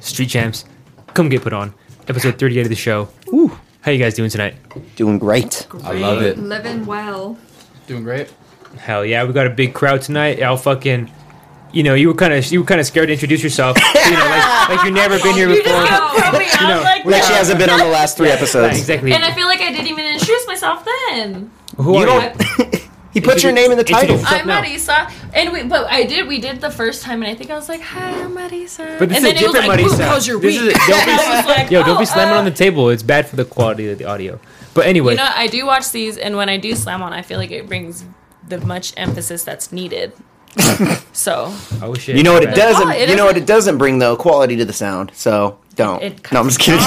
Street Champs, come get put on. Episode 38 of the show. Ooh. How you guys doing tonight? Doing great. I love it. Living well. Doing great. Hell yeah, we got a big crowd tonight. I'll fucking, you know, you were kind of you were kind of scared to introduce yourself. you know, like, like you've never been here before. You know, Well, she hasn't been on the last three episodes. exactly. And I feel like I didn't even introduce myself then. Who You are you? don't. he put your name in the title. Introduce- I'm now. Marisa, and we but I did we did the first time, and I think I was like, "Hi, I'm Marisa," But this and is a different it was Marisa. like, "Ooh, how's your This week?" is a- don't be- And I was like, Yo, don't "Oh, be slamming uh, on the table. It's bad for the quality of the audio. But anyway, You know, I do watch these, and when I do slam on, I feel like it brings the much emphasis that's needed. so oh shit. You know what it Right. doesn't. Oh, it you know what isn't- it doesn't bring though. Quality to the sound. So don't. It no, I'm just kidding.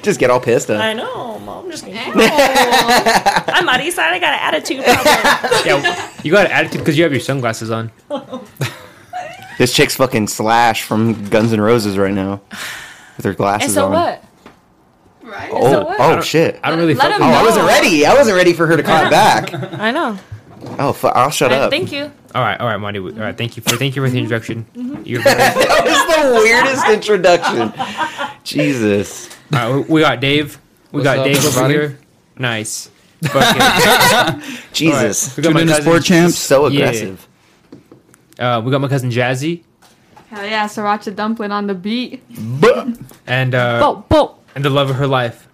just get all pissed up. I know, mom. I'm just gonna. keep going. I'm Marisa. I got an attitude problem. Yeah, you got an attitude because you have your sunglasses on. This chick's fucking Slash from Guns N' Roses right now with her glasses and so on. what? Right? Oh, so what? oh shit. I don't really. Let fuck him Oh, with- I wasn't No. ready. I wasn't ready for her to clap back. I know. Oh, fu- I'll shut I, up. thank you. All right, all right, Monty. All right, thank you for thank you for the introduction. Mm-hmm. You're very- that was the weirdest introduction. Jesus. all right, we- we got Dave. We What's got up, Dave over everybody? here. Nice. Fucking- Jesus. We got my Tune in to cousin- Sport Champs. So Yeah. aggressive. Uh, we got my cousin Jazzy Hell yeah, sriracha dumpling on the beat. and uh, Oh. Bo, bo. and the love of her life.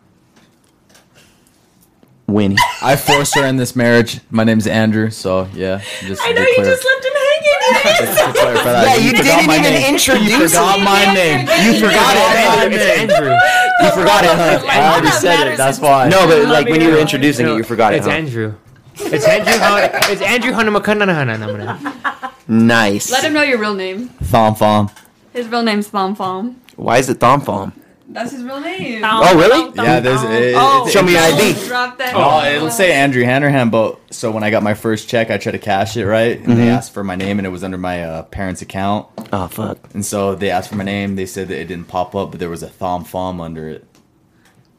Winnie. I forced her in this marriage. My name's Andrew, so yeah. Just I know to you clar- just left him hanging. just to clarify that. Yeah, Uh, you forgot didn't my even name. introduce You forgot me. my name. You forgot it. Andrew, it's Andrew. You forgot it, I already said it. That's why. No, but like when you were introducing No, it, you forgot it. It's Huh? Andrew. It's Andrew. Han- it's Andrew Hanamakananahananamana. Nice. Let him know your real name. Thom Thom. His real name's Thom Thom. Why is it Thom Fom? That's his real name. Oh, really? Yeah, there's. It, Oh. it's- Show me your it's- ID. Drop that. Oh, it'll say Andrew Hanrahan, but so when I got my first check, I tried to cash it right, and they asked for my name, and it was under my uh, parents' account, Oh fuck. and so they asked for my name. They said that it didn't pop up, but there was a Thom Fom under it.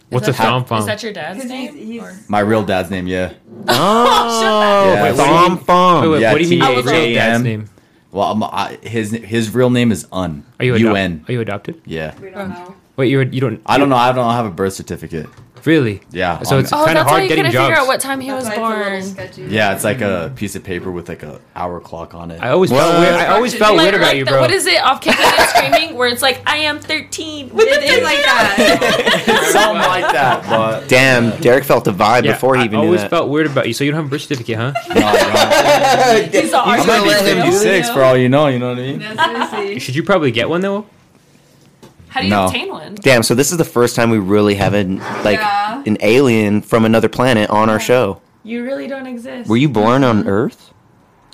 What's a thom Is phone? that your dad's name? My real dad's name, yeah. Oh, Yeah, wait, so- what do Thom Fom. Wait, wait, Yeah, what do you mean? T your H A real dad's M. name? Well, I'm, I, his his real name is Un. Are you adop- UN? Are you adopted? Yeah. We don't know. Wait, you you don't I don't know. I don't have a birth certificate. really? Yeah, So I'm- it's Oh, kind of that's why hard you getting couldn't jobs. figure out what time he was That's why it's a born. little sketchy. Yeah, it's like a piece of paper with like a hour clock on it. I always felt What? weird. I always felt Like- weird about like you, the- bro. What is it off kicking and screaming? Where it's like, I am 13. With It is like that. something like that, but Damn, Derek felt the vibe Yeah, before he even I knew always that. felt weird about you. So you don't have a birth certificate, huh? no, I He's all don't. I might be let him articulate. do 56 for all you know. You know what I mean? That's seriously. Should you probably get one though? How do you No. obtain one? Damn, so this is the first time we really have an like Yeah. an alien from another planet on our show. You really don't exist. Were you born on Earth?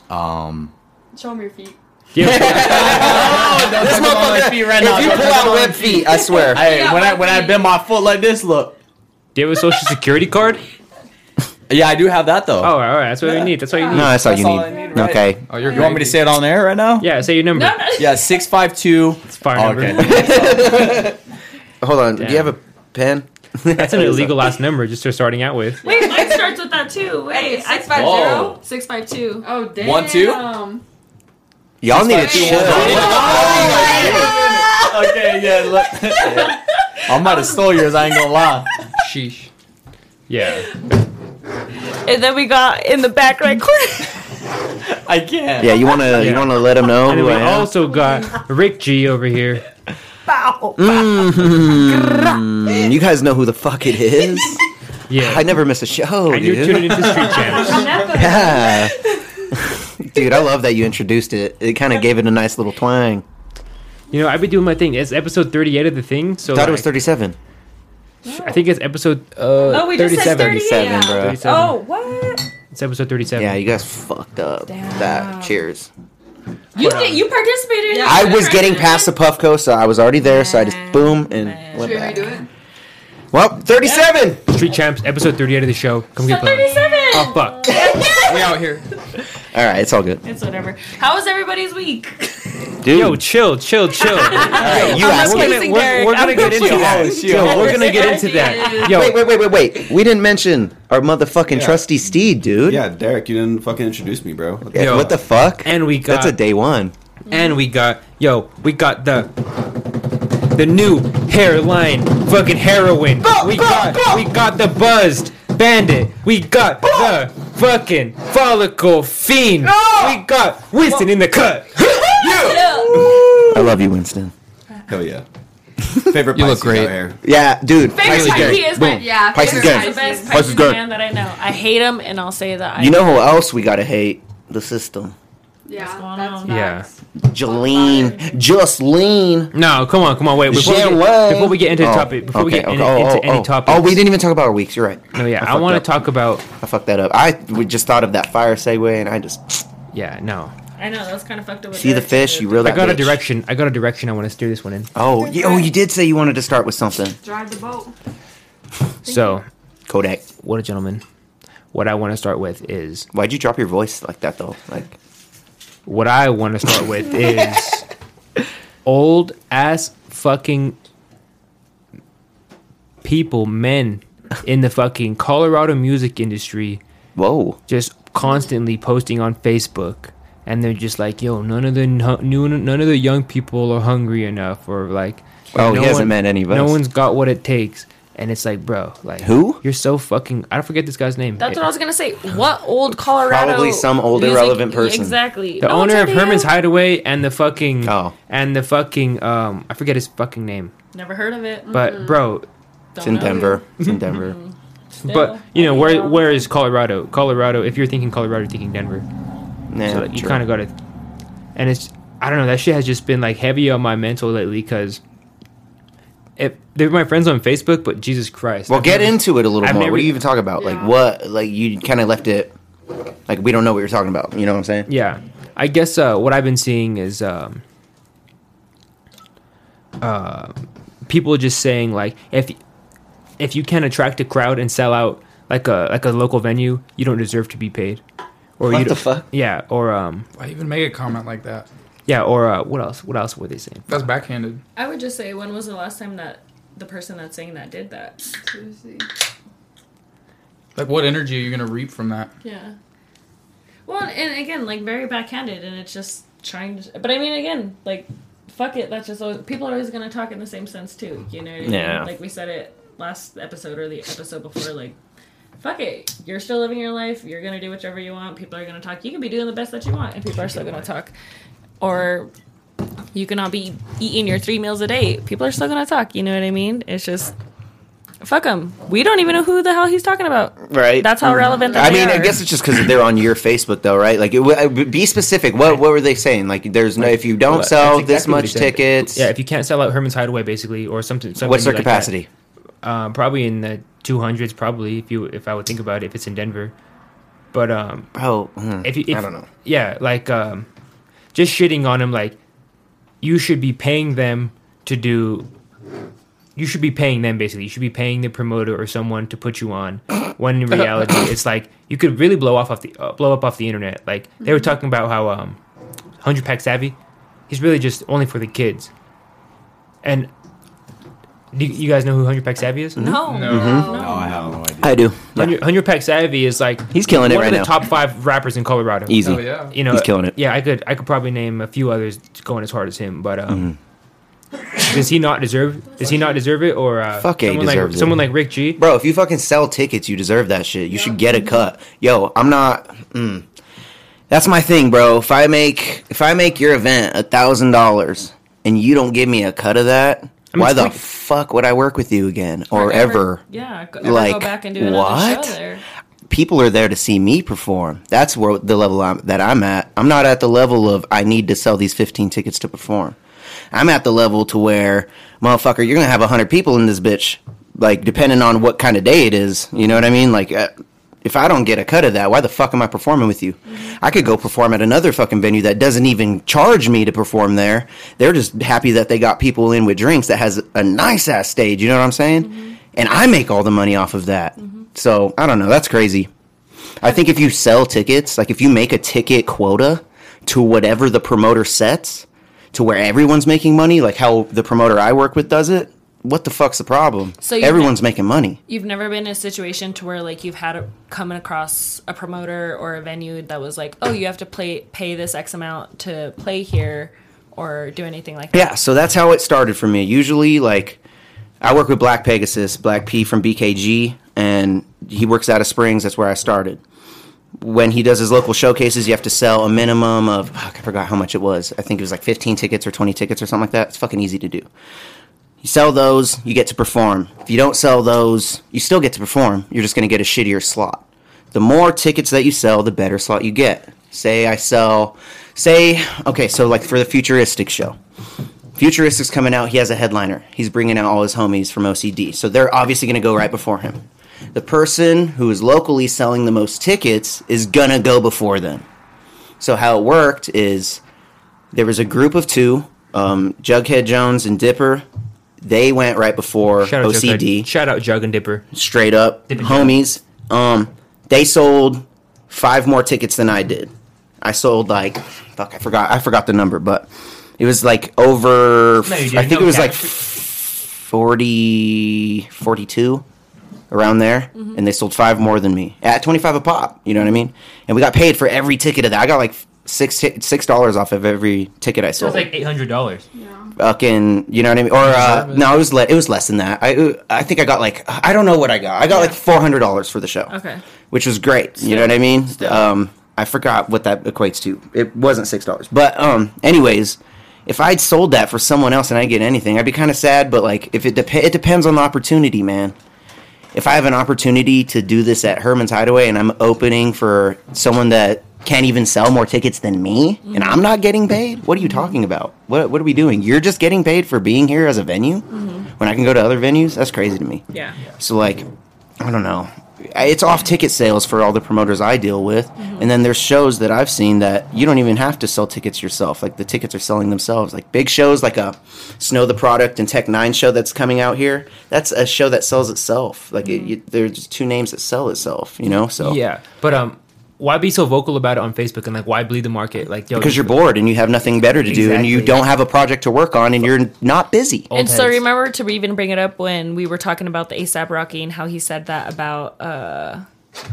Um, Show him your feet. Yeah. This motherfucker- if you pull out web feet, I swear. hey, Yeah, when I like when I me. bend my foot like this, look. Do you have a social security card? Yeah, I do have that though. Oh, all right. That's what we need. That's what you no, need. that's, all That's you all need. I need, right? Okay. Oh, you're you want me to say it on air right now? Yeah, say your number. No, no. Yeah, six five two. It's fire Oh, number. okay. Hold on. Do Damn. you have a pen? That's an illegal last number just to starting out with. Wait, mine starts with that too. Wait, I Six five zero. Whoa. 652. Oh damn. One, two? Y'all need to Six, chill. five, two, one. okay, yeah. Look. I might have stole yours. I ain't gonna lie. Sheesh. Yeah. Oh. And then we got in the back right corner. I can't. Yeah, you wanna you wanna let them know And then who we I am. also got Rick G over here. Bow. Mm, you guys know who the fuck it is. I Yeah. never miss a show, And you're tuning dude. into Street Champs. Yeah. dude, I love that you introduced it. It kind of gave it a nice little twang. You know, I've been doing my thing. It's episode 38 of the thing. So Thought it was like, 37. I think it's episode uh, Oh, we just said 37. 38. 37, bro. 37. Oh, what? It's episode 37. Yeah, you guys fucked up. That cheers. You did, you participated. in I the was getting presentation? past the Puffco, so I was already there. So I just boom and went Should we back. redo it? Well, thirty-seven. Street Champs, episode 38 of the show. Come get So put. 37. Oh, fuck. We out here. All right, it's all good, It's whatever. How was everybody's week? dude. Yo, chill, chill, chill. hey, you asked we're me. gonna, we're, we're gonna get into Oh, that. shit. Yo, we're gonna get into that. Yo, Wait, wait, wait, wait, wait. We didn't mention our motherfucking Yeah. trusty steed, dude. Yeah, Derek, you didn't fucking introduce me, bro. Yeah, Yo. What the fuck? and we got That's a day one. and we got yo, we got the the new hairline fucking heroin. we got we got the buzzed bandit. We got the fucking follicle fiend. We got Winston in the cut. I love you, Winston. Hell yeah. Favorite You Pisces look great. out here. Yeah, dude. Favorite Pisces Pisces gang. is my, Yeah. Pisces favorite gang. the best Pisces. Pisces Pisces gang. man that I know. I hate him, and I'll say that. You I, know who else we gotta hate? The system. Yeah. going that's on? Yeah. facts. Jolene. Just lean. No, come on, come on, wait. Before, we, get, Jolene. before we get into the Oh, topic, before we okay, get okay. in- Oh, into oh, any oh. topics. Oh, we didn't even talk about our weeks. You're right. No, yeah, I I, fucked want up. to talk about. I fucked that up. I we just thought of that fire segue, and I just Yeah, no. I know that was kind of fucked up. what see the Eric fish. did. You really I got a direction. I got a direction. I want to steer this one in. Oh, you, oh, you did say you wanted to start with something. Drive the boat. So, Kodak. what a gentleman. What I want to start with is Why'd you drop your voice like that though? Like what I want to start with is old ass fucking people, men in the fucking Colorado music industry whoa. just constantly posting on Facebook, and they're just like, "Yo, none of the nu- new, none of the young people are hungry enough," or like, Oh, he hasn't one- met any of No us." one's got what it takes." And it's like, bro, like Who? You're so fucking. I don't forget this guy's name. That's what I was gonna say. What old Colorado? Probably some old music- irrelevant person. Exactly. the No, it's owner up of to you. Herman's Hideaway and the fucking Oh. and the fucking um I forget his fucking name, Never heard of it. but bro, It's in Denver. It's in Denver. Mm-hmm. but you know where where is Colorado? Colorado. If you're thinking Colorado, you're thinking Denver. Nah, so like, you true. kind of got to and it's i don't know that shit has just been like heavy on my mental lately because if they're my friends on facebook but jesus christ Well, I've get never- into it a little I've more. never- What do you even talk about? Like Yeah. what? Like you kind of left it. Like we don't know what you're talking about. You know what I'm saying? yeah i guess uh, what i've been seeing is um, uh, people just saying like if if you can't attract a crowd and sell out like a like a local venue you don't deserve to be paid or What you the don't- fuck? yeah or um Why even make a comment like that? yeah or uh, what else what else were they saying That's backhanded. I would just say, when was the last time that the person that's saying that did that? Seriously. Like, what energy are you gonna reap from that? Yeah. Well, and again, like very backhanded, and it's just trying to. But I mean, again, like, fuck it. That's just always, people are always gonna talk in the same sense too. You know? what I mean? Yeah. Like we said it last episode or the episode before. Like, fuck it. You're still living your life. You're gonna do whichever you want. People are gonna talk. You can be doing the best that you want, and people are still gonna talk. Or you cannot be eating your three meals a day. People are still gonna talk. You know what I mean? It's just. Fuck him. We don't even know who the hell he's talking about. Right. That's how relevant. That Mm-hmm. I they mean, I are. guess it's just because they're on your Facebook, though, right? Like, it, w- be specific. What What were they saying? Like, there's no if you don't Well, sell that's this exactly what much he said. tickets. Yeah, if you can't sell out Herman's Hideaway, basically, or something. something what's their like that. capacity? Uh, probably in the two hundreds, probably if you if I would think about it, if it's in Denver. But um, Bro, hmm, if you, if, I don't know. yeah, like um, just shitting on him, like you should be paying them to do. You should be paying them basically. You should be paying the promoter or someone to put you on. When in reality, it's like you could really blow off off the uh, blow up off the internet. Like they Mm-hmm. were talking about how um, hundred pack savvy, he's really just only for the kids. And do you, you guys know who hundred pack savvy is? No. No. Oh, I have no idea. I do. Yeah. 100, 100 Pack Savvy is like He's killing it one of right the now. top five rappers in Colorado. Easy. Hell yeah. You know, He's killing it. Oh, Yeah, I could I could probably name a few others going as hard as him, but um, does he not deserve? Does he not deserve it? Or uh, Mm-hmm. Fuck yeah, he someone like deserves it. someone like Rick G? Bro, if you fucking sell tickets, you deserve that shit. You should get a cut. Yo, I'm not. Mm, that's my thing, bro. If I make if I make your event a thousand dollars and you don't give me a cut of that, why it's the like- fuck would I work with you again or ever? Yeah, go, ever go Like, back and do another what? show there. people are there to see me perform. That's where the level I'm, that I'm at. I'm not at the level of I need to sell these 15 tickets to perform. I'm at the level to where, motherfucker, you're gonna have 100 people in this bitch. Like depending on what kind of day it is, you know what I mean? Like. Uh, if I don't get a cut of that, why the fuck am I performing with you? I could go perform at another fucking venue that doesn't even charge me to perform there. They're just happy that they got people in with drinks that has a nice ass stage, you know what I'm saying? And I make all the money off of that. So, I don't know, that's crazy. I think if you sell tickets, like if you make a ticket quota to whatever the promoter sets, to where everyone's making money, like how the promoter I work with does it, what the fuck's the problem? So So you- everyone's making money. You've never been in a situation to where like you've had a, coming across a promoter or a venue that was like, oh, you have to play pay this X amount to play here, or do anything like that. Yeah, so that's how it started for me. Usually, like, I work with Black Pegasus, Black P from BKG, and he works out of Springs. That's where I started. When he does his local showcases, you have to sell a minimum of, fuck, I forgot how much it was. I think it was like 15 tickets or 20 tickets or something like that. It's fucking easy to do. You sell those, you get to perform. If you don't sell those, you still get to perform. You're just going to get a shittier slot. The more tickets that you sell, the better slot you get. Say I sell, say, okay, so like for the futuristic show, Futuristic's coming out. He has a headliner. He's bringing out all his homies from OCD. So they're obviously going to go right before him. The person who is locally selling the most tickets is going to go before them. So how it worked is there was a group of two, um, Jughead Jones and Dipper. They went right before Shout out OCD Jughead. Shout out Jug and Dipper. straight up Dip it homies. Um, they sold five more tickets than I did. I sold like fuck, I forgot, I forgot the number, but it was like over. No, you didn't. I think No it was cap. like 40, 42 around there, Mm-hmm. and they sold five more than me at twenty five a pop. You know what I mean? And we got paid for every ticket of that. I got like six ti- six dollars off of every ticket I So sold it's like eight hundred dollars. Yeah. fucking you know what I mean or uh, Service. no it was le- it was less than that I uh, I think I got like I don't know what I got I got like four hundred dollars for the show Okay. which was great you know what I mean um I forgot what that equates to it wasn't six dollars but um anyways if I'd sold that for someone else and I didn't get anything I'd be kind of sad but like if it dep- it depends on the opportunity man if I have an opportunity to do this at Herman's Hideaway and I'm opening for someone that can't even sell more tickets than me and I'm not getting paid, what are you talking about? What, what are we doing? You're just getting paid for being here as a venue when I can go to other venues? That's crazy to me. Yeah. So, like, I don't know. I- It's off ticket sales for all the promoters I deal with. Mm-hmm. And then there's shows that I've seen that you don't even have to sell tickets yourself. Like, the tickets are selling themselves. Like, big shows like a Snow the Product and Tech Nine show that's coming out here. That's a show that sells itself. Like Mm-hmm. it, you, there's just two names that sell itself. You know, so Yeah, but um, why be so vocal about it on Facebook and like why bleed the market? Like yo, because you're bored and you have nothing better to do and you Exactly. don't have a project to work on and you're not busy. Old and so heads. remember to even bring it up when we were talking about the ASAP Rocky and how he said that about uh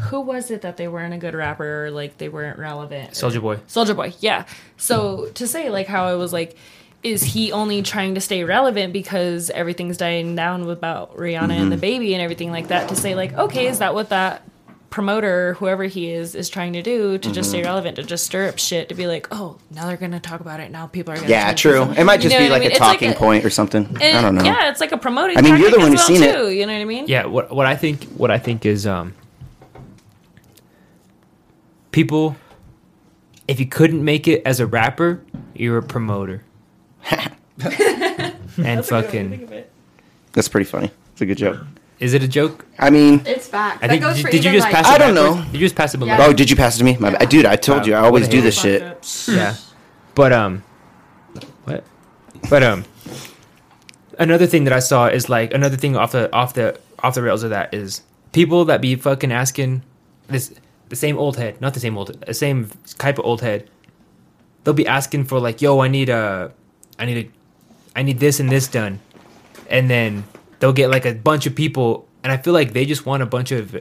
who was it that they weren't a good rapper or like they weren't relevant? Soldier Boy. Soldier Boy, yeah. So to say like how I was like, is he only trying to stay relevant because everything's dying down about Rihanna and Mm-hmm. the baby and everything like that? To say like, okay, is that what that promoter, whoever he is, is trying to do to just stay Mm-hmm. relevant, to just stir up shit, to be like, oh, now they're gonna talk about it, now people are gonna Yeah, turn true. people- It might You just know be what I like mean? a It's like talking a- point or something. I and don't know. Yeah, it's like a promoting. I mean, you're the tactic one as who's well, seen it. too, You know what I mean? Yeah, what what I think what I think is um people if you couldn't make it as a rapper, you're a promoter. and fucking That's pretty funny. It's a good joke. is it a joke? I mean, It's fact. I that think goes did, for did you even, just like, pass it I don't backwards? know. Did you just pass it below? Yeah. oh, did you pass it to me? My bad. Dude, I told you. I always do this shit. yeah. But um what? But um another thing that I saw is like another thing off the off the off the rails of that is people that be fucking asking this the same old head, not the same old the same type of old head. They'll be asking for like, "Yo, I need a I need a I need this and this done." And then they'll get like a bunch of people and I feel like they just want a bunch of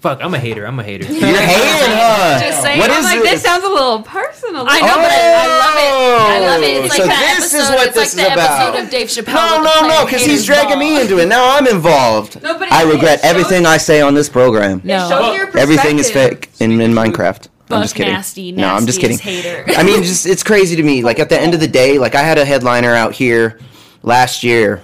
fuck, I'm a hater. I'm a hater. You're hating, huh? Just saying, What I'm is like, Like, this? this sounds a little personal. I know, but I, I love it. I love it. It's like Oh, so that this episode. is what it's this like the is about. episode of Dave Chappelle. No, no, no, because he's dragging me into it. Now I'm involved. No, but it- I regret it shows- everything I say on this program. It No. shows your Everything is perspective. fake in, in Minecraft. I'm just kidding. Nasty, no, I'm just kidding. nastiest Hater. I mean, just it's crazy to me. Like at the end of the day, like I had a headliner out here last year.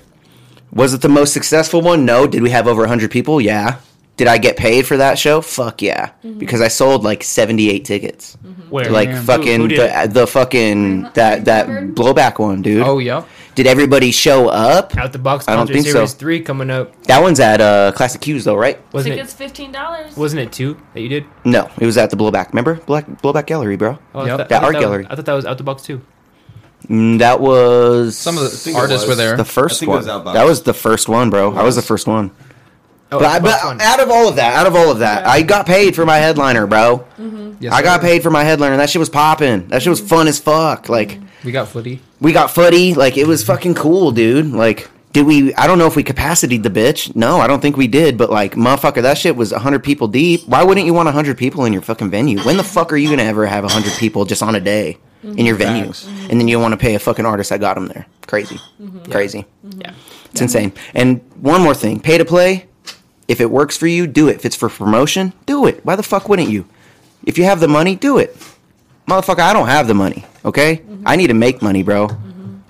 Was it the most successful one? No. Did we have over 100 people? Yeah. Did I get paid for that show? Fuck yeah. Mm-hmm. Because I sold like 78 tickets. Where Like Damn. fucking Who- who did the, the fucking that that blowback one, dude. Oh, yep. Did everybody show up? out the box I don't concert think so. series 3 coming up. That one's at uh Classic Q's though, right? Wasn't it Tickets fifteen dollars. Wasn't it two that you did? No, it was at the Blowback. Remember? Black Blowback Gallery, bro. Oh, Yep. I That I art was- gallery. I thought that was out the box too. Mm, That was Some of I the think it artists was. were there. the first I think it one. was Outbox. that was the first one, bro. I was the first one. Oh, But, I, but out of all of that, out of all of that, I got paid for my headliner, bro. Yes, I got sir. paid for my headliner. That shit was popping. That shit was fun as fuck. Like We got footy. we got footy. Like it was Mm-hmm. fucking cool, dude. Like did we? I don't know if we capacitated the bitch. No, I don't think we did. But like, motherfucker, that shit was hundred people deep. Why wouldn't you want hundred people in your fucking venue? When the fuck are you gonna ever have hundred people just on a day? in your venue, Mm-hmm. Facts. and then you don't want to pay a fucking artist that got them there. Crazy, crazy. Mm-hmm. Yeah. It's insane. And one more thing, pay to play. If it works for you, do it. If it's for promotion, do it. Why the fuck wouldn't you? If you have the money, do it. Motherfucker, I don't have the money, okay? I need to make money, bro.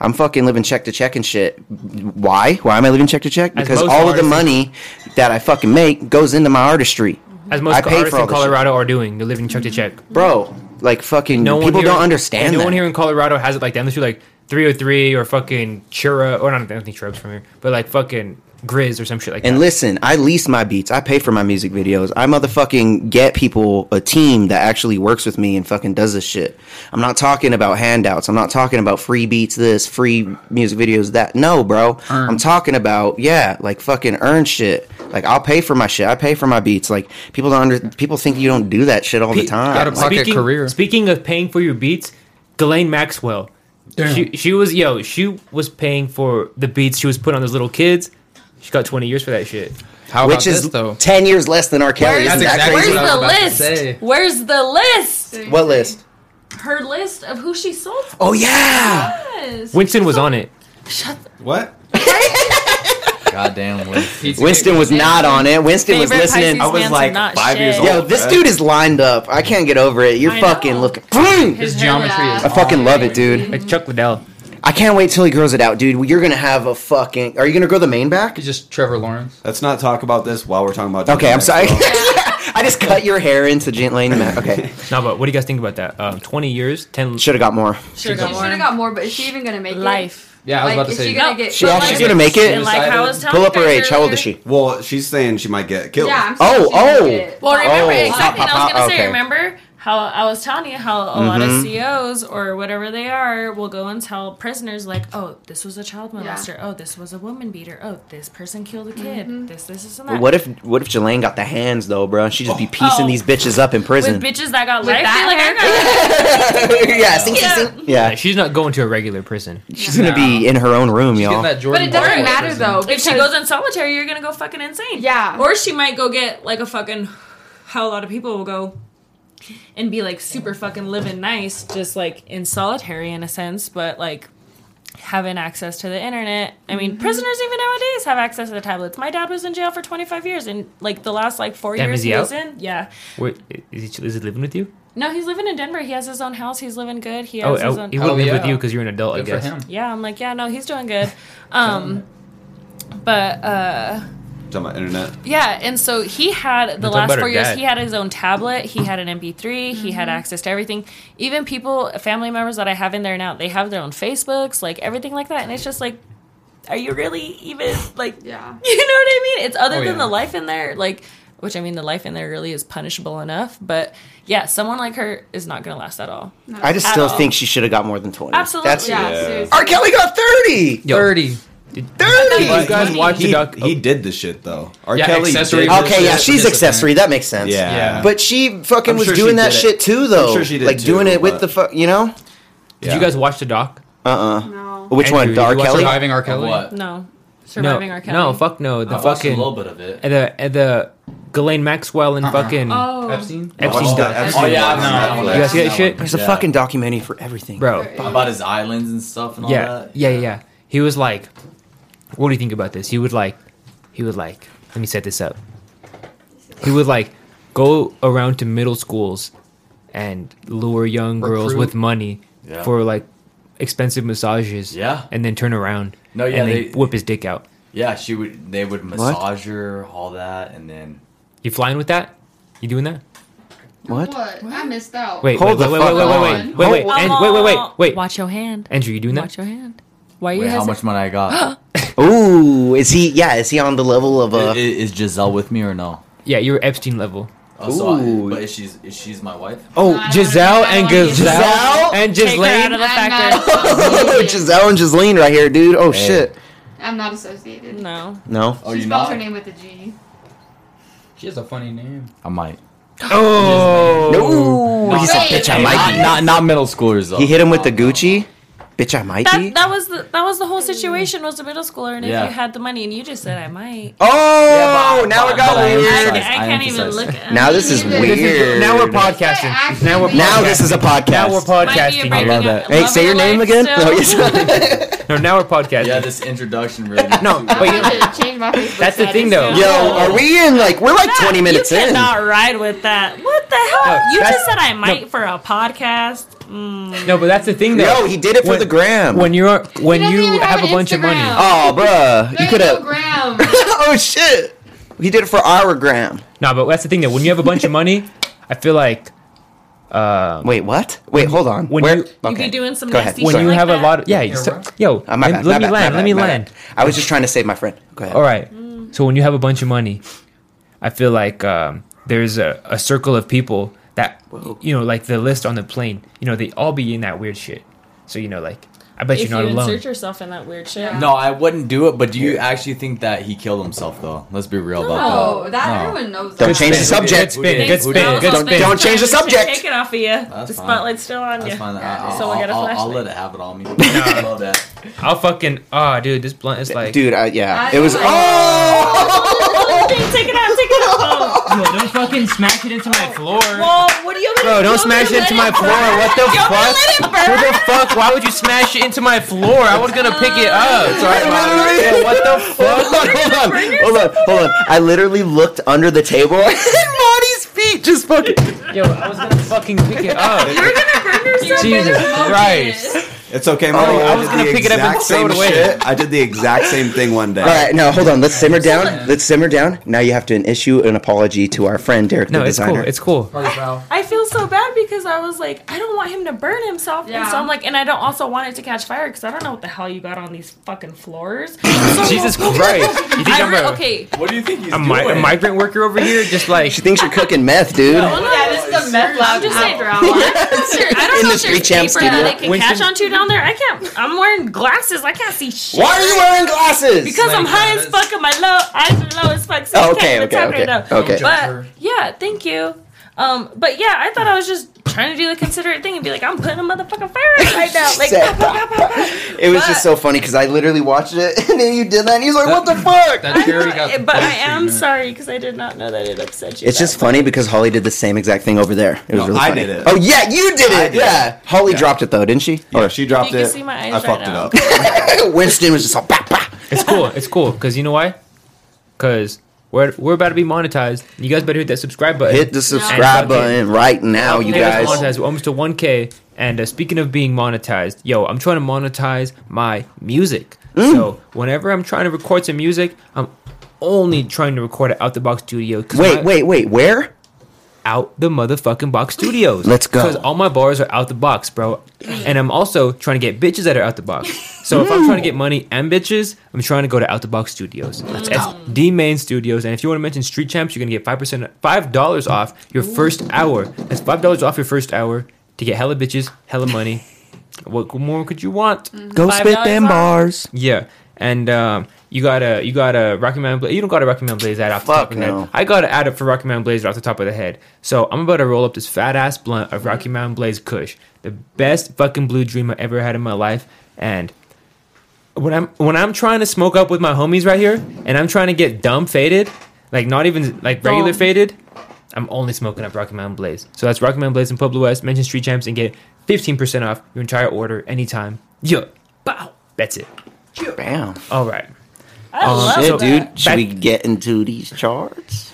I'm fucking living check to check and shit. Why? Why am I living check to check? As Because most all of the artists- money that I fucking make goes into my artistry. As most I pay for artists all in this Colorado are doing, they're living check to check. Bro, like fucking No one people here- don't understand No that. one here in Colorado has it like that. Unless you're like 303 or fucking Chura or not. I don't think Chura's from here, but like fucking Grizz or some shit like And that. listen, I lease my beats. I pay for my music videos. I motherfucking get people a team that actually works with me and fucking does this shit. I'm not talking about handouts. I'm not talking about free beats this, free music videos that. No, bro. Earn. I'm talking about yeah, like fucking earn shit. Like I'll pay for my shit. I pay for my beats. Like people don't under people think you don't do that shit all the Pe- time. Out of Like, pocket speaking, career. Speaking of paying for your beats, Ghislaine Maxwell. Damn. She, she was yo. She was paying for the beats she was putting on those little kids. She got 20 years for that shit. How which about is this though? ten years less than R. Kelly. Where's, Isn't That's that exactly crazy? what I was about to where's the say. list? Where's the list? What list? Her list of who she sold to. Oh yeah. Yes. Winston was on it. Shut the What? Goddamn, Winston. Pizza Winston was not on it. Winston was favorite listening. Pisces I was man's like not five shit. years old. Yo, this Bruh. dude is lined up. I can't get over it. You're I fucking know. looking. His His geometry hair- is I fucking love it, dude. It's Mm. Chuck Liddell. I can't wait till he grows it out, dude. You're gonna have a fucking. Are you gonna grow the mane back? He's just Trevor Lawrence. Let's not talk about this while we're talking about. Okay, I'm sorry. Maxwell. I just cut your hair into Jean Lane. Mac. Okay, No, but what do you guys think about that? Um, 20 years, 10. should have got more. Should've She got should have one. got more, but is she even gonna make Life. it? Yeah, I was Like, about to is say. she gonna get? She But actually like- gonna make it. And like how I was telling Pull up her you guys age. How old is earlier- she? Well, she's saying she might get killed. Yeah, I'm Oh, sure she's gonna oh. get it. Well, remember Oh, exactly. pop, what I was pop, gonna okay. Mm-hmm. say. Remember how I was telling you how a lot of COs or whatever they are will go and tell prisoners like, "Oh, this was a child Yeah. molester. Oh, this was a woman beater. Oh, this person killed a kid. Mm-hmm. This, this, this, and that." But what if what if Jelaine got the hands though, bro? She'd just be piecing Oh. these bitches up in prison. with bitches that got With life? that Like, I hair? got- yeah, sing, sing, Yeah. sing. yeah. She's not going to a regular prison. She's gonna be in her own room, She's getting y'all. that But Jordan it doesn't Bell matter prison. though. if she because- goes in solitary, you're gonna go fucking insane. Yeah. Or she might go get like a fucking. How a lot of people will go. And be like super fucking living nice, just like in solitary in a sense, but like having access to the internet. I Mm-hmm. mean, prisoners even nowadays have access to the tablets. My dad was in jail for 25 years, and like the last like four Damn, years is he he was out? in, yeah. Wait, is, he, is it living with you? No, he's living in Denver. He has his own house. He's living good. He Oh, has his oh, own. he would Oh, live yeah. with you because you're an adult, I Good for guess. him. yeah, I'm like, yeah, no, he's doing good. Um, but uh, It's on my internet. yeah, and so he had the talking last about her four years. dad. He had his own tablet. He had an MP3. He had access to everything. Even people, family members that I have in there now, they have their own Facebooks, like everything like that. And it's just like, are you really even like? Yeah. You know what I mean? It's other Oh, than yeah. the life in there, like, which I mean, the life in there really is punishable enough. But yeah, someone like her is not going to last at all. I just At still all. think she should have got more than twenty. Absolutely. That's, Yeah. Yeah. seriously. R. Kelly got thirty. Yo, Thirty. Thirty. You guys watch the He, doc. he did the shit though. R. Yeah, Kelly. accessory Did, for- Okay, yeah, Yeah, she's participant. accessory. That makes sense. yeah. Yeah. But she fucking I'm was sure she doing that did it. shit too, though. sure she did like too, doing it with but- the fuck, you know? Did you guys watch the doc? Uh uh No. Which Andrew, one? did you Dar watch Kelly? Surviving R. Kelly. What? No. No, Surviving our Kelly. no, fuck no. The I watched a fucking little bit of it. and the and the Ghislaine Maxwell and fucking Oh. Epstein. Epstein's doc- Oh, that Oh Epstein yeah, one. no, no, You guys see that one. shit? There's Yeah. a fucking documentary for everything. bro. about his islands and stuff and all Yeah, that. yeah, yeah, yeah. He was like, "What do you think about this?" He would like, he would like. Let me set this up. He would like go around to middle schools and lure young girls Recruit. with money Yeah. for like expensive massages. Yeah. and then turn around. No, yeah, and then they- whip his dick out. Yeah, she would. They would massage her, all that, and then You flying with that? You doing that? What? What? I missed out. Wait, Hold wait, the wait, fuck wait, wait, wait, on. wait, wait, wait, Hold- and wait, wait, wait, wait. Watch your hand. Andrew, you doing that? Watch your hand. Why are you wait, how guys? much money I got? Ooh, is he, yeah, is he on the level of I- i- uh, is, Giselle with me or no? Yeah, you're Epstein level. Oh, so I- Ooh. but is she's is she's my wife? Oh, I don't Giselle know. and I don't Giselle, like Giselle? and Take her out of Ghislaine. the I'm factor. not. Giselle and Giseline right here, dude. Oh, Hey. shit. I'm not associated. No. No? Oh, she you spells not? her name with a G. She has a funny name. I might. Oh, No. He's a Wait, bitch. I wait, like Not, you. not not middle schoolers though. Oh, He hit him with the Gucci. Bitch, I might be. That, that was the that was the whole situation was a middle schooler, and Yeah. if you had the money and you just said I might, Oh, now but- it but got I weird. I, emphasize- I can't even emphasize. look at. Now this is This is- This is- weird. now we're Wait, podcasting. actually, Now we're podcasting. now this is a podcast. Now we're Might be a podcasting. breaking here. love up- that. Hey, love say of your your name life again. still. No, now we're podcasting. Yeah, this introduction really. no, I'm but you know, gonna change my Facebook That's the status thing, though. now. Yo, are we in like we're like twenty minutes you in? cannot ride with that. What the hell? No, you that's- just said I might for a podcast. Mm, no, but that's the thing though. Yo, he did it for When- the gram. when you're when He doesn't you even have, an a bunch of money. Instagram. oh, bruh, you There's could no have. gram. oh shit, he did it for our gram. No, but that's the thing though. When you have a bunch of money, I feel like Wait, what? Wait, hold on. Um, when Where- you- You okay. be doing some Go nasty ahead. when shit you like have that. a lot of yeah, you You're start- right. yo, Oh, my let, let me bad, my bad, my land. bad, Let me my bad. land. I was just trying to save my friend. Go ahead. All right. Mm. So when you have a bunch of money, I feel like um, there's a, a circle of people that you know, like the list on the plane. You know, they all be in that weird shit. So you know, like I bet If you're not you alone. insert yourself in that weird shit, No, I wouldn't do it. But do you actually think that he killed himself though? Let's be real about Oh. No, that. that No. everyone knows. Don't that. change the Good subject. Good spin. Who Good did? spin. That was Good all spin. fake. Don't change the Shit, subject. Take it off of you. the fine. spotlight's still on That's you. fine. I- I'll, So we I'll, got a I'll, flashlight. I'll let it have it on me. I love that. I'll fucking oh, dude, this blunt is like Dude, I, yeah, I- it was. I- Oh, Take it out. Take it out. Yo, don't fucking smash it into my floor. Whoa, what do you mean? Bro, don't smash it into my floor. What the Don't let fuck? it What burn. the fuck? Why would you smash it into my floor? I was gonna pick it up. I Yeah, literally- what the fuck? Hold on, hold on, hold on, hold on. I literally looked under the table and Monty's feet just fucking. Yo, I was gonna fucking pick it up. You're gonna burn yourself. Jesus There's motion. Christ. It's okay, Molly. Oh, I was did gonna the pick it up and exact throw it same away. Shit. I did the exact same thing one day. All right, now hold on. Let's simmer down. Let's simmer down. Now you have to issue an apology to our friend Derek, No, the it's cool. designer. It's cool. Party foul. I feel so bad because I was like, I don't want him to burn himself, and Yeah. so I'm like, and I don't also want it to catch fire because I don't know what the hell you got on these fucking floors. So Jesus Christ. You think I I'm re- a, okay. What do you think he's a, mi- a migrant worker over here? Just like she thinks you're cooking meth, dude. Yeah, this is the meth I'm lab just saying, after I hours. don't In know the if street there's champ paper that it studio. can Winston- catch onto down there. I can't. I'm wearing glasses. I can't see shit. Why are you wearing glasses? Because I'm Like high that as fuck and my low eyes are low as fuck. So Oh, I okay, can't okay, even okay, tap right now. okay. But yeah, thank you. Um, but yeah, I thought I was just trying to do the considerate thing and be like, I'm putting a motherfucking fire out right now. Like, Said- pop, pop, pop, pop, pop. it was just so funny because I literally watched it and then you did that and he's like, "What the fuck?" That cherry got the but I best am treatment. sorry because I did not know that it upset you. It's that just funny because Holly did the same exact thing over there. It was No, really I funny. did it. Oh yeah, you did I it. did yeah, Holly dropped it though, didn't she? Yeah, she dropped You can it. see my eyes I right fucked now. it up. Or Winston was just all bah, bah. It's cool. It's cool. Cause you know why? Cause we're we're about to be monetized. You guys better hit that subscribe button. Hit the subscribe No. button right now, you Hey, let's guys. monetize. We're almost to 1K. And uh, speaking of being monetized, yo, I'm trying to monetize my music. Mm. So whenever I'm trying to record some music, I'm only trying to record it out the box studio. 'cause my- Wait, wait, wait. Where? out the motherfucking box studios. Let's go. Because all my bars are out the box, bro. And I'm also trying to get bitches that are out the box. So if I'm trying to get money and bitches, I'm trying to go to out the box studios. That's the main studios. And if you want to mention Street Champs, you're gonna get five percent, five dollars off your first hour. That's five dollars off your first hour to get hella bitches, hella money. what more could you want? Go Five spit them dollars bars. off. Yeah, and um, you gotta you gotta Rocky Mountain Blaze. You don't gotta Rocky Mountain Blaze that off the Fuck top of the no. head. I gotta add up for Rocky Mountain Blaze off the top of the head. So I'm about to roll up this fat ass blunt Mm-hmm. of Rocky Mountain Blaze Kush, the best fucking blue dream I ever had in my life. And when I'm when I'm trying to smoke up with my homies right here, and I'm trying to get dumb faded, like not even like Oh. regular Dumb. faded, I'm only smoking up Rocky Mountain Blaze. So that's Rocky Mountain Blaze in Pueblo West. Mention Street Champs and get 15% off your entire order anytime. Yeah, bow. That's it. Bam. All right. I love Shit, that. dude. Should we get into these charts?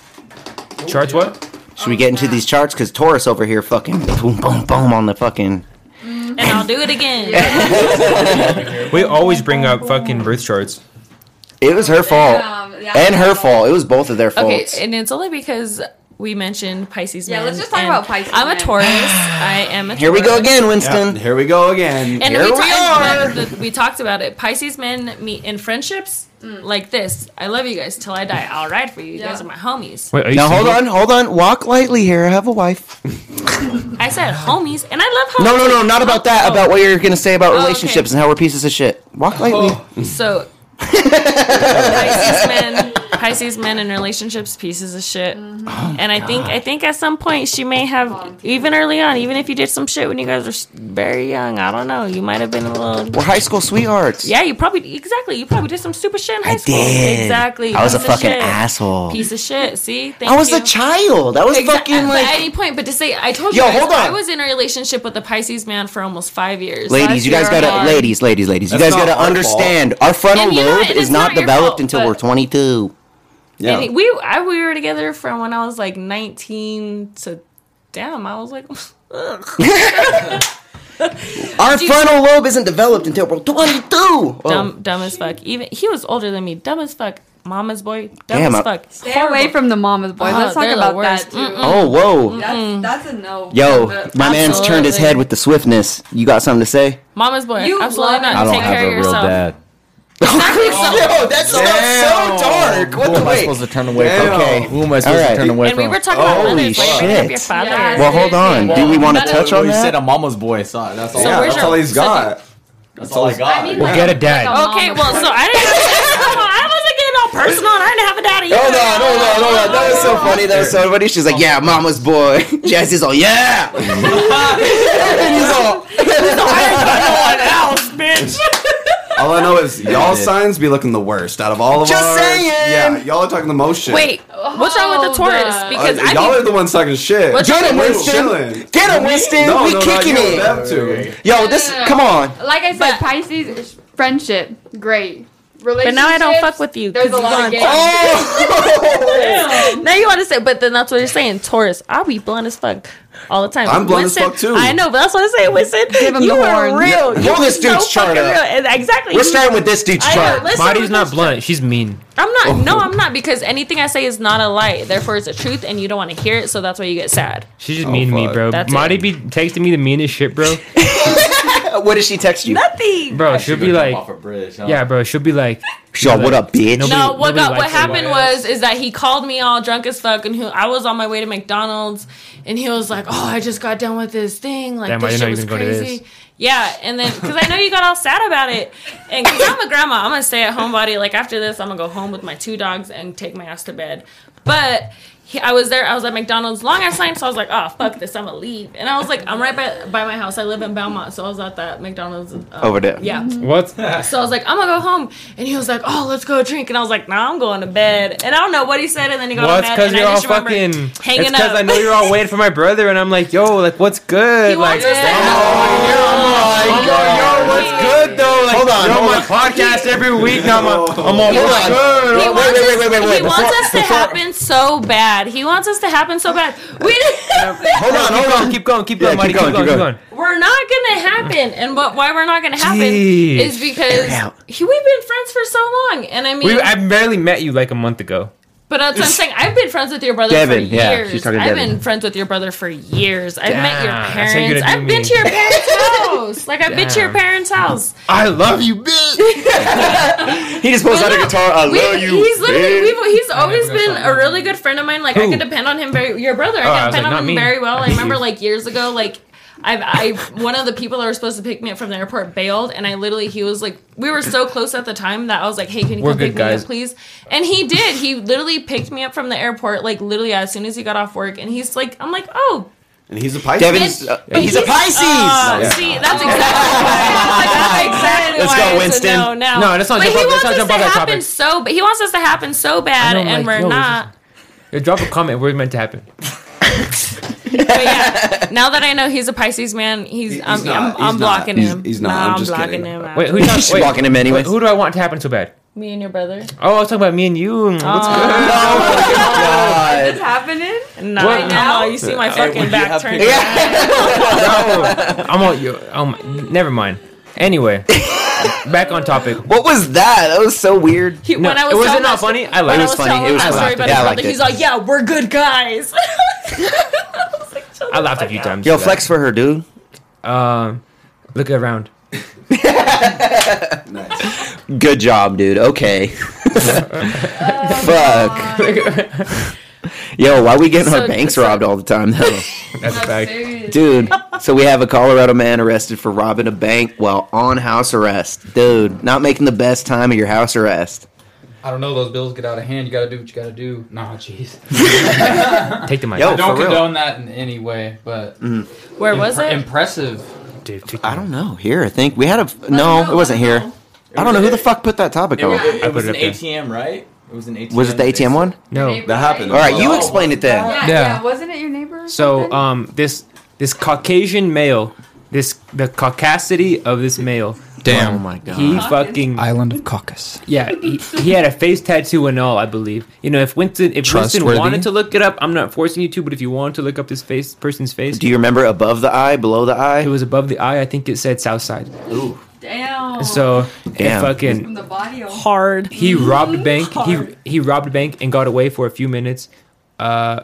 Charts what? Should we get into these charts? Because Taurus over here fucking boom, boom, boom on the fucking. And I'll do it again. We always bring up fucking birth charts. It was her fault. Damn, Um, yeah. Oh. And her fault. It was both of their Okay, faults. and it's only because we mentioned Pisces. Yeah, men, let's just talk and about Pisces I'm a men. Taurus. I am a. Here we go Taurus. again, Yeah, Winston. here we go again. And Here we, we talked are. About, the- we talked about it. Pisces men meet in friendships like this. I love you guys till I die. I'll ride for you. You guys Yeah. are my homies. Wait, are you Now hold single? on, hold on. Walk lightly here. I have a wife. I said homies, and I love homies. No, no, no. Not about that. Oh, About what you're gonna say about okay. Oh. relationships and how we're pieces of shit. Walk lightly. So Pisces men Pisces men in relationships pieces of shit. Mm-hmm. and Oh, I think I think at some point she may have even early on, even if you did some shit when you guys were s- very young, I don't know, you might have been a little. We're high school sweethearts. Yeah, you probably exactly. You probably did some stupid shit in high I school. did. Exactly. I was a Piece of fucking shit. asshole. Piece of shit. See, Thank I was you. a child. I was Exa- fucking but at like. any point, but to say I told Yo, you, guys, hold on. I was in a relationship with a Pisces man for almost five years. Ladies, you Last guys year gotta, alone. ladies, ladies, ladies, you That's guys gotta not our fault. understand our frontal And you know lobe what? And is it's not not your developed fault, until but- we're 22. Yeah. And we I, we were together from when I was like 19 to damn, I was like, ugh. Our frontal lobe isn't developed until we're 22. Oh. dumb, dumb as fuck. Even he was older than me, dumb as fuck. Mama's boy, dumb Damn, as I- fuck. Stay away from the mama's boy. Oh, Let's talk they're the about that worst. too. Oh, whoa. That's, that's a no. Yo, my But- man's turned his Absolutely. head with the swiftness. You got something to say? Mama's boy, You absolutely love it. not. I don't Take care have a of real yourself. dad. Yo, that's Damn. Who am I wait? supposed to turn away Damn. from? Okay. Who am I supposed Alright. to turn away And from? we were talking about Holy mothers, like bringing up shit. your father. Yeah. Well, hold on. Do we want to Well, touch on you said that? a mama's boy. I saw it. That's all. So yeah, where's that's your- all he's so do- got. that's all I got. I mean, We'll like- get a like dad. mom. Um, Okay, well, so I didn't. I wasn't getting all personal, and I didn't have a daddy. either. Hold on, hold on, hold on. That was so funny. That was so funny. She's like, yeah, mama's boy. Jazz is all, yeah. and he's all, All I know is y'all signs be looking the worst out of all of Just ours. saying. Yeah, y'all are talking the most shit. Wait, what's wrong with the Hold Taurus? up. Uh, Because I y'all think- are the ones talking shit. What's get him, We're Winston. chilling. Get him, Winston. No, we no, not kicking you, it. them two. Yo, this, No, no, no. come on. Like I said, Pisces is friendship, great. But Relationships. now I don't fuck with you. There's a lot of You games. gonna- Oh. Now you understand, but then that's what you're saying, Taurus. I'll be blunt as fuck all the time. I'm blunt as fuck, too. I know, but that's what I'm saying, Winston. Give him you the are horn. real. Pull You this are dude's so chart fucking up. real. And Exactly. We're You- starting with this dude's I know, chart. let's start Body's with not this- blunt. She's mean. I'm not. No, I'm not because anything I say is not a lie. Therefore, it's a truth, and you don't want to hear it, so that's why you get sad. She's Oh, just mean to me, fuck. bro. That's Marty it. be texting me the meanest shit, bro. What did she text you? Nothing. Bro, she'll be like, off a bridge. Huh? yeah, bro. She'll be like, She's all, what up, bitch? No, nobody what got, what likes happened somebody was is that he called me all drunk as fuck, and who I was on my way to McDonald's, and he was like, "Oh, I just got done with this thing, like Damn, I didn't this shit know you was was gonna go to crazy." this. Yeah, and then because I know you got all sad about it, and because I'm a grandma, I'm gonna stay at home body. Like after this, I'm gonna go home with my two dogs and take my ass to bed. But he, I was there, I was at McDonald's long ass time, so I was like, "Oh fuck this, I'm gonna leave." And I was like, "I'm right by by my house. I live in Belmont, so I was at that McDonald's um, Over there. Yeah, what? so I was like, I'm gonna go home. And he was like, Oh, let's go drink. And I was like, Nah, I'm going to bed. And I don't know what he said. And then he got Well, to it's bed. because And you're I all just remember fucking. hanging it's because up. I know you're all waiting for my brother, and I'm like, yo, like, what's good? He like, oh wants us to Oh my yo, what's good though? Like, Hold on, you're on hold my on. podcast every week. Now I'm, on- I'm on. Hold what's on. good? He Wait, wants wait, us- wait, wait, wait, wait. He wants Before- us to before- happen so bad. He wants us to happen so bad. We Hold on, hold on. Keep going, keep Yeah, going, Marty. keep Keep going, going, keep keep going. going. we're not gonna happen. And what why we're not gonna happen Jeez. is because out. he, we've been friends for so long. And I mean, We, I barely met you like a month ago. But that's what I'm saying. I've been friends with your brother Devin, for yeah, years. she's talking to I've Devin. been friends with your brother for years. I've met your Damn, that's how you're parents. gonna do I've been me. to your parents' house. Like I've been to your Damn. parents' house. I love you, bitch. He just pulls out a Look, guitar. I we- love you. He's literally bitch. we've, he's always never got been something. a really good friend of mine. Like I Who? could depend on him very. Your brother, I Oh, could I was depend like, on not him me. very well. I remember like years ago, like. I've, I've one of the people that were supposed to pick me up from the airport bailed, and I literally he was like we were so close at the time that I was like, hey, can you We're come good pick me up, guys. please? And he did. He literally picked me up from the airport, like literally as soon as he got off work, and he's like, I'm like, oh, And he's a Pisces. Devin's, uh, But he's a Pisces. Oh, Yeah. See, that's exactly why. That's exactly Let's why go, it's a Winston. No, no, No, let's not But jump off- he wants let's not us jump to off that happen topic. so. But he wants us to happen so bad, I know, I'm like, and yo, this is- we're not. Yo, drop a comment. Where's meant to happen? But yeah, now that I know he's a Pisces man, he's, He- he's I'm, not. I'm, He's I'm not. blocking He's- him. he's not. No, I'm I'm, just blocking kidding. him. Wait, who? out. She's blocking him anyways. Who do I want to happen so bad? Me and your brother? Oh, I was talking about me and you. What's Ah. good? Is Oh this happening? No, What? no, you see my fucking would you back have turned. picked- No, I'm on you. Oh my, never mind. Anyway, back on topic. What was that? That was so weird. He, No, when I was it wasn't telling not that sto- funny. I when liked I it. was funny. telling It was- that I story laughed at about it. his I brother, liked it. He's like, yeah, we're good guys. I was like, chill I the laughed a fuck few out. times. Yo, for flex for her, dude. that. Um, look around. Nice. Good job, dude. Okay. Fuck. Yo, why we getting So- our banks so- robbed all the time though? That's a fact. Serious. dude. So we have a Colorado man arrested for robbing a bank while on house arrest. Dude, not making the best time of your house arrest. I don't know. Those bills get out of hand. You got to do what you got to do. Nah, jeez. Take the mic. Yo. I don't for real. Mm-hmm. condone that in any way, but Where was impre- it? Impressive. Dude, take the I mic. don't know. Here, I think we had a Let no. him It wasn't let him here. I don't know who the fuck put that topic It, over. it- it I put was it an up there. ATM, right? It was an ATM. Was it the ATM one? No. That happened. All right, you Oh. explain it then. Yeah, yeah. Yeah. Wasn't it your neighbor? or So something? um, this this Caucasian male, this the caucasity of this male. Oh Damn. my god. He fucking Island of Caucus. yeah. He, he had a face tattoo and all, I believe. You know, if Winston if Winston Trustworthy? wanted to look it up, I'm not forcing you to. But if you wanted to look up this face person's face, Do you remember above the eye, below the it eye? was above the eye. I think it said south side. damn. So it Damn. fucking from the body. oh. hard. He robbed a bank. Hard. He he robbed a bank and got away for a few minutes. Uh,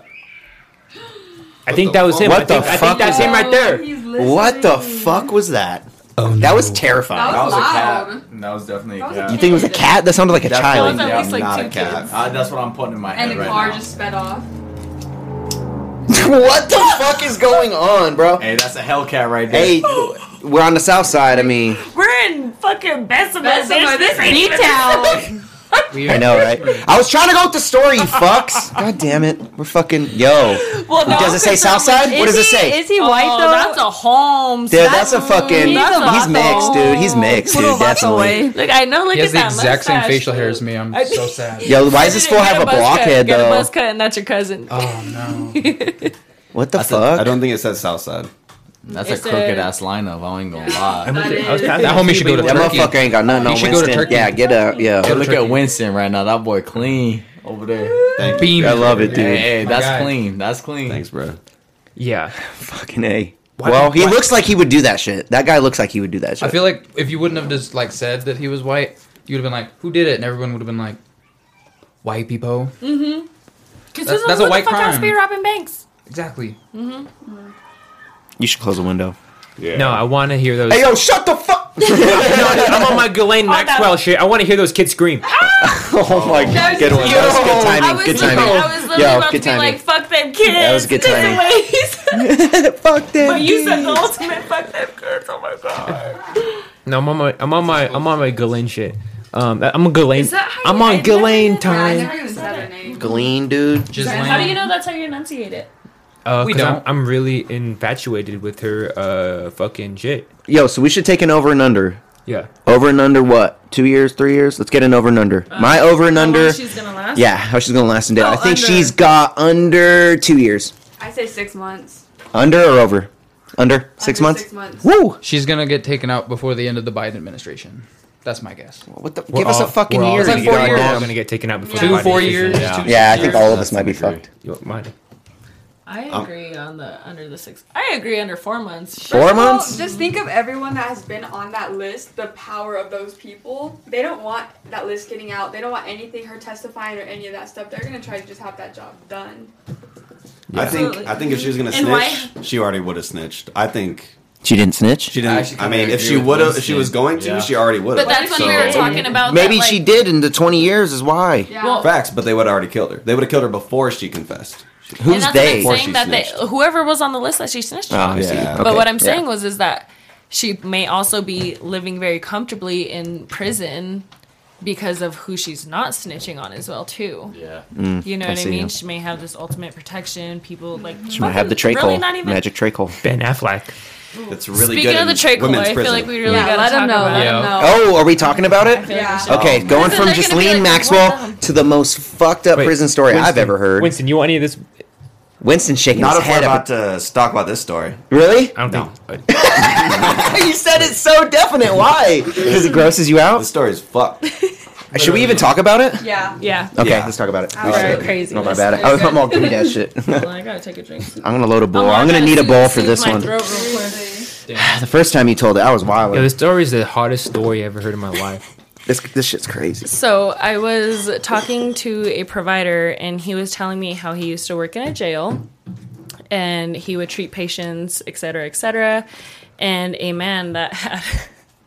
I think the that was him. fuck? I think, What the I think fuck that's was him right there. He's What the listening. fuck was that? Oh, That was That terrifying. was- That was a cat. Loud. That was definitely a That was a cat. cat. You think it was a cat? That sounded like a That was child. at least, like, not two a cat. kids. Uh, that's what I'm putting in my And head the right car now. just sped off. what the fuck is going on, bro? Hey, that's a Hellcat right there. Hey, we're on the south side. I mean, We're in fucking Bessemer. That's bitch. my this ain't even- detail. I know, right? I was trying to go with the story, you fucks. God damn it. We're fucking yo. Well, no, Does it say south side? What does it say? Is he Oh, white though? That's a Holmes. Dude, that's a fucking. That's a He's vato. mixed, dude. He's mixed, dude. Definitely. Look, I know. Look He at has the that exact same mustache, facial hair dude. as me. I'm I- so sad. Yo, why does this fool Get have a a buzz blockhead cut. Get a though? buzz cut, and that's your cousin. Oh no. What the That's a- I fuck? don't think it says Southside. That's It's a a- crooked ass lineup. I ain't gonna I lie. was- I was- That That homie should go to That Turkey. motherfucker ain't got nothing on should go to Winston. Turkey. Yeah, get up. Hey, Yeah. look at Winston right now. That boy clean over there. Thank you. Beam. I love it, Hey, dude. hey, My that's guy. clean. That's clean. Thanks, bro. Yeah, Fucking A. Well, he why- looks like he would do that shit. That guy looks like he would do that I shit. feel like if you wouldn't have just like said that he was white, you would have been like, "Who did it?" and everyone would have been like, "White people." Because That's- who that's the a fuck white else crime. be robbing banks? Exactly. You should close the window. Yeah. no, I want to hear those. Hey, yo, shut the fuck. I'm on my Ghislaine Oh, that- Maxwell shit. I want to hear those kids scream. Oh my god. was Good one. That was good I timing. was oh. Good literally, I timing. was literally Yo, about to good be timing. like, "Fuck them kids." That was good timing. timing. Fuck them. but you said the dudes. ultimate "fuck them kids." Oh my god. No, I'm on my, I'm on my, I'm on my Ghislaine shit. Um, I'm a Ghislaine. Is that how I'm you- I on never Ghislaine did that. I I time. never even said her name. Glean, dude. Just How do you know that's how you enunciate it? Uh, We 'cause I'm- don't. I'm, really infatuated with her. Uh, fucking shit. Yo, so we should take an over and under. Yeah. Over and under what? Two years, three years? Let's get an over and under. My over and Uh, How long under. She's gonna last. Yeah, how she's gonna last until Oh, I think under. she's got under two years. I say six months. Under or over? Under six Under months. Six months. Woo! She's gonna get taken out before the end of the Biden administration. That's my guess. What the? We're give us a all- fucking we're all year. gonna It's get- like four we're all years. gonna get taken out before Yeah. the Two, body four decision. years. Yeah. two, yeah, I years. think all of us That's might be gonna be fucked. You want mine? Um, I agree on the under the six. I agree under four months. Four First of all, months. just think of everyone that has been on that list, the power of those people. They don't want that list getting out. They don't want anything, her testifying or any of that stuff. They're going to try to just have that job done. I think Absolutely. I think if she was gonna And snitch, she already would have snitched. I think She didn't snitch. she didn't. actually I, mean, kinda if agree she with would have, if Winston. she was going to, Yeah. she already would But have. that's what we were talking about. Maybe that, like, she did in the twenty years. Is why. Yeah. Well, Facts, but they would have already killed her. They would have killed her before she confessed. and Who's that's they? What Or I'm she saying that they, snitched. whoever was on the list that she snitched Oh, on. I see. Yeah. Okay, But what I'm yeah. saying was is that she may also be living very comfortably in prison because of who she's not snitching on as well too. Yeah. You Mm. know I what I see. mean? She may have this ultimate protection. People like she might have the trachol, Really not even, magic trachol. Ben Affleck. That's really Speaking good. of the in trachol, women's I feel prison. like we really Yeah, gotta let 'em talk know, about let it. 'em Yeah. know. Oh, are we talking about it? Yeah. Okay, going Listen, from they're just gonna be Lean like, what Maxwell the- to the most fucked up Wait, prison story I've Winston- ever heard. Winston, Winston, you want any of this? shaking Not his if we're head about up. to talk about this story. Really? I don't think. uh, you said it so definite. Why? Because it grosses you This out. story is fucked. Should we even talk about it? Yeah. Yeah. Okay, Yeah. let's talk about it. All right, Oh, crazy. Oh my That's bad. very I, good. I'm all give me that shit. Well, I gotta take a drink. I'm gonna load a bowl. Oh, I I'm gonna gotta need a soothe- bowl for soothe this my one. throat real quick. Seriously. The first time you told it, I was wild. Yo, this story is the hottest story I ever heard in my life. this this shit's crazy. So I was talking to a provider, and he was telling me how he used to work in a jail, and he would treat patients, et cetera, et cetera. And a man that had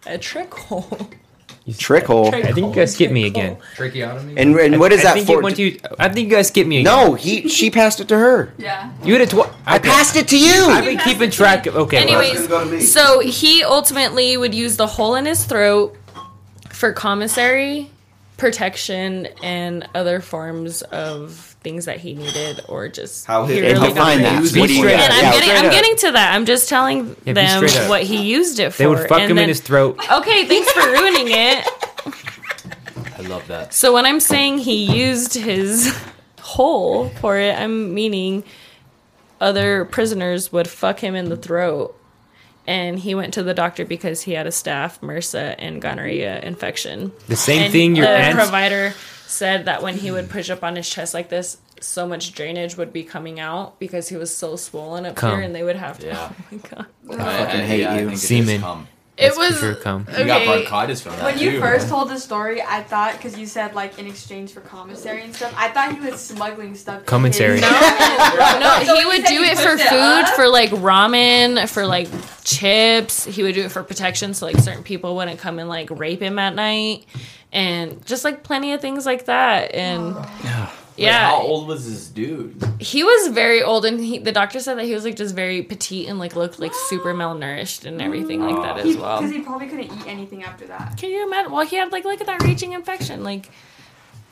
a trickle. Trick hole. I think you guys skipped me again. Tracheotomy. And and what is I that think for? It went to you, I think you guys skipped me again. no, he she passed it to her. Yeah. you had a tw- I passed it to I've you. been keeping track of. Okay, well, Anyways, so he ultimately would use the hole in his throat for commissary protection and other forms of things that he needed or just How he his- And Really define got- that. Be What do you straight get? up. And I'm Yeah, getting straight I'm up. getting to that. I'm just telling be them straight up. what he used it for. They would fuck and him then- in his throat. Okay, thanks for ruining it. I love that. So when I'm saying he used his hole for it, I'm meaning other prisoners would fuck him in the throat. And he went to the doctor because he had a staph, MRSA, and gonorrhea infection. The same And thing your the aunt provider said that when he would push up on his chest like this, so much drainage would be coming out because he was so swollen up Cum. here, and they would have to. Yeah. Oh my god! I fucking hate I you. think it is Semen. cum. It was sure cum. You got bronchitis from that When you too, first man. told the story, I thought because you said like in exchange for commissary and stuff, I thought he was smuggling stuff. to Commissary. kids. No, So he he would said do he "Uh-huh." it for pushed it food, up? for like ramen, for like chips. He would do it for protection, so like certain people wouldn't come and like rape him at night, and just like plenty of things like that. And Wait, How yeah, old was this dude? he was very old, and he, the doctor said that he was like just very petite and like looked like super malnourished and everything like that as well. Because he probably couldn't eat anything after that. Can you imagine? Well, he had like look at that raging infection, like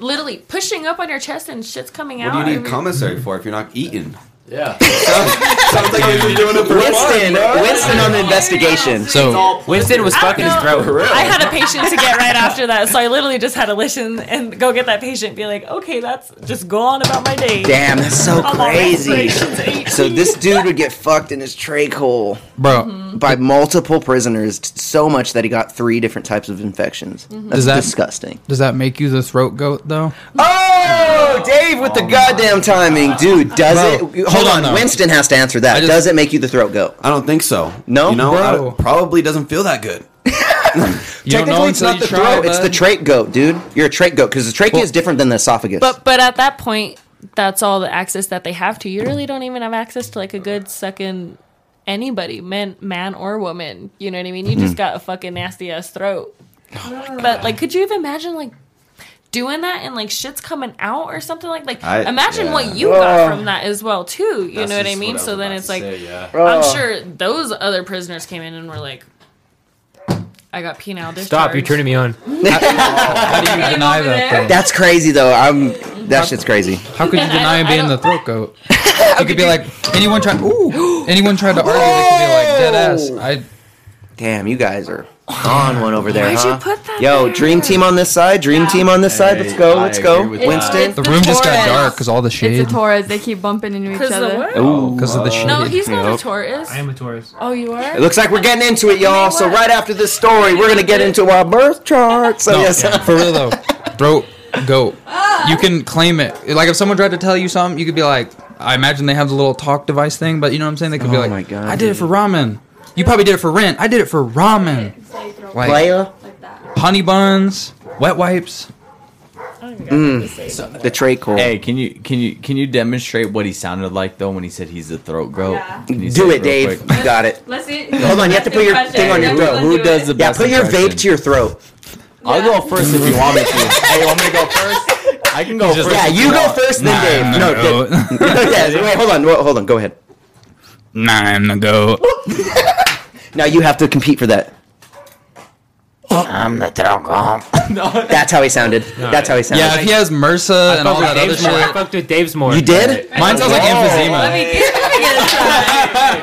literally pushing up on your chest and shit's coming What out. do you need every- commissary for if you're not eating? Yeah. Sounds like you're doing it for Winston, Winston on the investigation. So Winston was I don't fucking his know. throat. I had a patient to get right after that, so I literally just had to listen and go get that patient. Be like, okay, that's just go on about my day. Damn, that's so I'm on crazy. respirations 18. So this dude would get fucked in his trach hole bro. by multiple prisoners t- so much that he got three different types of infections. That's Does that- disgusting. Does that make you the throat goat though? Oh, Dave with the goddamn timing, dude. Does Bro, it? Hold hold on, on, though. Winston has to answer that. I just- does it make you the throat goat? I don't think so. No? you know, I Bro. don't- probably doesn't feel that good. You don't know Technically, it's until not you the try. throat. It's the bud. trach goat, dude. You're a trach goat because the trachea is different than the esophagus. But but at that point, that's all the access that they have to. You really don't even have access to like a good second anybody, man, man or woman. You know what I mean? You just got a fucking nasty ass throat. but like, could you even imagine like? Doing that and like shit's coming out or something like like I- imagine yeah. what you Oh. got from that as well too. You know what I mean? so then it's like I'm Oh. sure those other prisoners came in and were like, "I got penile discharge." Stop, you're turning me on. How do you deny that though? That's crazy, though. I'm that shit's crazy. How could you deny I being the don't- throat goat? You could be like anyone tried. Ooh, anyone tried to argue. They could be like dead ass. I Damn, you guys are on one over there, Why'd huh? you put that Yo, there? dream team on this side, dream team on this side. Let's go, I let's go, agree with that. Winston. the room just got dark because all the It's shade a Taurus. They keep bumping into each Because the other. what? because of the shade. No, he's not Nope. a Taurus. a Taurus. oh, you are. It looks like we're getting into it, y'all. So what? right after this story, we're gonna get into our birth chart. So No, yes, for real though, throat goat. You can claim it. Like if someone tried to tell you something, you could be like, I imagine they have the little talk device thing, but you know what I'm saying? They could be Oh like, my God, I did it dude. for ramen. You probably did it for rent. I did it for ramen. Say throw Like player, like that. honey buns, wet wipes. the trach hole. Hey, can you can you can you demonstrate what he sounded like though when he said he's a throat goat? Yeah. Can you say Do it, real Dave. quick? You got it. Let's see. Hold on, you have to put your thing on your Who, throat. who does the Yeah, best? put your impression? vape to your throat. I'll go first if you want me to. hey, you want me to go first? I can go first. Yeah, if you go want. first, then Dave. No, Dave. yeah, wait, hold on, wait, hold on. Go ahead. Nah, I'm the goat. Now you have to compete for that. I'm the Drogon. That's how he sounded. That's how he sounded. Yeah, if he has MRSA and all that other Dave's more. I shit. fucked with Dave's more. you did? Mine sounds like emphysema.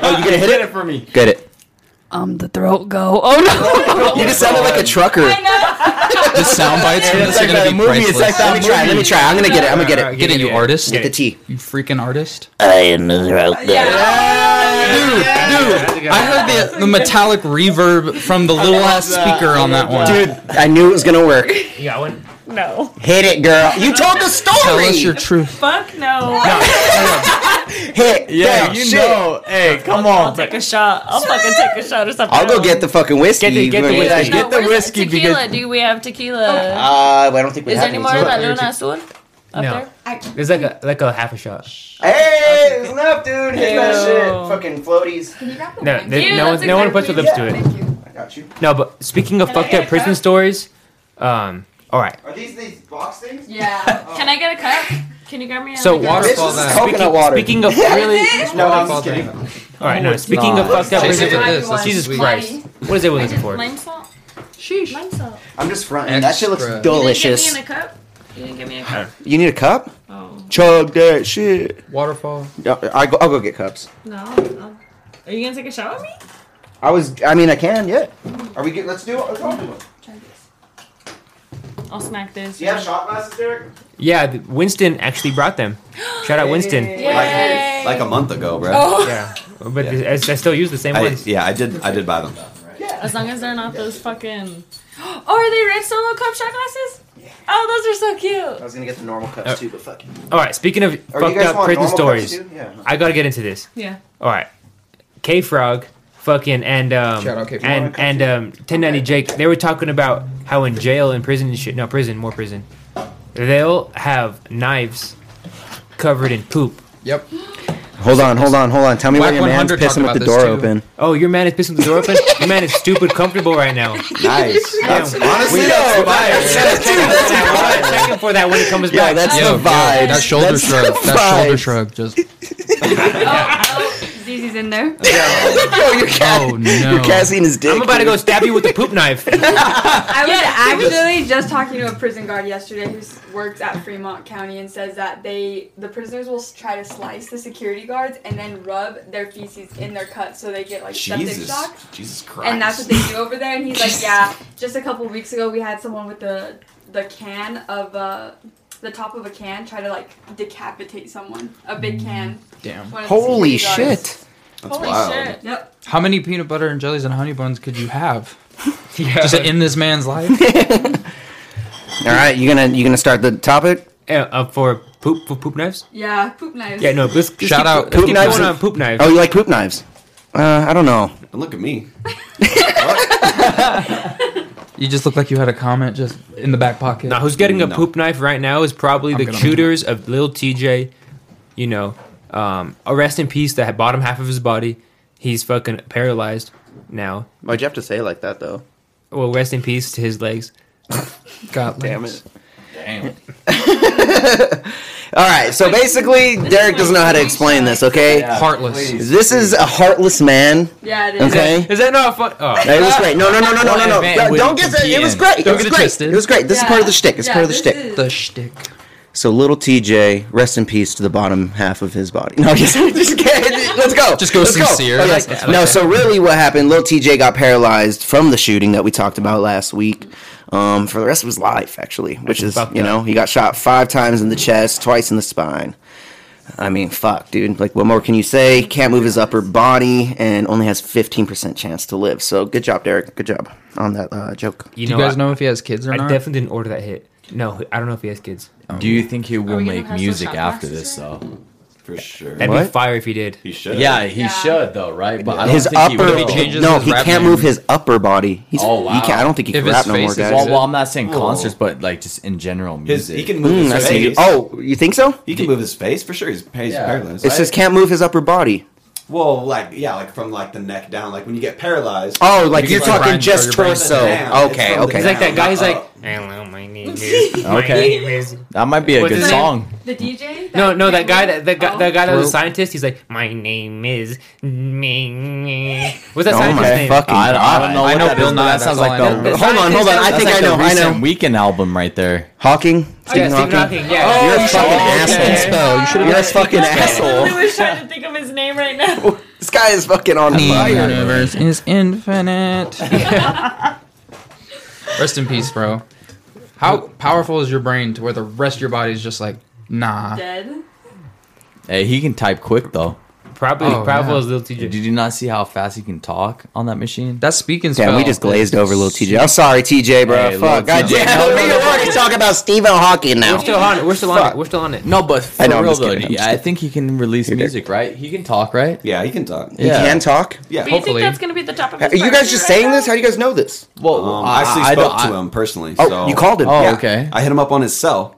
Oh, you gonna hit it? for me. Get it. I'm the throat go. Oh no. You just sounded like a trucker. The sound bites from this are gonna be priceless. Let me try. Let me try. I'm gonna get it. I'm gonna get it. Get it, you artist. Get the T. You freaking artist. Yeah. Dude, dude, I heard the, the metallic reverb from the little ass speaker on that one. Dude, I knew it was gonna work. You got one? No. Hit it, girl. You told the tell us your story. truth. Fuck no. Hit. Yeah, Yeah, you shit. know. Hey, come I'll on. take a shot. I'll fucking take a shot or something. I'll go get the fucking whiskey. Get the- get the Even- whiskey. Uh, No, get the where's whiskey Tequila? because- Do we have tequila? I don't think Ah, we Is have there any more of that Luna Azul? Up No. there? There's like a like a half a shot. Hey, it's enough, dude. Hit that Ew. shit. Fucking floaties. No, there, Ew, no, one, that's no one puts their lips to exactly- it. Thank you. I got you. No, but speaking of Can I fucked get up a prison cup? stories, um, all right. Are these these box things? Oh. Yeah. Can I get a cup? Can you grab me? So another cup? water- This Waterfall is that. coconut water. Speaking of really, all no, I'm waterfall just kidding. that. right, no. Speaking not. of fucked up Jason prison, did this. That's Jesus sweet. Christ, what is everyone looking for? Lime salt? Sheesh. Mine's up. I'm just fronting. That shit looks Extra. delicious. You didn't give me in a cup. You didn't give me a cup. You need a cup? Oh Chug that shit. Waterfall. I- I go, I'll go get cups. no. no. Are you gonna take a shower with me? I was. I mean, I can. Yeah. Are we good? Let's do. Let's all do it. I'll smack this. Do you have shot glasses, Derek? Yeah, th- Winston actually brought them. Shout out Winston. Yay. Like a month ago, Oh, bro. Yeah, but I, I still use the same I, ones. yeah, I did. I did buy them. As long as they're not those fucking. Oh, are they red solo cup shot glasses? Oh, those are so I cute. was gonna get the normal cups Uh, too, but fuck. it. All right. Speaking of Or fucked up prison cups, stories, too? Yeah. I gotta get into this. Yeah. All right, K Frog, fucking and um Shout out K-Frog. and and um 1090 Jake. They were talking about how in jail and prison and shit. No prison, more prison. They'll have knives covered in poop. Yep. Hold on, hold on, hold on. Tell me Whack why your man's 100 talked pissing with the about door this, too. open. Oh, your man is pissing the door open. your man is stupid comfortable right now. Nice. That's Damn. honestly that's fire. Check him for that when he comes Yeah, back. that's Yo, the yo, vibe. that shoulder That's shrug. the That vibe. shoulder shrug. Just. Zizi's in there. Yo, your cat, Oh no. your cat's eating his dick. I'm about to dude. go stab you with a poop knife. I was Yeah, actually just talking to a prison guard yesterday who s- works at Fremont County and says that they the prisoners will s- try to slice the security guards and then rub their feces in their cuts so they get like septic Jesus. shock. Jesus Christ. And that's what they do over there. And he's like, yeah. Just a couple weeks ago, we had someone with the the can of uh, the top of a can try to like decapitate someone. A Mm, big can. Damn. One of the Holy security guards. shit. That's Holy wild. shit. Yep. How many peanut butter and jellies and honey buns could you have? yeah. Just in this man's life. All right, you gonna you gonna start the topic? Yeah, uh, for poop for poop knives. Yeah. Poop knives. Yeah, no. Let's, let's Shout keep, out- let's keep Poop knives going and- on poop knives. Oh, you like poop knives? Uh, I don't know. And look at me. You just look like you had a comment just in the back pocket. Now, who's getting a No. poop knife right now is probably I'm the gonna- shooters of Lil TJ. You know, um, a rest in peace. The bottom half of his body, he's fucking paralyzed now. Why'd you have to say it like that though? Well, rest in peace to his legs. God Damn legs. it. All right, so basically, Derek doesn't know how to explain this. Okay, Heartless. this is a heartless man. Yeah. It is. Okay. Is that not fun? Oh, It was great. No, no, no, no, no, no, no. Well, No, we Don't get that. It was competing. great. It Don't was get it great. twisted. It was great. This is Yeah. part of the shtick. It's Yeah, part of the this shtick. is- The shtick. So little TJ, rest in peace to the bottom half of his body. No, just, just kidding. Let's go. Just go Let's sincere. Okay. That's- that's no, fine. so really, what happened? Little TJ got paralyzed from the shooting that we talked about last week. Um, for the rest of his life, actually, which is fucked you know he got shot five times in the chest, twice in the spine. I mean, fuck, dude. Like, what more can you say? Can't move his upper body and only has fifteen percent chance to live. So, good job, Derek. Good job on that uh, joke. you Do know, you guys I, know if he has kids or I not? definitely didn't order that hit. No, I don't know if he has kids. Do you think he will we gonna make pass those music shot after glasses this though? For sure. That'd be What? fire if he did. He should. Yeah, he Yeah. should though, right? But I don't His think upper he will. If he changes no, his he rap can't name. move his upper body. He's, Oh, wow. He can't, I don't think he If can his rap no face more, is- guys. Well, Well, well, I'm not saying Cool. concerts, but like just in general His, music. he can move Mm, I his see. face. Oh, you think so? He can move his face for sure. He's, he's Yeah. paralyzed. It says can't move his upper body. Well, like yeah, like from like the neck down. Like when you get paralyzed. Oh, like You you're can like talking grind just your brain torso. down. It's Okay, from the okay. He's like that guy. He's like, Oh. hello, my name is. My Okay. name is. that might be a What's good his song. The DJ. No, no, that guy, that, that guy, Oh. that guy that was a Throat. scientist. He's like, my name is. me." What's that Oh scientist's my name? fucking I, I god. don't know. I what know that Bill is, but Nye, That sounds that's like all I the. know. The Hold on, scientist hold on. I that think was I know. the I recent know. Weekend album right there. Hawking? Oh, yeah, Stephen Stephen Hawking? Hawking. Yeah. Oh, You're a Yeah. fucking Yeah. asshole. Oh, you You're a fucking I asshole. was trying to think of his name right now. This guy is fucking on The fire. universe is infinite. rest in peace, bro. How powerful is your brain to where the rest of your body is just like, nah. Dead. Hey, he can type quick though. Probably, Oh, probably yeah. is little TJ. Did you not see how fast he can talk on that machine? That speaking spell. Yeah, we just glazed over little TJ. I'm sorry, TJ, bro. Hey, little Fuck. God TJ. damn. We are already talking about Stephen Hawking We're now. still on it. We're still on it. We're still on it. No, but for I know, I'm real just though, kidding, I'm just I think he can release Derek. music, right? He can talk, right? Yeah, he can talk. He Yeah. can talk? Yeah. Do you think Hopefully. that's gonna be the top of his Are you guys priority just right saying now? this? How do you guys know this? Oh, Well, Um, I actually don't- spoke to I- him personally. Oh, so you called him. Oh, Yeah. okay. I hit him up on his cell,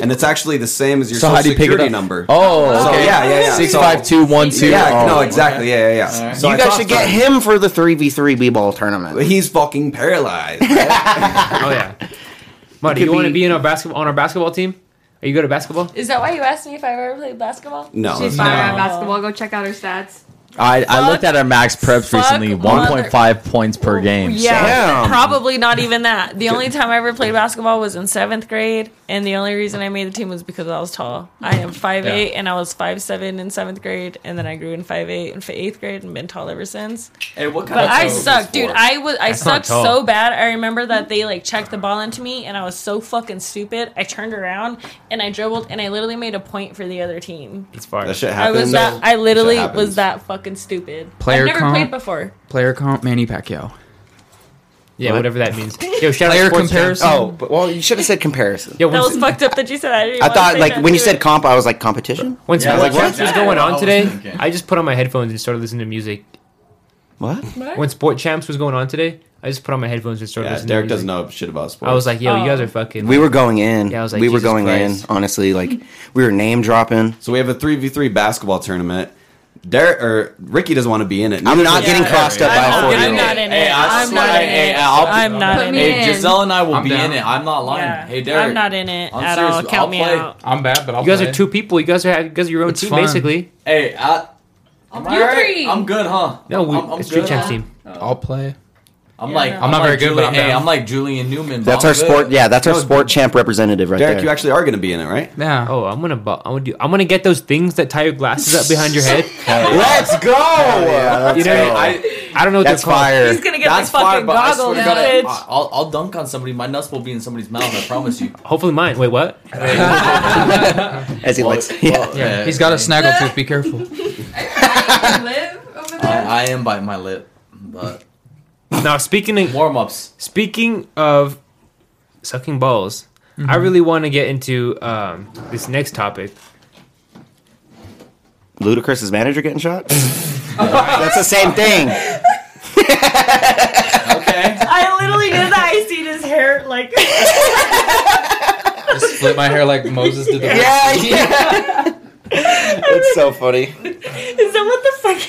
and it's actually the same as your So social how do you pick it security up? number. Oh, So, okay. yeah, yeah, yeah. Six So- five two one two. Yeah, Oh, no, exactly. Yeah, yeah, yeah. Alright. So You I guys talked should to get him for the 3v3 b-ball But tournament. he's fucking paralyzed. Oh yeah. Marty, could you want to be- be in our basketball on our basketball team? Are you good at basketball? Is that why you asked me if I've ever played basketball? No, She's that's fire not. at basketball. Go check out her stats. I, I looked at our max preps Fuck recently, mother- 1.5 points per game. Yeah, Damn. probably not even that. The only time I ever played basketball was in seventh grade, and the only reason I made the team was because I was tall. I am five eight, and I was five seven in seventh grade, and then I grew in five eight in eighth grade, and been tall ever since. Hey, what kind But of I toe is sucked, this dude. for? I was I not sucked tall. so bad. I remember that they like checked the ball into me, and I was so fucking stupid. I turned around and I dribbled, and I literally made a point for the other team. It's far. That shit I happens. was that. I literally Shit happens. was that fucking stupid. Player I've never comp? played before. Player comp, Manny Pacquiao. Yeah, whatever that means. Yo, shout Player out Sports Jam. comparison. Oh, but, well, you should have said comparison. Yo, That was once, fucked up that you said that. I, didn't I wanna thought say like that when you to said it. comp, I was like competition. once Yeah, like, what? what was Yeah, going I on was today, thinking. I just put on my headphones and started listening to music. What? When Sport Champs was going on today, I just put on my headphones and started Yeah, listening. Derek to music. doesn't know shit about sports. I was like, yo, you Oh. guys are fucking. We were going in. Yeah, I was like, we were Jesus going Christ. in. Honestly, like we were name dropping. so we have a three v three basketball tournament. Derek or Ricky doesn't want to be in it. I'm not Yeah, getting yeah, crossed up I'm by not- a forty year I'm old. not in Hey, it. I I'm not swear- in hey, it. I'll- I'm not Put in me it. in. Hey, Giselle and I will I'm be down. in it. I'm not lying. Yeah. Hey, Derek. I'm not in it I'm at serious. all. Count I'll me play. out. I'm bad, but I'll You guys play. are two people. You guys are you guys are your own It's team, fun. basically. Hey, I, I'll am be I your alright? three. I'm good, huh? No, we, I'm, I'm street good, champs huh? team. I'll play. I'm like, Yeah. I'm not like very good, but Julian- I'm hey, down. I'm like Julian Newman. but That's I'm our sport. good. Yeah, that's our No, sport champ representative right Derek, there. you actually are going to be in it, right? Yeah. Oh, I'm gonna bu- I'm gonna do I'm gonna get those things that tie your glasses up behind your head. Let's go. You know, I, I don't know what That's they're called. fire. He's gonna get that's the fucking fire, but I swear goggles, to God, I- bitch. I'll, I'll dunk on somebody. My nuts will be in somebody's mouth. I promise you. Hopefully mine. Wait, what? As he likes. Yeah. Yeah. He's got a snaggle tooth. Be careful. I live over I, there. I am biting my lip, but Now speaking of, warm ups. speaking of sucking balls, I really want to get into um, this next topic. Ludacris's manager getting shot. That's the same thing. Okay. I literally did that. I seen his hair like. Just flip my hair like Moses did the. Yeah, yeah. it's so funny. Is that what the fuck?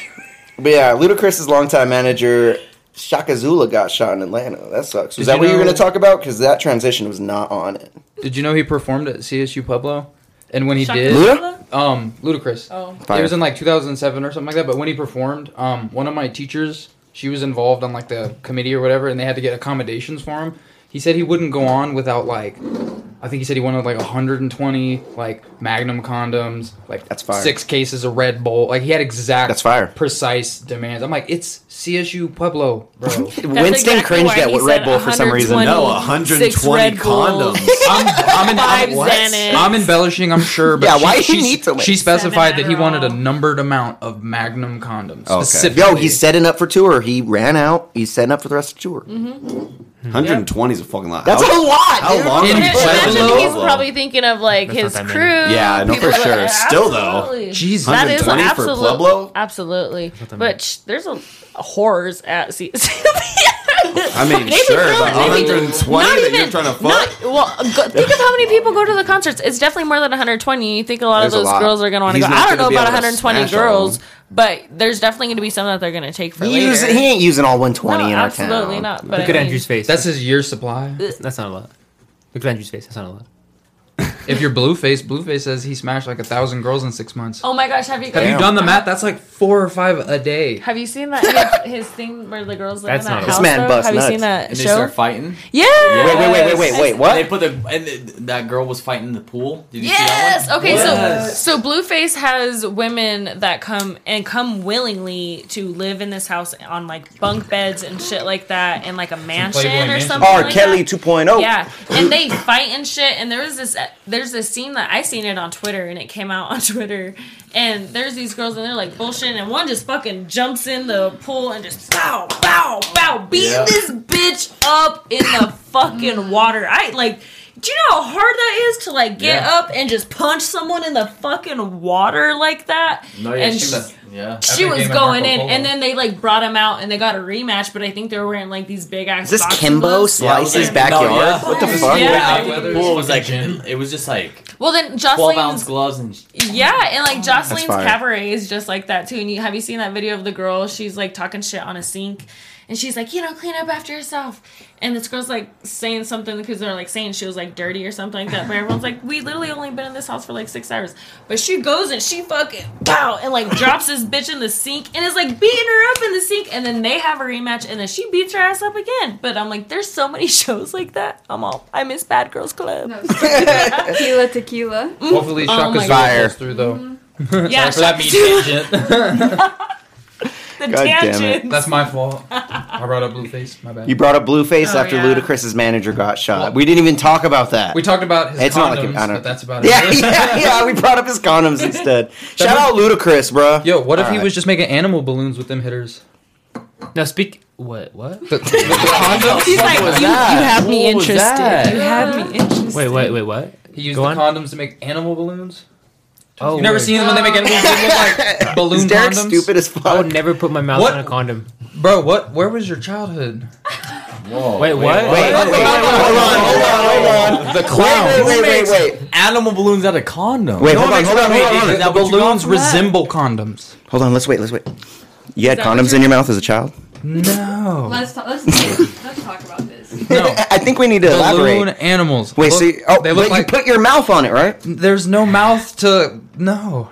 But yeah, Ludacris's longtime manager Shaka Zula got shot in Atlanta. That sucks. Was Did that you what you were know- going to talk about? Because that transition was not on it. Did you know he performed at CSU Pueblo? And when he did, Luda? um, ludicrous. Oh. Fire. It was in like 2007 or something like that. But when he performed, um, one of my teachers, she was involved on like the committee or whatever, and they had to get accommodations for him. He said he wouldn't go on without like, I think he said he wanted like 120 like Magnum condoms, like That's fire. six cases of Red Bull. Like he had exact, That's fire. precise demands. I'm like, it's CSU Pueblo, bro. Winston cringed at what Red Bull for some reason. No, 120 condoms. I'm, I'm, in, Five I'm, Xanax. I'm embellishing, I'm sure. But Yeah, she, why does he she- need so much? She specified that he Seven wanted a Adderall. numbered amount of Magnum condoms. Okay. Specifically. Yo, he's setting up for tour. He ran out. He's setting up for the rest of the tour. Mm-hmm. 120 is a fucking lot. That's How- a lot. How dude. long? In did he play Pueblo? in Imagine he's Pueblo? probably thinking of like That's his not that crew. many. Yeah, no, for people- sure. Still, though. Absolutely. Jesus. That is 120 for absolute- Pueblo? Absolutely. that many. But sh- there's a horrors at C. I mean, Maybe sure, really, but maybe 120 not that even- you're trying to not- fuck. well, go, think of how many people go to the concerts. It's definitely more than 120. You think a lot There's a of those lot. girls are going to want to He's go. not I don't know gonna be about able to 120 smash all of girls, them. but there's definitely going to be some that they're going to take for He, later. use- he ain't using all 120 no, in our absolutely town. not. Look But I at mean, Andrew's face. That's his year's supply. that's not a lot. Look at Andrew's face. That's not a lot. If you're Blueface, Blueface says he smashed like a thousand girls in six months. Oh my gosh, have you Have guys you done the math? That's like four or five a day. Have you seen that his, his thing where the girls live That's in that not- house? This man though? busts Have nuts. you seen that And they show? start fighting. yeah. Wait, wait, wait, wait, wait, wait. They What? put the and th- that girl was fighting the pool. Did you see Yes. that one? Okay. Yes. So, so Blueface has women that come and come willingly to live in this house on like bunk beds and shit like that, in like a mansion Playboy or mansion. something. R. like Kelly oh. that. Oh. 2.0. Yeah, and they fight and shit. And there was this, there's this scene that I seen it on Twitter, and it came out on Twitter. And there's these girls, and they're like bullshit, and one just fucking jumps in the pool and just bow, bow, bow, beat Yeah. this bitch up in the fucking water. I like. Do you know how hard that is to like get Yeah. up and just punch someone in the fucking water like that? No, yeah, and she was. Yeah. she Epic was game of going Marco in, Polo. and then they like brought him out, and they got a rematch. But I think they were wearing like these big ass. Is this Kimbo Slice's Yeah. backyard? No, yeah. What the fuck? Yeah. after the pool it was like Gym. it was just like Well, then twelve ounce Jocelyn's gloves and yeah, and like Jocelyn's fire. cabaret is just like that too. And you have you seen that video of the girl? She's like talking shit on a sink, and she's like, you know, clean up after yourself. And this girl's like saying something because they're like saying she was like dirty or something like that. But everyone's like, we literally only been in this house for like six hours. But she goes and she fucking wow and like drops this bitch in the sink and is like beating her up in the sink. And then they have a rematch and then she beats her ass up again. But I'm like, there's so many shows like that. I'm all I miss Bad Girls Club. No, tequila, tequila. Hopefully, Oh my Mm-hmm. Shaka Zulu God. goes through though. yeah, Sorry for that Shaka mean Zulu. tangent. the God damn it. tangent. That's my fault. I brought up Blueface. My bad. You brought up Blueface Oh, after yeah. Ludacris's manager got shot. Well- we didn't even talk about that. we talked about his It's not like condoms, an- I don't- but that's about yeah, it. yeah, yeah. We brought up his condoms instead. Shout out Ludacris, bro. Yo, what if he Alright. was just making animal balloons with them hitters? Now speak. What? What? The, the condoms. He's like, you, you have me What was that? interested. You have me interested. Wait, wait, wait. What? He used Go the on. condoms to make animal balloons. Oh, You never word. seen them when they make animal balloons? They look like balloon Is Derek condoms. Oh, stupid as I fuck? would never put my mouth What? on a condom. Bro, what? Where was your childhood? Wait, what? Wait, wait, wait, hold on, hold on, hold on. The clown. Wait, wait, wait, Who wait, makes Animal balloons out of condom. Wait, No hold one on, makes hold on, fun of hold on, me. hold on. The Is that what you got balloons from that? resemble condoms. Hold on, let's wait, let's wait. You had Is that condoms what in your mouth as a child? No. Let's talk, let's, let's talk about this. No. I think we need to Balloon elaborate. animals. Wait, Look- so you, oh, they look but like you put your mouth on it, right? there's no mouth to no.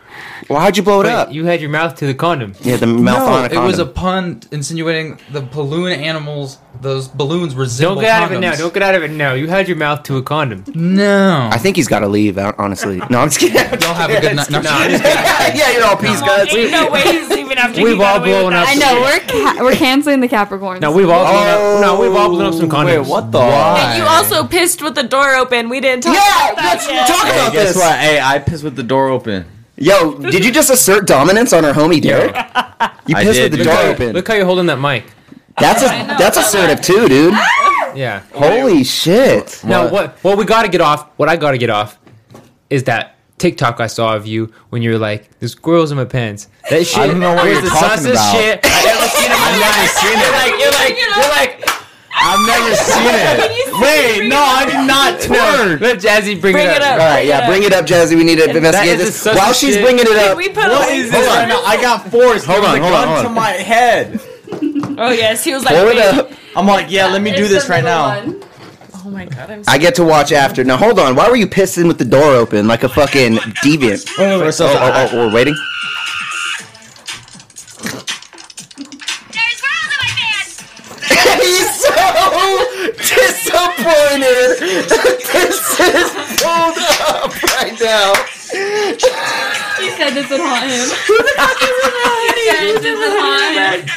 Well, how'd you blow it Wait, up? you had your mouth to the condom. Yeah, the mouth no, on a it condom. was a pun insinuating the balloon animals. Those balloons resemble. Don't get out of it condoms. now. Don't get out of it now. You had your mouth to a condom. No. I think he's got to leave. hon- Honestly, no, I'm just kidding. Y'all have a good night. No, I'm just kidding. yeah, you're all peace, guys. Ain't no way he's even after We've he got all away with blown that. up I know we're ca- we're canceling the Capricorns. No, we've all blown up. No, we've all blown up some condoms. Oh, Wait, what the? And you also pissed with the door open. We didn't talk Yeah, about that let's yet. talk Hey, about guess this. what? Hey, I pissed with the door open. Yo, did you just assert dominance on our homie Derek? You I pissed did. with the Look door how- open. Look how you're holding that mic. that's a, know, that's but assertive too, dude. Yeah. Holy shit! Now what? What we got to get off? What I got to get off is that TikTok I saw of you when you were like, "There's squirrels in my pants." That shit. don't know what was you're the talking sausest about. shit I ever seen in my life. You're like, you're like, you're like. I've never seen it. Wait, no, uh, I did not twerk. Let Jazzy bring, Bring it up. All right, yeah, bring it up, Jazzy. We need to investigate is this. such While a she's shit. bringing it up, We put a What link is this to right it. now? I got forced. Hold on, the hold on, gun hold on. to my head. Oh yes, he was like, pull it "Wait." up. I'm like, yeah, let me do this right now. oh my god, I'm. So- I get to watch after. Now hold on. Why were you pissing with the door open like a fucking deviant? Oh, First off, oh, oh, we're waiting. There's girls in my pants. He's so disappointed. this is pulled up right now. He said this would haunt him. he said this would haunt him.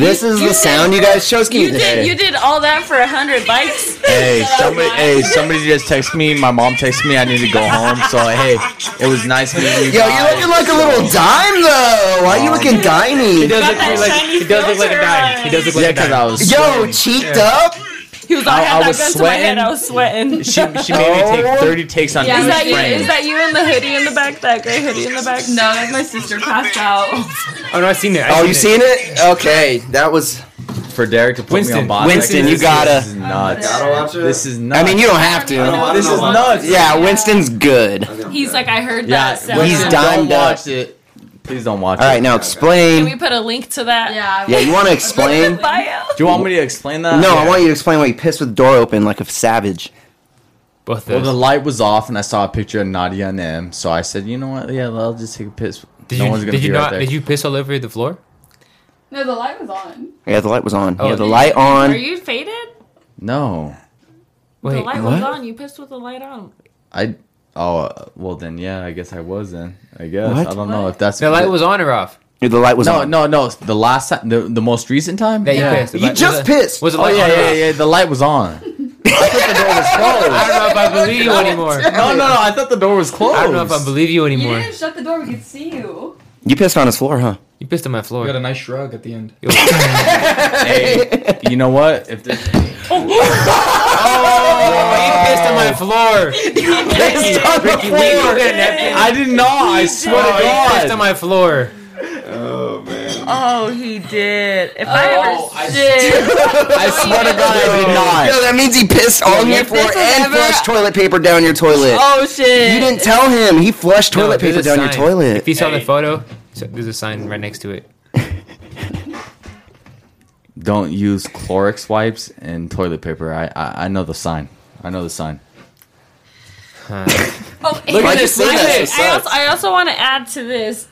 This is the sound you guys chose. Give me you this. did. You did all that for a hundred likes. hey, somebody, hey, somebody just texted me. My mom texted me. I need to go home. So hey, it was nice meeting you. Yo, guys. you're looking like a little dime though. Why you looking dimey? He does Got look that like shiny he does look like a filter dime. on. He does look like yeah, a because dime. I was. Yo, cheeked up. He was like, I, I- had I that was gun to my head. sweating. I was sweating. She, she made me Oh. take 30 takes on Yeah, Is each that you? frame. Is that you in the hoodie in the back? That gray hoodie in the back? No, that's my sister passed out. Oh no, I seen it. I Oh, seen you it. seen it? Okay, that was. For Derek to put me Winston, on bottom. Winston, this you gotta- Is nuts. Gotta watch it. This is nuts. I mean, you don't have to. This is nuts. Yeah, Winston's good. All He's like, I heard Yeah, that. sound." he's Winston, dimed don't up. watch it. Please don't watch it. right, now Can we explain. put a link to that? Yeah. Yeah, you want to explain? Bio. Do you want me to explain that? No, I want you to explain why you pissed with the door open like a savage. Both Well, of the those. light was off, and I saw a picture of Nadia and M. So I said, you know what? Yeah, I'll just take a piss. Did no you one's gonna did be you right not there. did you piss all over the floor? No, the light was on. Yeah, the light was on. Oh. Yeah, the light Are on. you faded? No, Wait, the light what? was on. You pissed with the light on. I. Oh, uh, well then, yeah. I guess I was then. I guess What? I don't know if that's The light was on or off? The light was No, on. no, no. The last time, the, the most recent time. That you pissed. The You light- was just it- pissed. Was it Oh light yeah, on or yeah, off? yeah. The light was on. I don't know if I believe you anymore. No, no, no. I thought the door was closed. I don't know if I believe you You anymore. didn't shut the door. We could see you. You pissed on his floor, huh? You pissed on my We got a floor. nice shrug at the end. Hey, you know what? If there's Oh, You pissed on my floor. Pissed on the Ricky, we floor. get a napkin. I did not. I swear Oh, you to pissed on God. my floor. Oh, he did. If Oh, I ever I swear to God, I did Yo, not. that means he pissed on your if floor this was and ever- flushed toilet paper down your toilet. Oh shit! You didn't tell him. He flushed No, toilet there's paper a down your sign. toilet. If you saw the photo, so- there's a sign right next to it. don't use Clorox wipes and toilet paper. I, I I know the sign. I know the sign. Oh, at and- this, look at I- this. I also, I also want to add to this.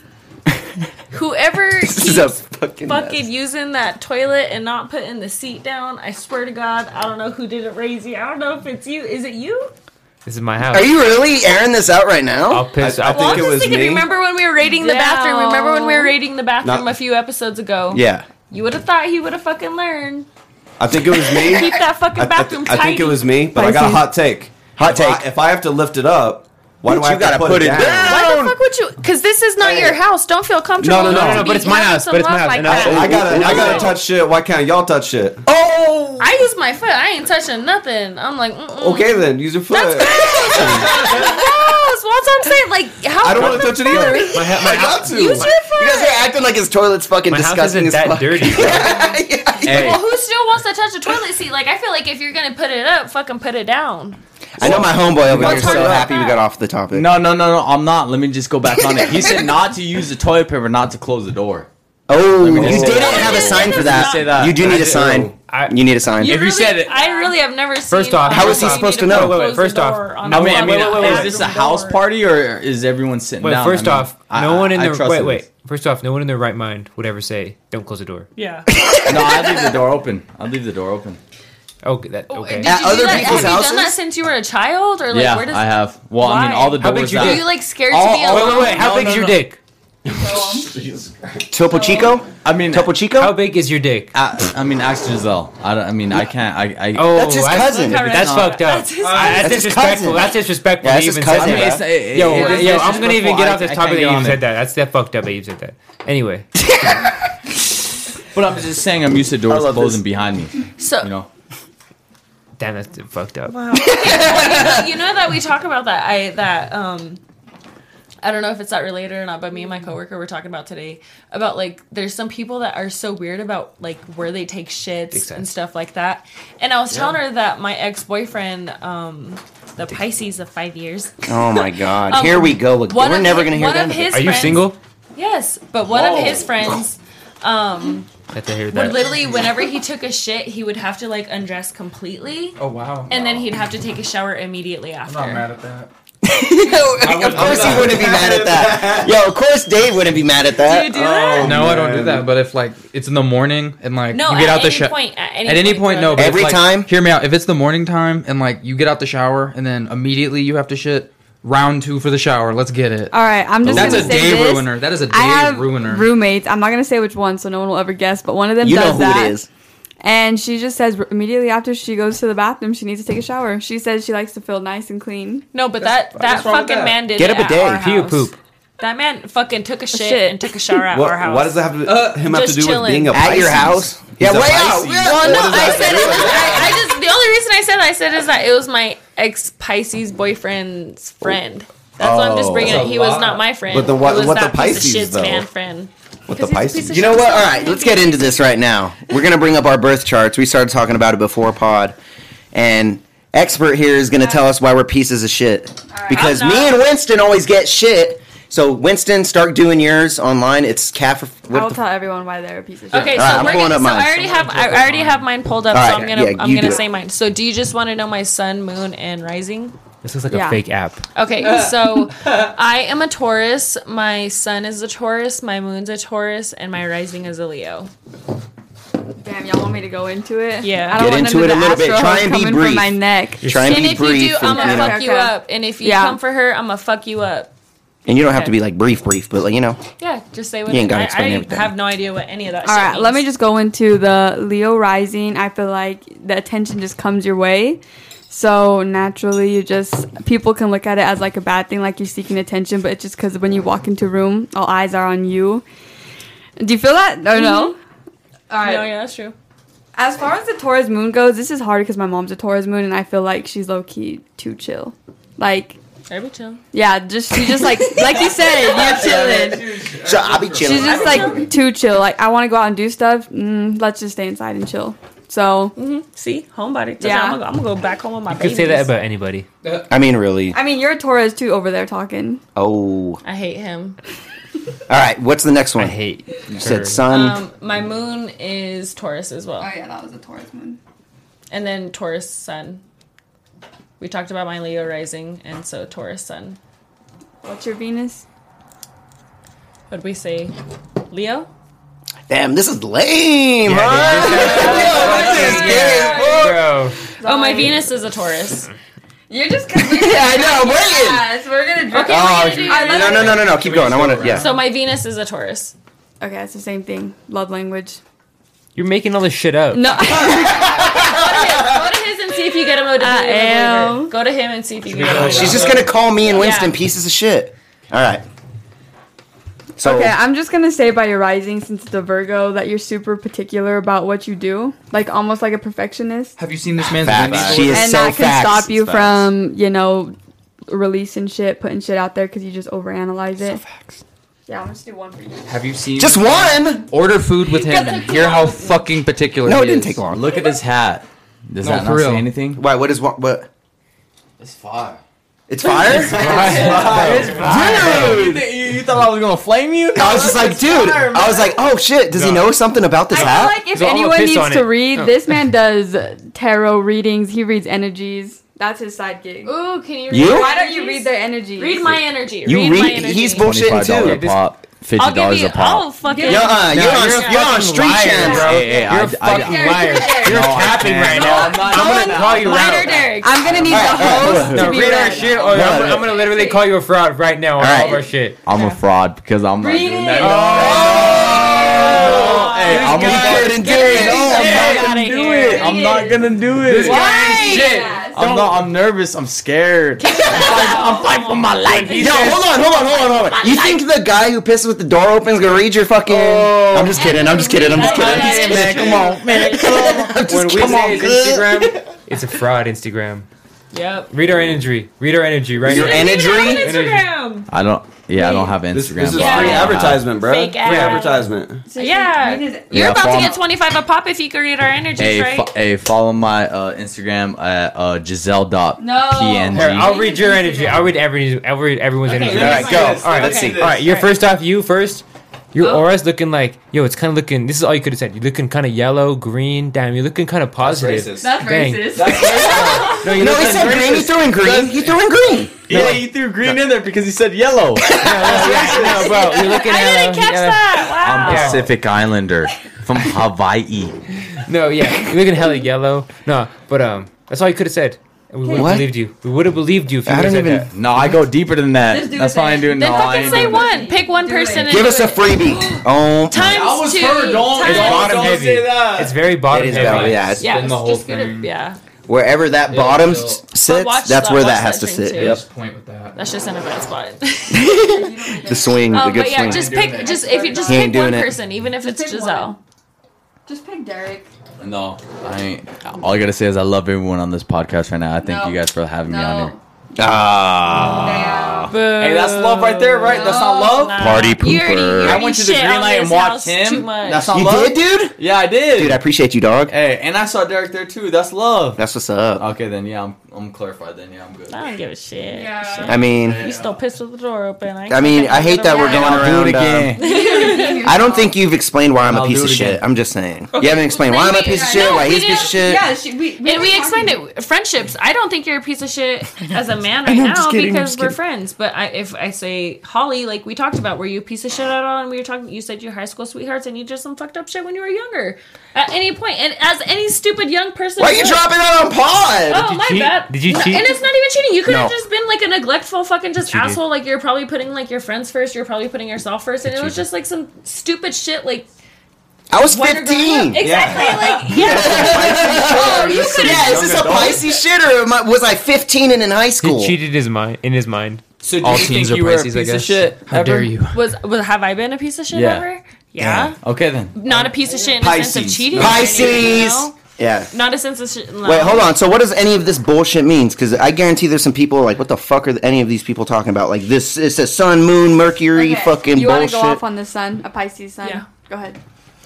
Whoever This keeps is a fucking. fucking mess. using that toilet and not putting the seat down, I swear to God, I don't know who did it, Razy. I don't know if it's you. Is it you? This is my house. Are you really airing this out right now? I'll piss. I- I I'll think piss- it I'm was just thinking, me. remember when we were raiding the No. bathroom? Remember when we were raiding the bathroom Not- a few episodes ago? yeah. You would have thought he would have fucking learned. I think it was me. Keep that fucking I, I bathroom th- I think tidy. it was me, but I got a Pisces. hot take. Hot If I- take. if I have to lift it up, why do you I have gotta to put, it down? Why the fuck would you? Because this is not Hey. your house. Don't feel comfortable. no, no, enough no, to no, be but it's my yelling house, some but it's my love house, Like and I- that. I gotta, I gotta touch shit. Why can't y'all touch shit? Oh. I use my foot. I ain't touching nothing. I'm like, mm-mm. Okay then, use your foot. gross. Well, that's what I'm saying. Like, how? I don't want to touch it either. my, ha- my, house- Got to. Use your You guys foot. are acting like his toilet's fucking my house disgusting isn't that as fuck. dirty. Well, who still wants to touch a toilet seat? Like, I feel like if you're gonna put it up, fucking put it down. I know my homeboy over here is talk so about happy we that. got off the topic. No, no, no, no. I'm not. Let me just go back on it. He said not to use the toilet paper, not to close the door. Oh, you just- didn't Let me have a just- sign let for me that. just- Say that. You do need I a do. sign. I- You need a sign. You If you really- said it- I really have never seen. First off- a How is he person supposed to need know? put- Wait, wait, close first the off, door on I a mean, bathroom wait, wait, wait, door. wait. Is this a house party or is everyone sitting Wait, down? first I mean, off, I- no I- one in I their trust wait, him. wait. First off, no one in their right mind would ever say, "Don't close the door." Yeah. No, I leave the door open. I leave the door open. Okay, that okay. Did Oh, you At do other that? people's have you done that houses? since you were a child, or like yeah, where does? I have. Well, I mean, Why? all the How big doors. you out. did? Are you like scared All- to be Oh, all- Wait, alone? wait, wait. How No, big no, is your no. dick? Topo Chico? I mean, Topo Chico? How big is your dick? I, I mean, ask Giselle. I, don't- I mean, I can't. I. I Oh, That's his cousin. That's No. fucked up. That's his- Uh, That's That's his disrespectful. cousin. That's disrespectful. Yeah, that that's you his even cousin, said bro. that. It's- it- Yo, it- it's yo, I'm gonna even disrespectful. get I- off this I topic can't that get you on even it. said that. That's that fucked up that you said that. Anyway, But I'm just saying, I'm used to doors love closing this. behind me. So You know. damn, that's fucked up. you know that we talk about that. I that um, I don't know if it's that related or not, but me and my coworker were talking about today about like there's some people that are so weird about like where they take Makes shits and sense. stuff like that. And I was telling her that my ex boyfriend, um, the Pisces of five years, Oh my god. Here we go. again. Um, one We're of never hi- going to hear one that. of his Are you friends- single? Yes, but one of his friends I have to hear would that. literally whenever he took a shit, he would have to like undress completely. Oh wow. And then he'd have to take a shower immediately after. I'm not mad at that. of course he wouldn't be mad at that. Yo, of course Dave wouldn't be mad at Do you that. Uh, do that? No, I don't do that. But if like it's in the morning and like No, you get at out the any shower point- at any at any point, point, bro. no. But if, Every like- time? hear me out. If it's the morning time and like you get out the shower and then immediately you have to shit round two for the shower. Let's get it. All right, I'm just That's gonna a day say this. ruiner. That is a day I have ruiner. roommates. I'm not gonna say which one, so no one will ever guess. But one of them You does know who that. it is. And she just says immediately after she goes to the bathroom, she needs to take a shower. She says she likes to feel nice and clean. No, but that that what's wrong with fucking that? man did Get it a at bidet. our Pee or house. poop? That man fucking took a shit, Shit. and took a shower at our What, house. what does that have to him have to Uh, just do with chilling. being a At your Pisces? house? He's Yeah, a way out. Pisces. Yeah. Well, no, I said it was. I, I just the only reason I said I said is that it was my ex Pisces boyfriend's friend. That's why I'm just Oh. bringing That's it. a He was lot. not my friend. But the what- It was what the that piece of Pisces, shit's though? man friend. With the Pisces. You know what? All right, let's get into this right now. We're going to bring up our birth charts. We started talking about it before pod. And expert here is going to tell us why we're pieces of shit. Because I'm me not. and Winston always get shit. So Winston, start doing yours online. It's Caf. I What will the tell everyone why they're a piece of shit. Okay, so All right, I'm we're pulling gonna, up so mine. I already have I already have mine pulled up, All so right, I'm gonna yeah, I'm you gonna do it. say mine. So do you just want to know my sun, moon, and rising? This looks like Yeah. a fake app. Okay, so I am a Taurus. My sun is a Taurus. My moon's a Taurus, and my rising is a Leo. Damn, y'all want me to go into it? Yeah. I don't Get want into them to it a the little bit. astro Try hole and be coming brief. From my neck. Try and, And be if brief. you do, and, I'm gonna you know, fuck you Okay. up. And if you Yeah. come for her, I'm gonna fuck you up. and you don't have to be like brief, brief, but like, you know. Yeah, just say what You ain't gotta I- explain I, everything. have no idea what any of that. All shit right, let me means. just go into the Leo rising. I feel like the attention just comes your way. So naturally, you just people can look at it as like a bad thing, like you're seeking attention, but it's just because when you walk into a room, all eyes are on you. Do you feel that? Or no? Mm-hmm. All right. No, yeah, that's true. As far as the Taurus moon goes, this is hard because my mom's a Taurus moon, and I feel like she's low key too chill. Like, Every chill. yeah, just she just like like you said, you're chilling. So I'll be chilling. She's just like too chill. Like I want to go out and do stuff. Mm, let's just stay inside and chill. So See, homebody. Yeah. Yeah, I'm gonna, I'm gonna go back home with my. You could say that about anybody. I mean, really. I mean, you're a Taurus too over there talking. Oh. I hate him. All right, what's the next one? I hate. You said sun. Um, my moon is Taurus as well, Oh yeah, that was a Taurus moon. and then Taurus Sun. We talked about my Leo rising, and so Taurus Sun. What's your Venus? Would we say Leo? Damn, this is lame, huh? Bro. Oh, my Venus is a Taurus. You're just completely. yeah, I know, I'm waiting. Yes, we're gonna drink. Okay, we're gonna do I No, love no, no, no, no. Keep going. I want to. Yeah. So my Venus is a Taurus. Okay, it's the same thing. Love language. You're making all this shit up. No, Go to his and see if you get him a I am. believer. Go to him and see if you get him. a She's just gonna call me and Winston Yeah. pieces of shit. All right. So Okay, I'm just gonna say by your rising, since it's a Virgo, that you're super particular about what you do, like almost like a perfectionist, Have you seen this man's Facts. boobies? She is and so that can facts. stop you Facts. from you know releasing shit, putting shit out there because you just overanalyze it. Yeah, I'm just do one for you. Have you seen just one. order food with him and hear how fucking particular? No, he it didn't is. take long. Look at this hat. Does No, that for not real. say anything? Why? What is what? What? It's fire. It's fire. You, thought I was gonna flame you? I was just like, dude. I was like, oh shit. Does he know something about this I feel hat? like if So I'll anyone piss needs on to it. Oh. read, this man does tarot readings. He reads energies. That's his side gig. Ooh, can you read You? my Why don't you energies? read their energies? Read my energy. you read, my read. energy. He's bullshitting $25 too. a pop, I'll fifty give dollars you. a I'll pop. fucking. You're on. You're on. You're on street champs, bro. Hey, hey, You're I- a I- fucking liar. You're capping right now. I'm gonna call you Minor out. Derek. I'm gonna need the host No, to be read our read. shit, or I'm, gonna- I'm gonna literally call you a fraud right now on all, right. of our shit. I'm a fraud because I'm not doing that. Oh. Hey, This I'm a guy fraud. is getting No, I'm shit not outta gonna do here. it. I'm not gonna do it. Yes. I'm not. I'm nervous. I'm scared. I'm fighting- I'm fighting for my life. Yo, hold on, hold on, hold on, hold on. You think the guy who pisses with the door open is gonna read your fucking? I'm just kidding. I'm just kidding. I'm just kidding. Hey, Man, come on, man. Come on. I'm When just we come say on. it's good. Instagram, it's a fraud Instagram. Yep. Read our energy. Read our energy right Your now. en- Energy? Instagram. I don't. Yeah, I don't have Instagram. This, this is but Yeah. free I have- advertisement, bro. Fake free ad. advertisement. Yeah. You're Yeah, about follow- to get 25 a pop if you can read our energy, Hey, right? fo- hey, follow my uh, Instagram at uh, Giselle.png. No. Here, I'll read your energy. I'll read every, I'll read everyone's Okay, energy. let me Alright, see go. this. All right, Let's see All right, you're Alright. first off. You first. Your Oh. aura's looking like yo. It's kind of looking. This is all you could have said. You're looking kind of yellow, green. Damn, you're looking kind of positive. That's Dang. racist. No, you No, he said green. He threw in green. He threw in green. Yeah, you threw green in there because he said yellow. no, bro. You're looking I didn't at. catch that. Wow. I'm Yeah. Pacific Islander from Hawaii. No, yeah, you're looking hella yellow. No, but um, that's all you could have said. We would have What? believed you. We would have believed you if you I would have don't said even- that. No, I go deeper than that. Just do That's the why I same. ain't doing. Then no, I fucking ain't say doing one. Pick one Do it. person. and Give do us a it. freebie. Oh, Times two. It's Times. bottom heavy. It's very it bottom is heavy. valid. Yeah, it's- Yeah. Spin the it's whole just gonna- thing. Yeah. wherever that bottom s- But watch sits, that's that- where watch that has that to thing sit. too. Yep, Just point with that. That's just in a bad spot. the swing, the um, good but yeah, swing. just pick. Just if you just He ain't pick one doing it. person, even if it's pick one. Giselle. Just pick Derek. it. No, I ain't. All I gotta say is I love everyone on this podcast right now. I thank No. you guys for having me on here. No. Ah, Damn. Hey, that's love right there, right? That's not love? Party You already, you pooper. I already went to the shit green on light and this watched house him. Too much. That's not you love. did, dude. Yeah, I did. Dude, I appreciate you, dog. hey, and I saw Derek there too. That's love. That's what's up. Okay, then yeah, I'm I'm clarified. Then yeah, I'm good. I don't give a shit. Yeah. Shit. I mean, you still pissed with the door open. I, I mean, I hate that we're going Yeah. around. um, I don't think you've explained why I'm a I'll piece do of it again. shit. I'm just saying. You haven't explained why I'm a piece of shit, No, why we he's a piece of shit. Yeah, she, we, And we explained it. Friendships. I don't think you're a piece of shit as a man right now because we're friends. But I, if I say Holly, like we talked about, were you a piece of shit at all? And we were talking. You said you're high school sweethearts, and you did some fucked up shit when you were younger. At any point, and as any stupid young person, Why are you would. dropping that on pod? Oh you my cheat? bad! Did you No, cheat? And it's not even cheating. You could have No. just been like a neglectful fucking just Cheated. asshole. Like you're probably putting like your friends first. You're probably putting yourself first, and it was just like some stupid shit. Like I was when you're growing up. 15. Exactly. Like yeah. Oh, you could. Yeah, is this a Pisces shit or am I, was I 15 and in high school? He cheated his mind in his mind. So do All you teens think are you were a Pisces, I piece of guess. shit? How ever? dare you? was, was have I been a piece of shit Yeah. ever? Yeah. Okay then. Not a piece of shit in a sense of Pisces. cheating. or anything, you Pisces. know? Yeah. Not a sense of shit. Wait, hold on. So, what does any of this bullshit means? Because I guarantee there's some people like, what the fuck are any of these people talking about? Like this, it says sun, moon, Mercury, Okay, fucking You want to bullshit. go off on the sun, a Pisces sun? Yeah. Go ahead.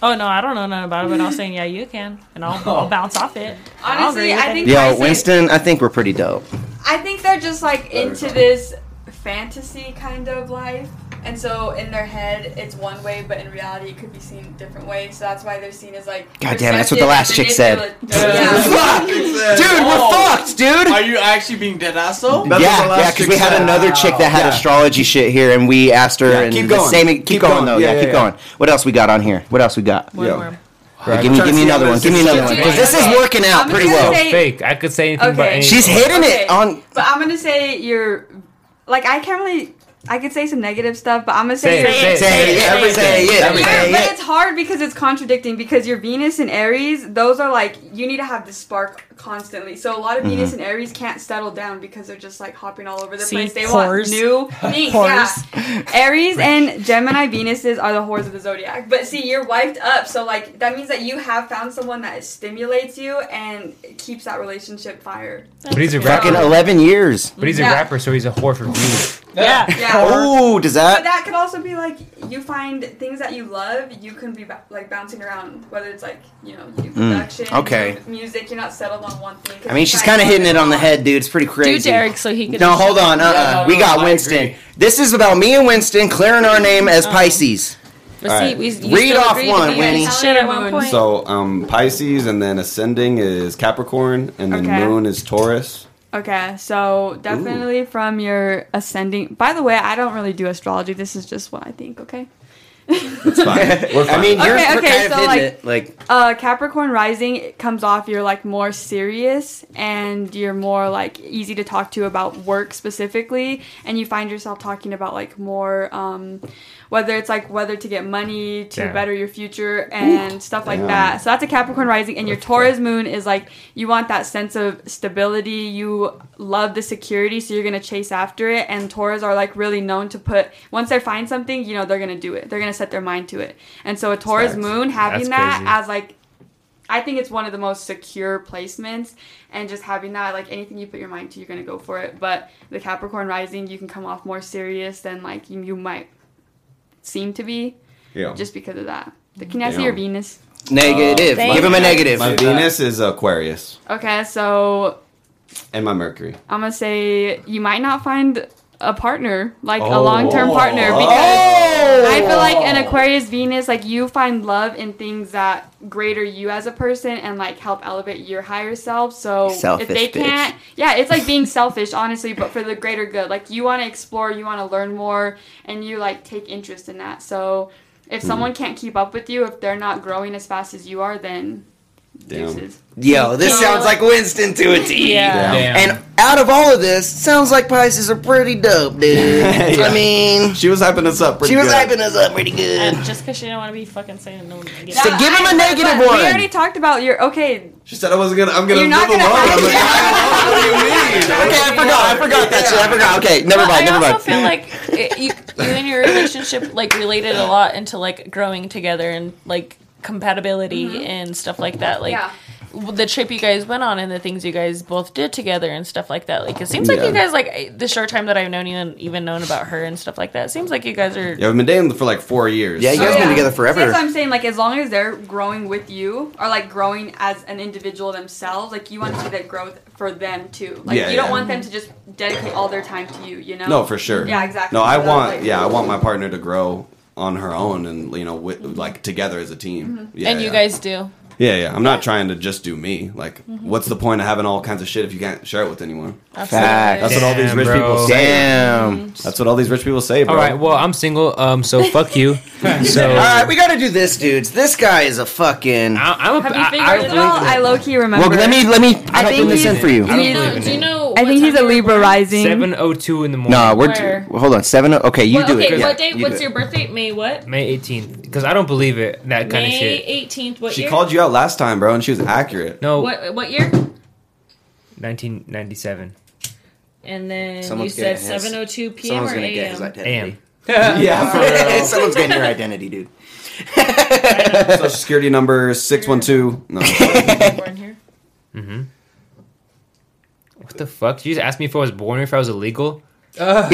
Oh no, I don't know nothing about it, but I was saying yeah, you can, and I'll, Oh. I'll bounce off it. I'll agree Honestly, with I it. think Yo, Pisces- Winston, I think we're pretty dope. I think they're just like into this fantasy kind of life, And so in their head, it's one way, but in reality, it could be seen a different way. So that's why they're seen as like. God damn it, that's what the receptive, last chick said. manipulative. Yeah. Fuck! Dude, we're fucked, dude! Are you actually being dead ass though? That's what yeah, the last yeah, because chick we had said. another chick that had Yeah. astrology shit here, and we asked her Yeah, and keep the going. same. Keep, Keep going, going. though. Yeah, Yeah, keep yeah, going. What else we got on here? What else we got? One Yo. more. Alright, give me, trying give me to see another how one. this Give me is another one doing. because this is Okay. working out I'm pretty gonna well. say- fake. I could say anything about Okay. anything. She's hitting Okay. it on. But I'm gonna say you're like I can't really. I could say some negative stuff, but I'm gonna say, Say you're, it, say it, Say it, say it, say it, Yeah, say but it. it's hard because it's contradicting because your Venus and Aries, those are like you need to have Have the spark constantly. So a lot of Venus and Aries can't settle down because they're just like hopping all over the See, place. They whores. want new things. Yeah. Whores. Aries and Gemini Venuses are the Whores horse of the zodiac. But see, you're wiped up. So like that means that you have found someone that stimulates you and keeps that relationship fire. But he's a Fucking rapper. eleven years. But he's a Yeah. rapper, so he's a whore for views. Yeah. Yeah. Oh, does But that? that could also be like you find things that you love, you can be ba- like bouncing around, whether it's like you know you do production, Mm, okay. mu- music. You're not settled on one thing. 'cause I mean, you she's find kind of hitting something it on the else. head, dude. It's pretty crazy. Do Derek so he can. No, hold on. Uh, uh no, we no, got I Winston. agree. This is about me and Winston clearing our name as Oh. Pisces. But All see, right. we, you Read still off agreed to one, be on Winnie. Shit at one point. So um, Pisces, and then ascending is Capricorn, and then Okay. Moon is Taurus. Okay, so definitely from your ascending. By the way, I don't really do astrology. This is just what I think. Okay. It's fine. We're fine. I mean, you're Okay, we're okay, kind of so, hitting like- it. Like, uh capricorn rising it comes off you're like more serious and you're more like easy to talk to about work specifically and you find yourself talking about like more um whether it's like whether to get money to Damn. better your future and stuff like Damn. that so that's a capricorn rising and your taurus moon is like you want that sense of stability you love the security so you're gonna chase after it and taurus are like really known to put once they find something you know they're gonna do it they're gonna set their mind to it and so a taurus Facts. moon having That's that crazy. as like I think it's one of the most secure placements and just having that like anything you put your mind to you're going to go for it but the Capricorn rising you can come off more serious than like you, you might seem to be Yeah. just because of that. The- Can I see Yeah. your Venus? negative. Thank Give him a you. negative. my Venus is Aquarius, Okay, so and my Mercury. I'm going to say you might not find a partner, like a Oh. long-term partner because Oh! I feel like an Aquarius Venus, like you find love in things that greater you as a person and like help elevate your higher self. So Selfish if they bitch. can't, yeah, it's like being selfish, honestly, but for the greater good. Like you want to explore, you want to learn more, and you like take interest in that. So if Hmm. someone can't keep up with you, if they're not growing as fast as you are, then Damn. deuces. Yo, this sounds like Winston to a T. Yeah. And out of all of this, sounds like Pisces are pretty dope, dude. Yeah. I mean, She was hyping us up pretty she was good. hyping us up pretty good. And just because she don't want to be fucking saying no one can get So it. give him a negative But one. We already talked about your okay. She said I wasn't gonna. I'm gonna You're not live gonna- alone. I'm like, I don't know what do you mean? okay, I forgot. I forgot that shit. I forgot. Okay, never But mind. I Never also mind. feel like it, you, you and your relationship like related a lot into like growing together and like compatibility Mm-hmm. and stuff like that. Like Yeah. w- the trip you guys went on and the things you guys both did together and stuff like that. Like it seems like Yeah. you guys like I- the short time that I've known you and even known about her and stuff like that. It seems like you guys are. Yeah, we've been dating for like four years. Yeah, you guys Oh, been yeah. together See, that's what forever. I'm saying. Like, as long as they're growing with you, or like growing as an individual themselves, like you want to see that growth for them too. Like, Yeah, you don't yeah. want them to just dedicate all their time to you. You know? No, for sure. Yeah, exactly. No, I So that's want. like- yeah, I want my partner to grow on her own, and you know, with, Mm-hmm. like together as a team. Yeah, and you yeah. guys do. Yeah, yeah. I'm not trying to just do me. Like, Mm-hmm. what's the point of having all kinds of shit if you can't share it with anyone? Facts. That's what all these Damn, rich bro. people say. Damn. That's what all these rich people say, bro. All right. Well, I'm single. Um. So fuck you. so All right, we gotta do this, dudes. This guy is a fucking. I, I'm a. Have you I- figured I it believe First of all, I low key remember. let me. I gotta think bring he's- I Do don't you know? believe Do you in it. know I think he's a Libra rising. Seven oh two in the morning. No, we're Where? hold on. Seven. oh, Okay, you Well, do okay, it. what date? you What's do your birthday? May what? May 18th. Because I don't believe it. That kind of May shit. eighteenth. What She year? called you out last time, bro, and she was accurate. No. What what year? 1997. And then Someone's you said getting his- seven oh two p.m. Someone's or gonna a.m. get his identity. Damn. Yeah, for Damn. Someone's getting your identity, dude. Social security number six one two. No, born here. What the fuck? Did you just ask me if I was born or if I was illegal? Yeah,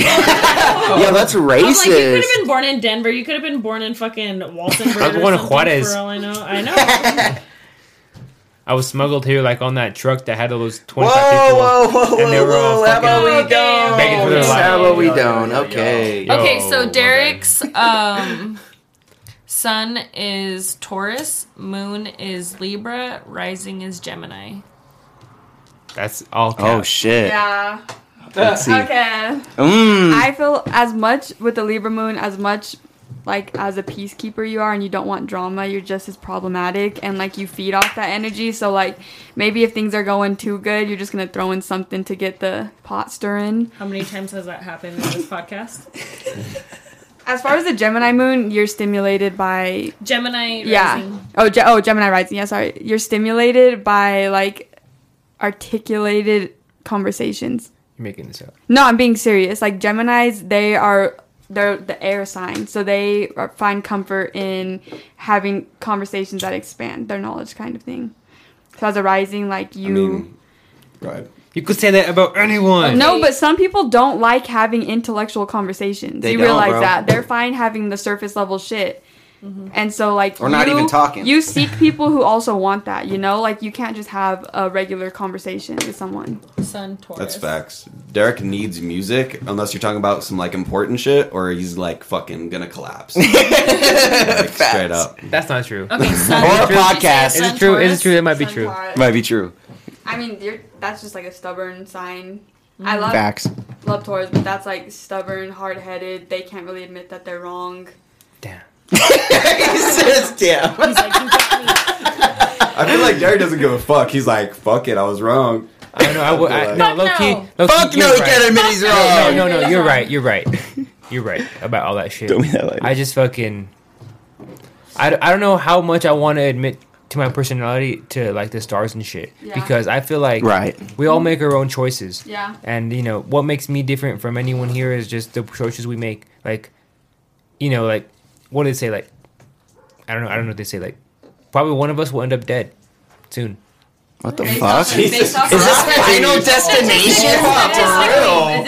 that's I'm like, you could racist. have been born in Denver. You could have been born in fucking Walsenburg. I was or born in something, Juarez. For all I know, I know. I was smuggled here like on that truck that had all those Whoa, twenty five people. whoa, whoa, and they whoa, were all whoa! How fucking about we fucking don't? begging for their How life. about we Yo, yo, don't? yo, yo. Okay. Yo, okay, so okay. Derek's um, sun is Taurus, moon is Libra, rising is Gemini. That's all. Cap. Oh shit. Yeah. Let's see. Okay. Mm. I feel as much with the Libra moon as much like as a peacekeeper you are and you don't want drama, you're just as problematic and like you feed off that energy. So like maybe if things are going too good, you're just gonna throw in something to get the pot stirring. How many times has that happened in this podcast? As far as the Gemini moon, you're stimulated by Gemini yeah. rising. Oh, Ge- oh, Gemini rising. Yeah, sorry. You're stimulated by like articulated conversations. You're making this up. No, I'm being serious. Like Gemini's, they are they're the air sign, so they are, find comfort in having conversations that expand their knowledge, kind of thing. So as a rising, like you. I mean, right. You could say that about anyone. Oh, no, but some people don't like having intellectual conversations. They you don't, realize bro. that they're fine having the surface level shit, Mm-hmm. and so like Or not you- even talking. You seek people who also want that. You know, like you can't just have a regular conversation with someone. Sun Taurus. That's facts. Derek needs music unless you're talking about some like important shit or he's like fucking gonna collapse. Like, straight up. That's not true. Okay, sun. Or a did you say podcast. Is sun it true? Is Taurus? it true? That might be Sun true. Taurus. Might be true. I mean, you're, that's just like a stubborn sign. I Mm-hmm. love Facts. love Taurus, but that's like stubborn, hard headed. They can't really admit that they're wrong. Damn. he says, "Damn." He's like, you got me. I feel like Derek doesn't give a fuck. He's like, fuck it, I was wrong. I don't know. I, would- I, no, Fuck low key. no. Low Fuck key, no, you're he can't admit he's No, wrong. no, no. You're right. You're right. You're right about all that shit. Don't be that way. I just fucking. I, d- I don't know how much I want to admit to my personality to like the stars and shit Yeah. because I feel like Right. we all make our own choices. Yeah. And you know what makes me different from anyone here is just the choices we make. Like, you know, like what do they say? Like, I don't know. I don't know what they say. Like, probably one of us will end up dead soon. What the Based fuck? off of- based off Is of- this Final Destination?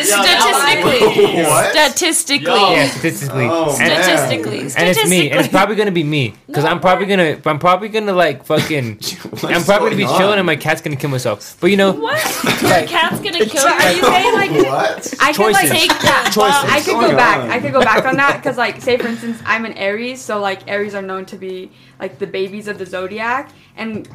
Statistically, statistically, statistically, Yeah, statistically. Oh, And- man. statistically, and it's me, and it's Statistically. probably gonna be me, cause No, I'm probably gonna, I'm probably gonna like fucking, I'm What's probably gonna be going chilling, on? and my cat's gonna kill myself. But you know, What? Your cat's gonna kill you? Are you Hey, like What? I could like Choices. take that. Choices. Oh I could Going go back. on. I could go back on that because, like, say for instance, I'm an Aries, so like Aries are known to be like the babies of the zodiac, and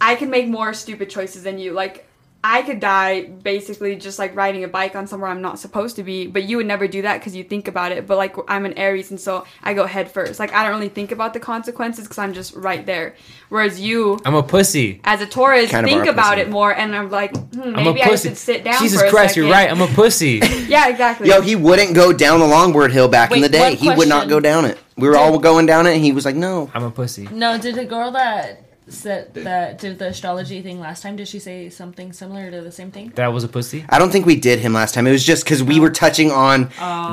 I could make more stupid choices than you. Like, I could die basically just like riding a bike on somewhere I'm not supposed to be, but you would never do that because you think about it. But like, I'm an Aries, and so I go head first. Like, I don't really think about the consequences because I'm just right there. Whereas you. I'm a pussy. as a Taurus, Kind of think our about pussy. it more, and I'm like, hmm, I'm a maybe I pussy. should sit down. Jesus for a Christ, you you're second. right. I'm a pussy. Yeah, exactly. Yo, he wouldn't go down the longboard hill back in the Wait, day. one He would not question. go down it. We were all going down it, and he was like, "No." I'm a pussy. No, did the girl that said that did the astrology thing last time? Did she say something similar to the same thing? That was a pussy. I don't think we did him last time. It was just because we were Oh. touching on.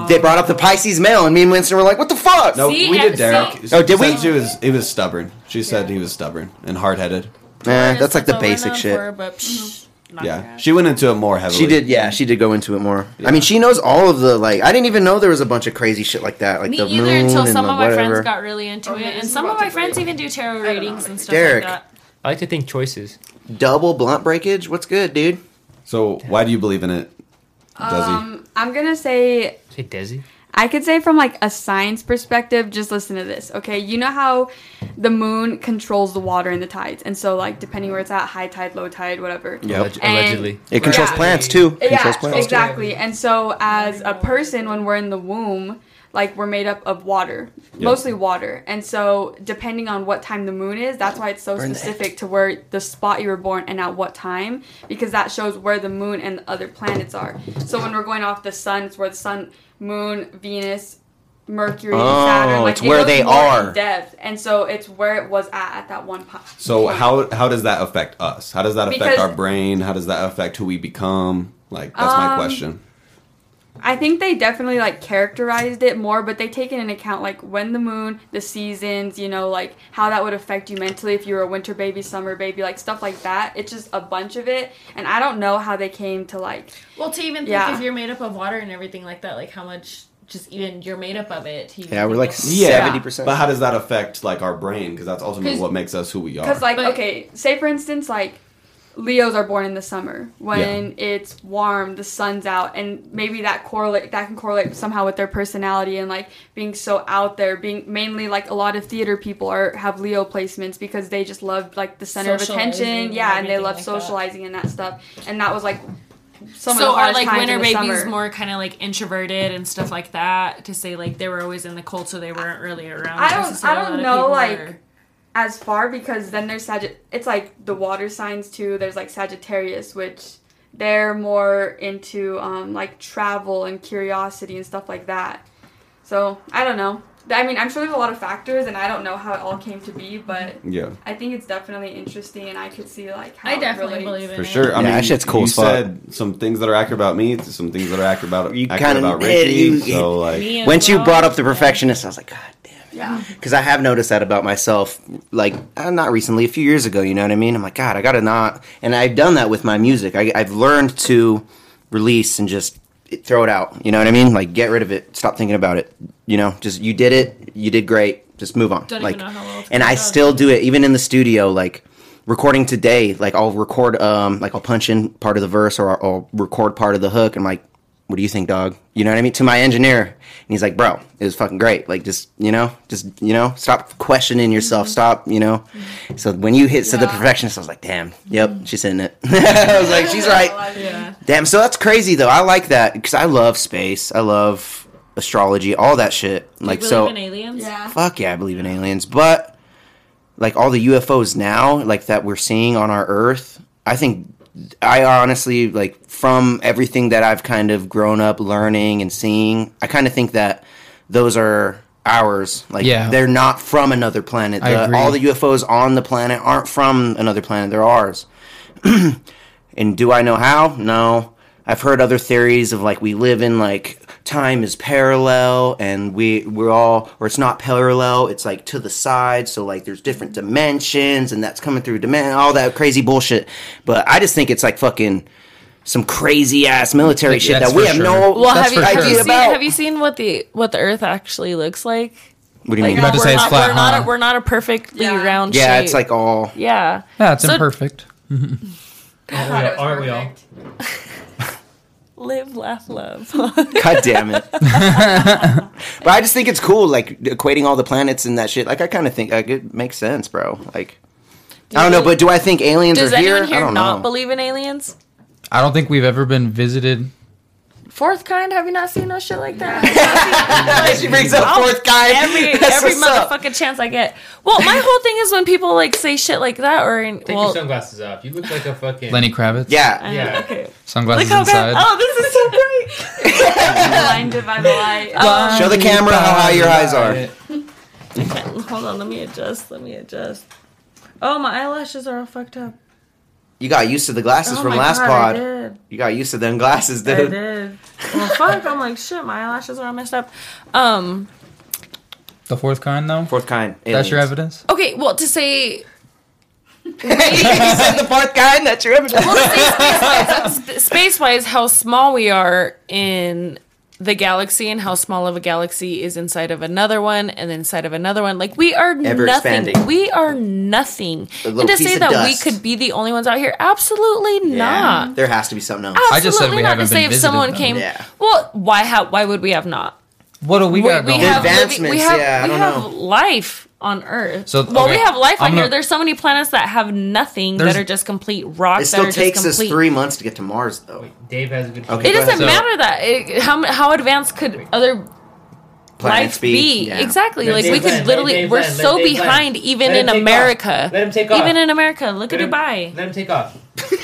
They brought up the Pisces male, and me and Winston were like, "What the fuck?" No, See, we and did Derek. Oh, did She said we? She was, he was stubborn. She said he was stubborn and hard headed. Eh, Just that's like the what we're basic known shit. for, but psh, not Yeah. bad. She went into it more heavily. She did, yeah, she did go into it more. I mean, she knows all of the like. I didn't even know there was a bunch of crazy shit like that, like Me the either moon until and some the of my whatever. friends got really into Okay, it, this and is some of about my to friends break. even do tarot know, readings and stuff Derek. like that. I like to think choices. Double blunt breakage. What's good, dude? So why do you believe in it? Does he? Um, I'm gonna say Say Desi. I could say from like a science perspective. Just listen to this, okay? You know how the moon controls the water and the tides, and so like depending where it's at, high tide, low tide, whatever. Yep. And- Allegedly. It controls Yeah. plants too. Yeah, Controls plants. exactly. And so as a person, when we're in the womb. Like we're made up of water, mostly water, and so depending on what time the moon is, that's why it's so Burn that. specific to where the spot you were born and at what time, because that shows where the moon and the other planets are. So when we're going off the sun, it's where the sun, moon, Venus, Mercury, Oh, Saturn. Like it's it where goes they more in are. depth, and so it's where it was at at that one po- So point. how how does that affect us? How does that affect Because- our brain? How does that affect who we become? Like that's my Um, question. I think they definitely like characterized it more, but they take it in account like when the moon, the seasons, you know, like how that would affect you mentally if you were a winter baby, summer baby, like stuff like that. It's just a bunch of it, and I don't know how they came to like. Well, to even think Yeah. if you're made up of water and everything like that, like how much just even you're made up of it. You Yeah, we're like think Yeah. 70%. But how does that affect like our brain? Because that's ultimately 'Cause- what makes us who we are. Because, like, But- okay, say for instance, like, Leos are born in the summer when it's warm, the sun's out, and maybe that correlate that can correlate somehow with their personality and like being so out there. Being mainly like a lot of theater people are have Leo placements because they just love like the center of Socializing attention, and yeah, and they everything love like that. socializing and that stuff. And that was like some of the so are hardest like times winter in the babies summer. more kind of like introverted and stuff like that to say like they were always in the cold so they weren't really around. I don't- necessarily I don't a lot of know, people like, or- as far because then there's Sagitt. It's like the water signs too. There's like Sagittarius, which they're more into um, like travel and curiosity and stuff like that. So I don't know. Th- I mean, I'm sure there's a lot of factors, and I don't know how it all came to be, but yeah. I think it's definitely interesting, and I could see like how I it definitely relates. believe in For it. sure. I Yeah, mean, that shit's cool You as fuck. said some things that are accurate about me, some things that are accurate about You accurate kinda about did, Ricky. you- so like, Me as Once you well. brought up the perfectionist, I was like, God damn. Yeah, Because I have noticed that about myself, like uh, not recently, a few years ago. You know what I mean? I'm like, God, I gotta not. And I've done that with my music. I, I've learned to release and just it- throw it out. You know what I mean? Like, get rid of it. Stop thinking about it. You know, just you did it. You did great. Just move on. Don't like, even know how well it's and gonna I go. still do it, even in the studio. Like recording today, like I'll record, um, like I'll punch in part of the verse or I'll- I'll record part of the hook. I'm like, what do you think, dog? You know what I mean? To my engineer. And he's like, bro, it was fucking great. Like, just, you know, just, you know, stop questioning yourself. Mm-hmm. Stop, you know. So when you hit, said the Yeah. perfectionist, I was like, damn, yep, Mm-hmm. she's hitting it. I was like, she's right. Yeah. Damn, so that's crazy though. I like that because I love space. I love astrology, all that shit. Like, you believe so. in aliens. Yeah. Fuck yeah, I believe in aliens. But like all the UFOs now, like that we're seeing on our Earth, I think I honestly like from everything that I've kind of grown up learning and seeing, I kind of think that those are ours. Like Yeah. they're not from another planet. I The- agree. All the UFOs on the planet aren't from another planet. They're ours. And do I know how? No. I've heard other theories of like we live in like time is parallel and we we're all or it's not parallel, it's like to the side, so like there's different dimensions and that's coming through demand all that crazy bullshit. But I just think it's like fucking some crazy ass military Yeah, shit that's that we for have sure. no Well, That's have you, for have sure. you seen About- have you seen what the what the Earth actually looks like? What do you Like, um, mean? about to we're say it's not- flat, We're not huh? a, we're not a perfectly Yeah. round shape. Yeah, it's like all yeah. Yeah, it's So- imperfect. I thought it was Aren't we all? perfect. Live, laugh, love. God damn it. but I just think it's cool, like equating all the planets and that shit. Like I kind of think like, it makes sense, bro. Like I don't know, but do I think aliens Does are here? anyone I here don't not know. believe in aliens? I don't think we've ever been visited. Fourth kind? Have you not seen no shit like that? she brings up fourth guy. every every motherfucking chance I get. Well, my whole thing is when people like say shit like that or in, Take well, your sunglasses off. You look like a fucking Lenny Kravitz. Yeah. Yeah. Okay. Look Sunglasses how bad. inside. Oh, this is so great. Um, blinded by the light. Show the camera how high your eyes are. Okay, Hold on, let me adjust. Let me adjust. Oh, my eyelashes are all fucked up. You got used to the glasses oh from my last God, I pod. did. You got used to them glasses, I dude. did. Well, fuck. I'm like, shit. My eyelashes are all messed up. Um. The fourth kind, though. Fourth kind. That's your aliens. evidence. Okay. Well, to say you said the fourth kind. That's your evidence. space wise, how small we are in the galaxy and how small of a galaxy is inside of another one and inside of another one. Like we are Ever nothing. expanding. We are nothing. A little And to piece say of that dust. we could be the only ones out here, absolutely Yeah. not. Oh. There has to be something else. Absolutely I just said we not haven't to say been if someone visited, came. though. Yeah. Well, why? How? Why would we have not? What do we, We, got we going? have on? living- we Advancements, have, yeah, I we don't have know. life on Earth. So, well, we okay, have life on I'm here. gonna- There's so many planets that have nothing that There's- are just complete rocks. It still that are takes just us complete. three months to get to Mars, though. Dave has a good Okay. It Go doesn't ahead. matter that it, how how advanced could other Planets life be? yeah. Exactly. Let like Dave we could land, let literally Dave we're land, let so Dave land. behind even Let him in take off. America. Let him take off. Even in America, look Let at him- Dubai. Let him take off.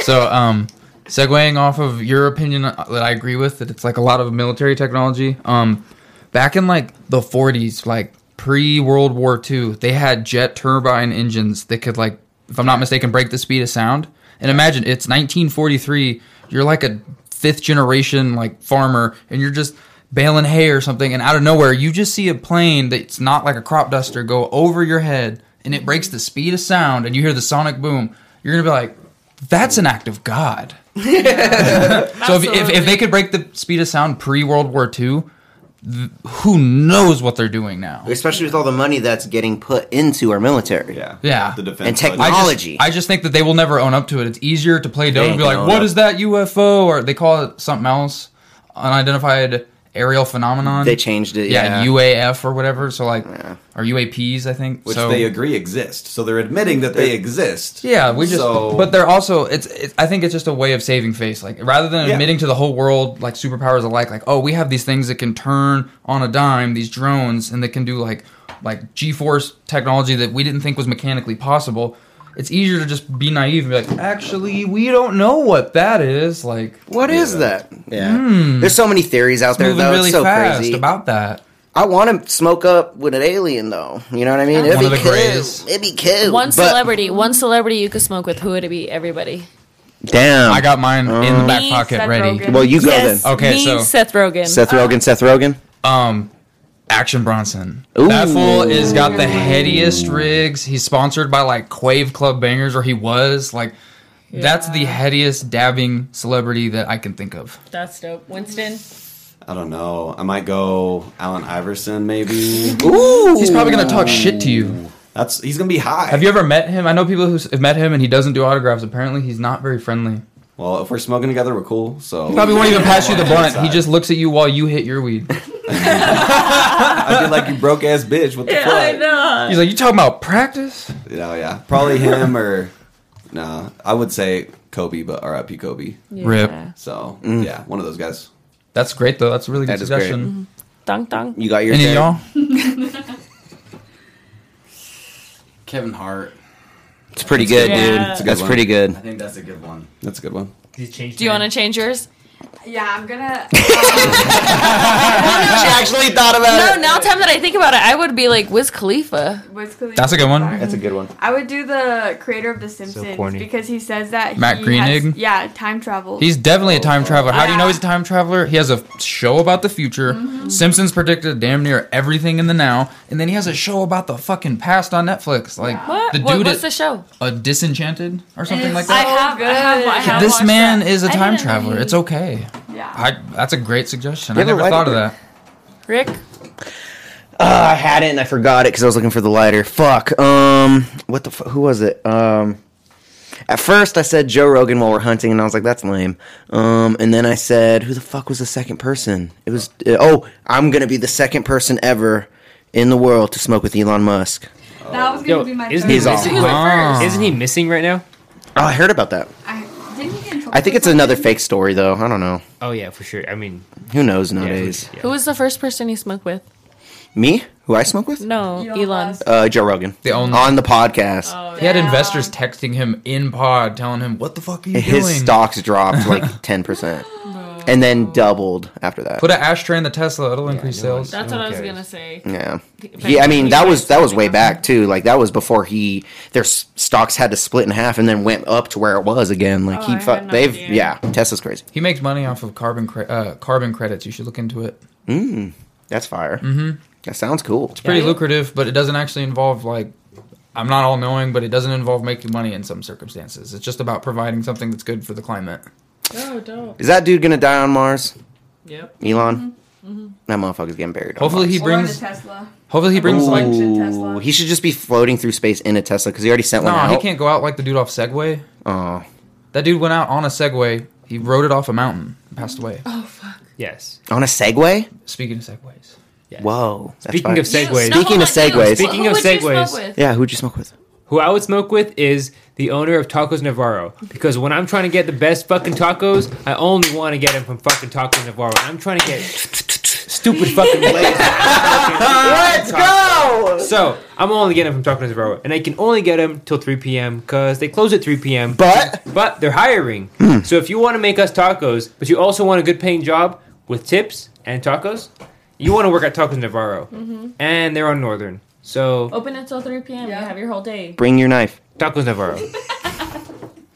So, um, segueing off of your opinion uh, that I agree with, that it's like a lot of military technology. Um, back in like the 40s, like pre World War II, they had jet turbine engines that could, like, if I'm not mistaken, break the speed of sound. And imagine it's 1943, you're like a fifth generation, like, farmer, and you're just baling hay or something, and out of nowhere, you just see a plane that's not like a crop duster go over your head and it breaks the speed of sound, and you hear the sonic boom. You're gonna be like, that's an act of God. so if, if, if they could break the speed of sound pre World War II, th- who knows what they're doing now. especially with all the money that's getting put into our military. Yeah. Yeah. The defense. And I budget. technol- just, Technology. I just think that they will never own up to it. It's easier to play dumb and ain't be like, gonna own "What up." is that UFO?" or they call it something else, unidentified aerial phenomenon. They changed it. yeah, Yeah, UAF or whatever. So like, or UAPs, I think. which so, they agree exist. So they're admitting that they exist. Yeah, we just. So- But they're also. It's, it's. I think it's just a way of saving face. Like rather than Yeah. admitting to the whole world, like superpowers alike, like oh, we have these things that can turn on a dime, these drones, and they can do like, like G-force technology that we didn't think was mechanically possible. It's easier to just be naive and be like, actually, we don't know what that is. Like, What is that? Yeah. There's so many theories out there Hmm. moving though. really it's so fast crazy. about that. I want to smoke up with an alien though. You know what I mean? It'd One be of the cool. greatest. It'd be cool. One but- celebrity, one celebrity you could smoke with. Who would it be? Everybody. Damn. I got mine in the Mm. back Me, pocket Seth ready. Rogen. Well, you go then. Okay, me, so- Seth Rogen. Seth Rogen. Seth Rogen. Um, Action Bronson. Ooh. That fool is got the headiest rigs. He's sponsored by like Quave Club Bangers, or he was like. That's the headiest dabbing celebrity that I can think of. That's dope. Winston. I don't know. I might go Allen Iverson, maybe. He's probably gonna talk shit to you. That's he's gonna be high. Have you ever met him? I know people who have met him and he doesn't do autographs. Apparently, he's not very friendly. well, if we're smoking together, we're cool. So Probably won't even pass you the blunt. He just looks at you while you hit your weed. I feel like you broke ass bitch. What the fuck? know. He's like, "You talking about practice?" You know, yeah, probably him or no. I would say Kobe, but R.I.P. Kobe. Rip. So yeah, one of those guys. That's great Mm-hmm. though. That's a really good That is great. suggestion. Dong dong. You got your. Any of thing. y'all? Kevin Hart. It's pretty good, Yeah. dude. That's a good That's one. pretty good. I think that's a good one. That's a good one. Do you want to change yours? Yeah, I'm gonna. She actually thought No. Now, time that I think about it, I would be like Wiz Khalifa. What's That's a good one. That's a good one. I would do the creator of The Simpsons corny. because he says that Matt he Greenig? Has, yeah, time travel. He's definitely a time traveler. How do you know Yeah. he's a time traveler? He has a show about the future. Simpsons predicted damn near everything in the now, and then he has a show about the fucking past on Netflix. Like What? the dude, what what's at- the show? a disenchanted or something like I that. have, I have, I have This watched man that. is a I time didn't know traveler. he- It's okay. Yeah. I, that's a great suggestion. I have a never thought of lighter? that. Rick. Uh, I had it and I forgot it because I was looking for the lighter. Fuck. Um, what the fu- Who was it? Um, at first I said Joe Rogan while we're hunting, and I was like, that's lame. Um, and then I said, who the fuck was the second person? It was uh, oh, I'm gonna be the second person ever in the world to smoke with Elon Musk. That was gonna Yo, be my. isn't third he He's one. awesome. missing? Ah. Isn't he missing right now? Oh, I heard about that. I, didn't he get in trouble I think for it's another something? fake story though. I don't know. Oh yeah, for sure. I mean, Who knows yeah, nowadays? yeah. Who was the first person you smoked with? Me? Who I smoke with? No, Elon Elon. Musk. Uh, Joe Rogan. The only- on the podcast. Oh. He had investors texting him in pod, telling him, "What the fuck are you his doing?" stocks dropped like ten percent, and then doubled after that. Put an ashtray in the Tesla; it'll increase no, sales. That's Who what I was cares? gonna say. yeah, If yeah. I mean, you that guys was that was way remember. back too. Like that was before he their s- stocks had to split in half and then went up to where it was again. Like Oh, I he, had fu- no they've idea. yeah. Tesla's crazy. He makes money off of carbon cre- uh, carbon credits. You should look into it. That's fire. Mm-hmm. That sounds cool. pretty lucrative, but it doesn't actually involve like I'm not all knowing, but it doesn't involve making money in some circumstances. It's just about providing something that's good for the climate. Oh, dope. Is that dude gonna die on Mars? Yep. Elon. Mm-hmm. That motherfucker's getting buried. on Hopefully he Or the brings. Tesla. Hopefully he brings like. Ooh. No, Function Mars. Tesla. Ooh, he should just be floating through space in a Tesla because he already sent one out. he can't go out like the dude off Segway. Oh, That dude went out on a Segway. He rode it off a mountain. and Passed away. Yes. on a Segway? Speaking of Segways, Whoa. that's Speaking fire. of segways, Speaking of segways. Speaking of segways. yeah, who'd you smoke with? Who I would smoke with is the owner of Tacos Navarro because when I'm trying to get the best fucking tacos, I only want to get them from fucking Tacos Navarro. I'm trying to get stupid fucking blazers. Let's go. So I'm only getting them from Tacos Navarro, and I can only get them till 3 p.m. because they close at 3 p.m. But Hmm. But they're hiring. So if you want to make us tacos, but you also want a good paying job with tips and tacos, you want to work at Tacos Navarro. And they're on Northern. So Open until 3 p.m. Yeah. You have your whole day. bring your knife. Tacos Navarro.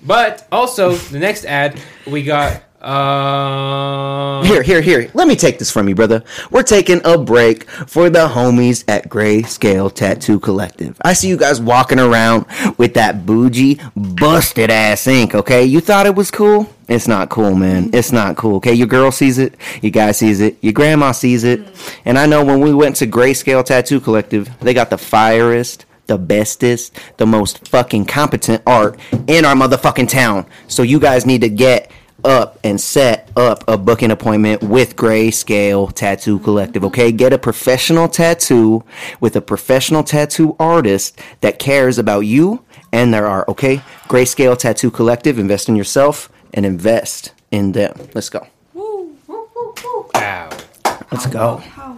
but also, the next ad, we got Um, Here, here, here. Let me take this from you, brother. We're taking a break for the homies at Grayscale Tattoo Collective. I see you guys walking around with that bougie, busted ass ink, okay? You thought it was cool? It's not cool, man. It's not cool, okay? Your girl sees it, your guy sees it, your grandma sees it. And I know when we went to Grayscale Tattoo Collective, they got the firest, the bestest, the most fucking competent art in our motherfucking town. So you guys need to get up and set up a booking appointment with Grayscale Tattoo Collective, okay? Get a professional tattoo with a professional tattoo artist that cares about you and their art, okay? Grayscale Tattoo Collective, invest in yourself and invest in them. Let's go. Woo, woo, woo, woo. bow, Let's go. How?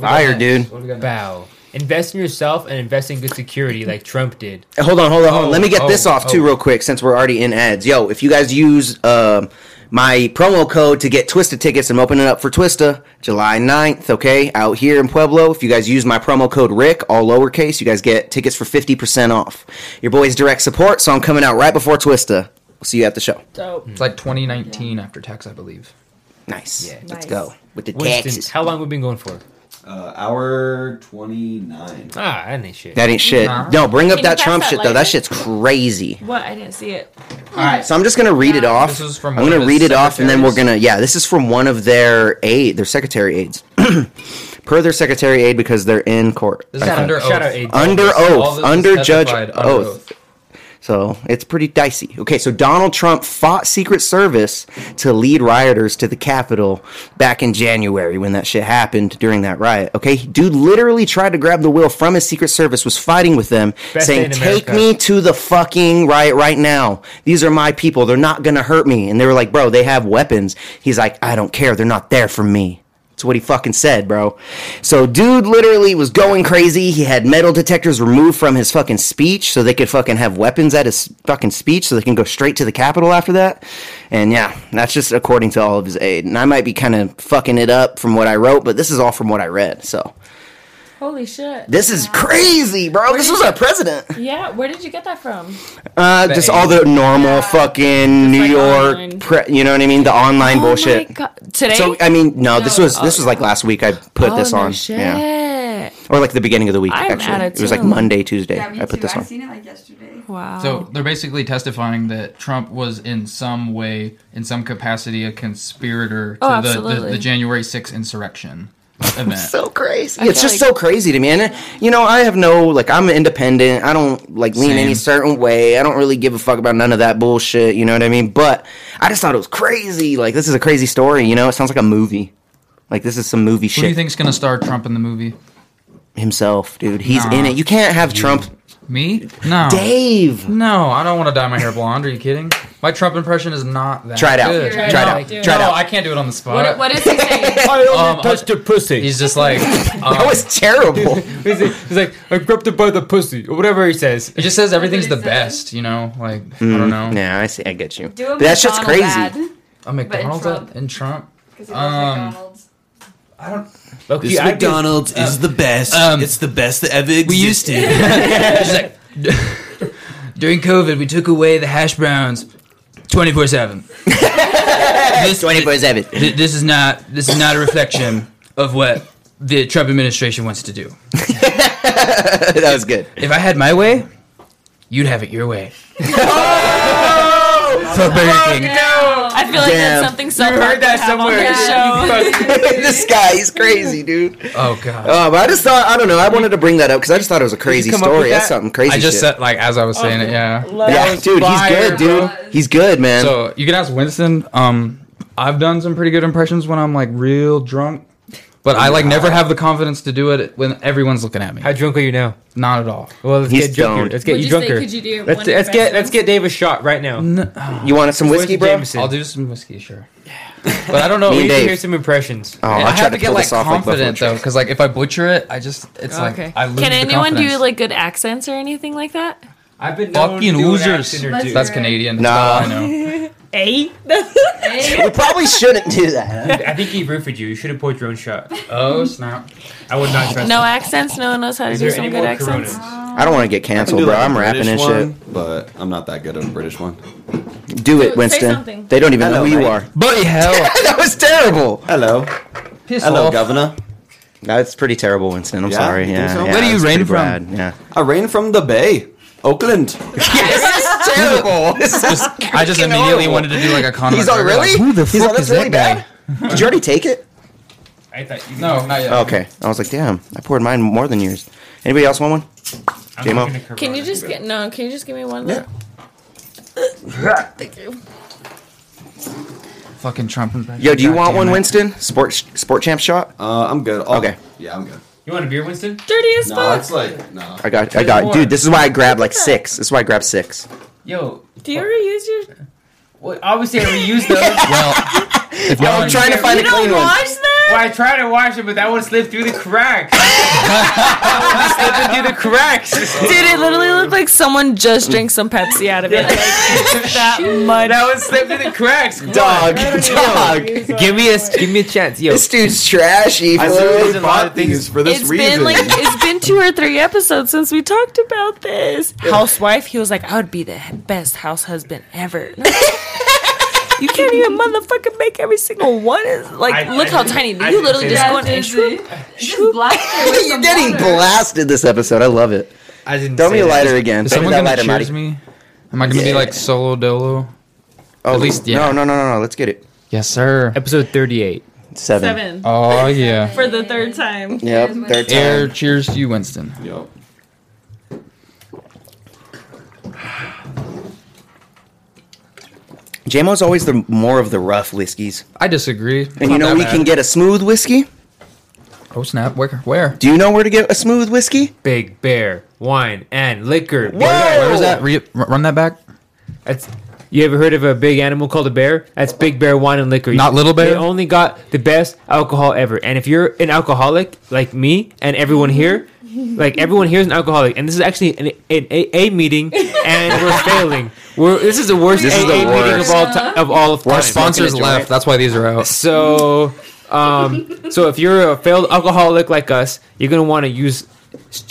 Fire, dude. What do we got next? bow. Invest in yourself and invest in good security, like Trump did. Hey, Hold on, hold on, hold on. Oh, Let me get oh, this off too, oh. real quick, since we're already in ads. Yo, if you guys use um my promo code to get Twista tickets, I'm opening up for Twista July 9th, okay? Out here in Pueblo. If you guys use my promo code Rick, all lowercase, you guys get tickets for 50% off. Your boy's direct support, so I'm coming out right before Twista. We'll see you at the show. Dope. It's like 2019 after tax, I believe. Nice. Yeah. Let's Nice. go. With the Winston, taxes. how long we been going for? Uh, hour 29. Ah, that ain't shit. that ain't shit. No, bring up Can you that pass Trump that shit, though. That lighter? shit's crazy. What? I didn't see it. All right. So I'm just gonna read it Yeah. off. This is from I'm one gonna of read his it off, and then we're gonna secretaries? yeah. This is from one of their aide, their secretary aides, per their secretary aide because they're in court. This is I think. under oath. Shout out, AD. Under All oath, this is under judge testified oath. under oath. So it's pretty dicey. Okay, so Donald Trump fought Secret Service to lead rioters to the Capitol back in January when that shit happened during that riot. Okay, dude literally tried to grab the wheel from his Secret Service, was fighting with them, Best day saying, in Take America." me to the fucking riot right now. These are my people. They're not gonna hurt me. And they were like, Bro, they have weapons. He's like, I don't care. They're not there for me. That's what he fucking said, bro. So, dude literally was going crazy. He had metal detectors removed from his fucking speech so they could fucking have weapons at his fucking speech so they can go straight to the Capitol after that. And yeah, that's just according to all of his aid. And I might be kind of fucking it up from what I wrote, but this is all from what I read. So, Holy shit. this is crazy, bro. This was our president. yeah. Where did you get that from? Uh, just all the normal fucking New like York, online. pre- you know what I mean? The online Oh bullshit. my God. Today. So I mean, no, this No, was this oh, was like last week. I put oh, this no on, Shit. yeah, or like the beginning of the week. I'm actually, outta it was like tune. Monday, Tuesday. Yeah, me I put too. this I on. seen it like yesterday. Wow. So Um, they're basically testifying that Trump was in some way, in some capacity, a conspirator to Oh, the, the, absolutely. the January 6th insurrection event. So crazy. I it's feel just like- so crazy to me. And uh, you know, I have no like. I'm independent. I don't like lean Same. any certain way. I don't really give a fuck about none of that bullshit. You know what I mean? But I just thought it was crazy. Like this is a crazy story. You know, it sounds like a movie. Like this is some movie Who do you shit. think's gonna star Trump in the movie? Himself, dude. He's Nah. in it. You can't have Trump. Me? No. Dave. No, I don't want to dye my hair blonde. Are you kidding? My Trump impression is not that. Try it out. good. Try it No, out. no, Try it out. I can't do it on the spot. What, what is he saying? I only Um, touched your pussy. He's just like That um, was terrible. He's, he's like, I grabbed her by the pussy, or whatever he says. It just says everything's the That's what he said. best, you know. Like I don't know. Mm. Yeah, I see. I get you. Do a But that's just McDonald's crazy. ad A McDonald's Trump. ad- and Trump. because he loves Um, McDonald's. I don't. Look, This yeah, I did- McDonald's is the best. um, it's the best that ever We used existed. She's like, during COVID, we took away the hash browns, twenty four seven. This Twenty four seven. th- this is not this is not a reflection of what the Trump administration wants to do. That was good. If I had my way, you'd have it your way. Oh! Fuck Burger King. I feel like Damn. that's something so you heard that somewhere. Yeah. this guy, he's crazy, dude. Oh god. Oh, but I just thought I don't know. I wanted to bring that up because I just thought it was a crazy come up with story. That's that? something crazy. I just shit. Oh, said like as I was saying it, yeah. yeah, dude, he's good, dude. He's good, man. So you can ask Winston. Um, I've done some pretty good impressions when I'm like real drunk, but I like never have the confidence to do it when everyone's looking at me. How drunk are you now? Not at all. Well, let's He's get drunker. stoned. Let's get Would you, you say drunker. could you do let's one let's get impression? let's get Dave a shot right now. you wanted some whiskey, bro? Jameson. I'll do some whiskey, sure. But I don't know. Me We and need to Dave. hear some impressions. Oh, I, I, have tried to to, get pull like this off like confident buffalo though, because like if I butcher it, I just it's like okay. I lose Oh, Can the anyone do confidence. like good accents or anything like that? I've been known to do an accent or two. That's That's Canadian. That's Nah. all I know. Eight. Trail. We probably shouldn't do that. I think he roofied you. You should have poured your own shot. Oh snap! I would not trust No him. accents. No one knows how to Is do there some any good more accents. Coronas? I don't want to get I can canceled, do, bro. like, a I'm rapping British and one, shit. But I'm not that good at a British one. Do it, Say Winston. something. They don't even Hello, know who you mate. are. Buddy, hell. that was terrible. Hello. Piss Hello, off. Governor. That's pretty terrible, Winston. I'm Yeah? sorry. You think Yeah, so? yeah, Where do it you was rain pretty from? bad, Yeah. I rain from the Bay, Oakland. yes, it's terrible. This is I just freaking immediately horrible. wanted to do like a con. He's on really? Who the He's fuck on is that's really that guy? bad. Did you already take it? I thought you No, not yet. Okay. I was like, damn, I poured mine more than yours. Anybody else want one? J-Mo? looking Can you just get no? Can you just give me one? Yeah. Thank you. Fucking Trump. and back. Yo, do you God want damn one, it. Winston? Sport Sport Champ shot? Uh, I'm good. I'll- Okay. Yeah, I'm good. You want a beer, Winston? Dirty as No, fuck. it's like no. I got, I There's got, more. dude. This is why I grabbed like six. This is why I grabbed six. Yo, Do you ever use your? well, obviously I reused those. Well, if Yo, y'all I'm trying to find Oh, You a clean don't one. wash that. well, I tried to wash it, but that one slipped through the cracks. that one slipped through the cracks. Dude, it literally looked like someone just drank some Pepsi out of it. Like, that much. That one slipped through the cracks. Come Dog, dog. on. Give me a give me a chance, yo. This dude's trashy. I fool. literally a lot of bought these for this It's reason. been like it's been two or three episodes since we talked about this. Housewife, he was like, I would be the best house husband ever. you can't even motherfucking make every single one. Is like, I- look I how didn't- tiny. I You didn't literally say just that. go in and shoot. Just blast it with You're some getting water. blasted this episode. I love it. I didn't Throw say me a that. lighter again. Is Throw me someone that gonna lighter, cheers Marty. me? Am I gonna be Yeah. like solo dolo? Oh, At least, yeah. No, no, no, no, no. Let's get it. Yes, sir. Episode thirty-eight. Seven. Seven Oh yeah. for the third time. Yep. Third time. Air. Cheers to you, Winston. Yo. JMO's always the more of the rough whiskeys. I disagree. And you know we can get a smooth whiskey. Oh snap! Where? Where? Do you know where to get a smooth whiskey? Big bear, wine, and liquor. Where was that? Re- r- run that back. That's you ever heard of a big animal called a bear? That's Big Bear Wine and Liquor. Not Little Bear? They only got the best alcohol ever. And if you're an alcoholic like me and everyone here, like everyone here is an alcoholic, and this is actually an, an AA meeting, and we're failing. We're this is the worst This AA is the meeting of worst. all time. Of all of Our time. sponsors smoking a left. joint. That's why these are out. So, um, so if you're a failed alcoholic like us, you're gonna want to use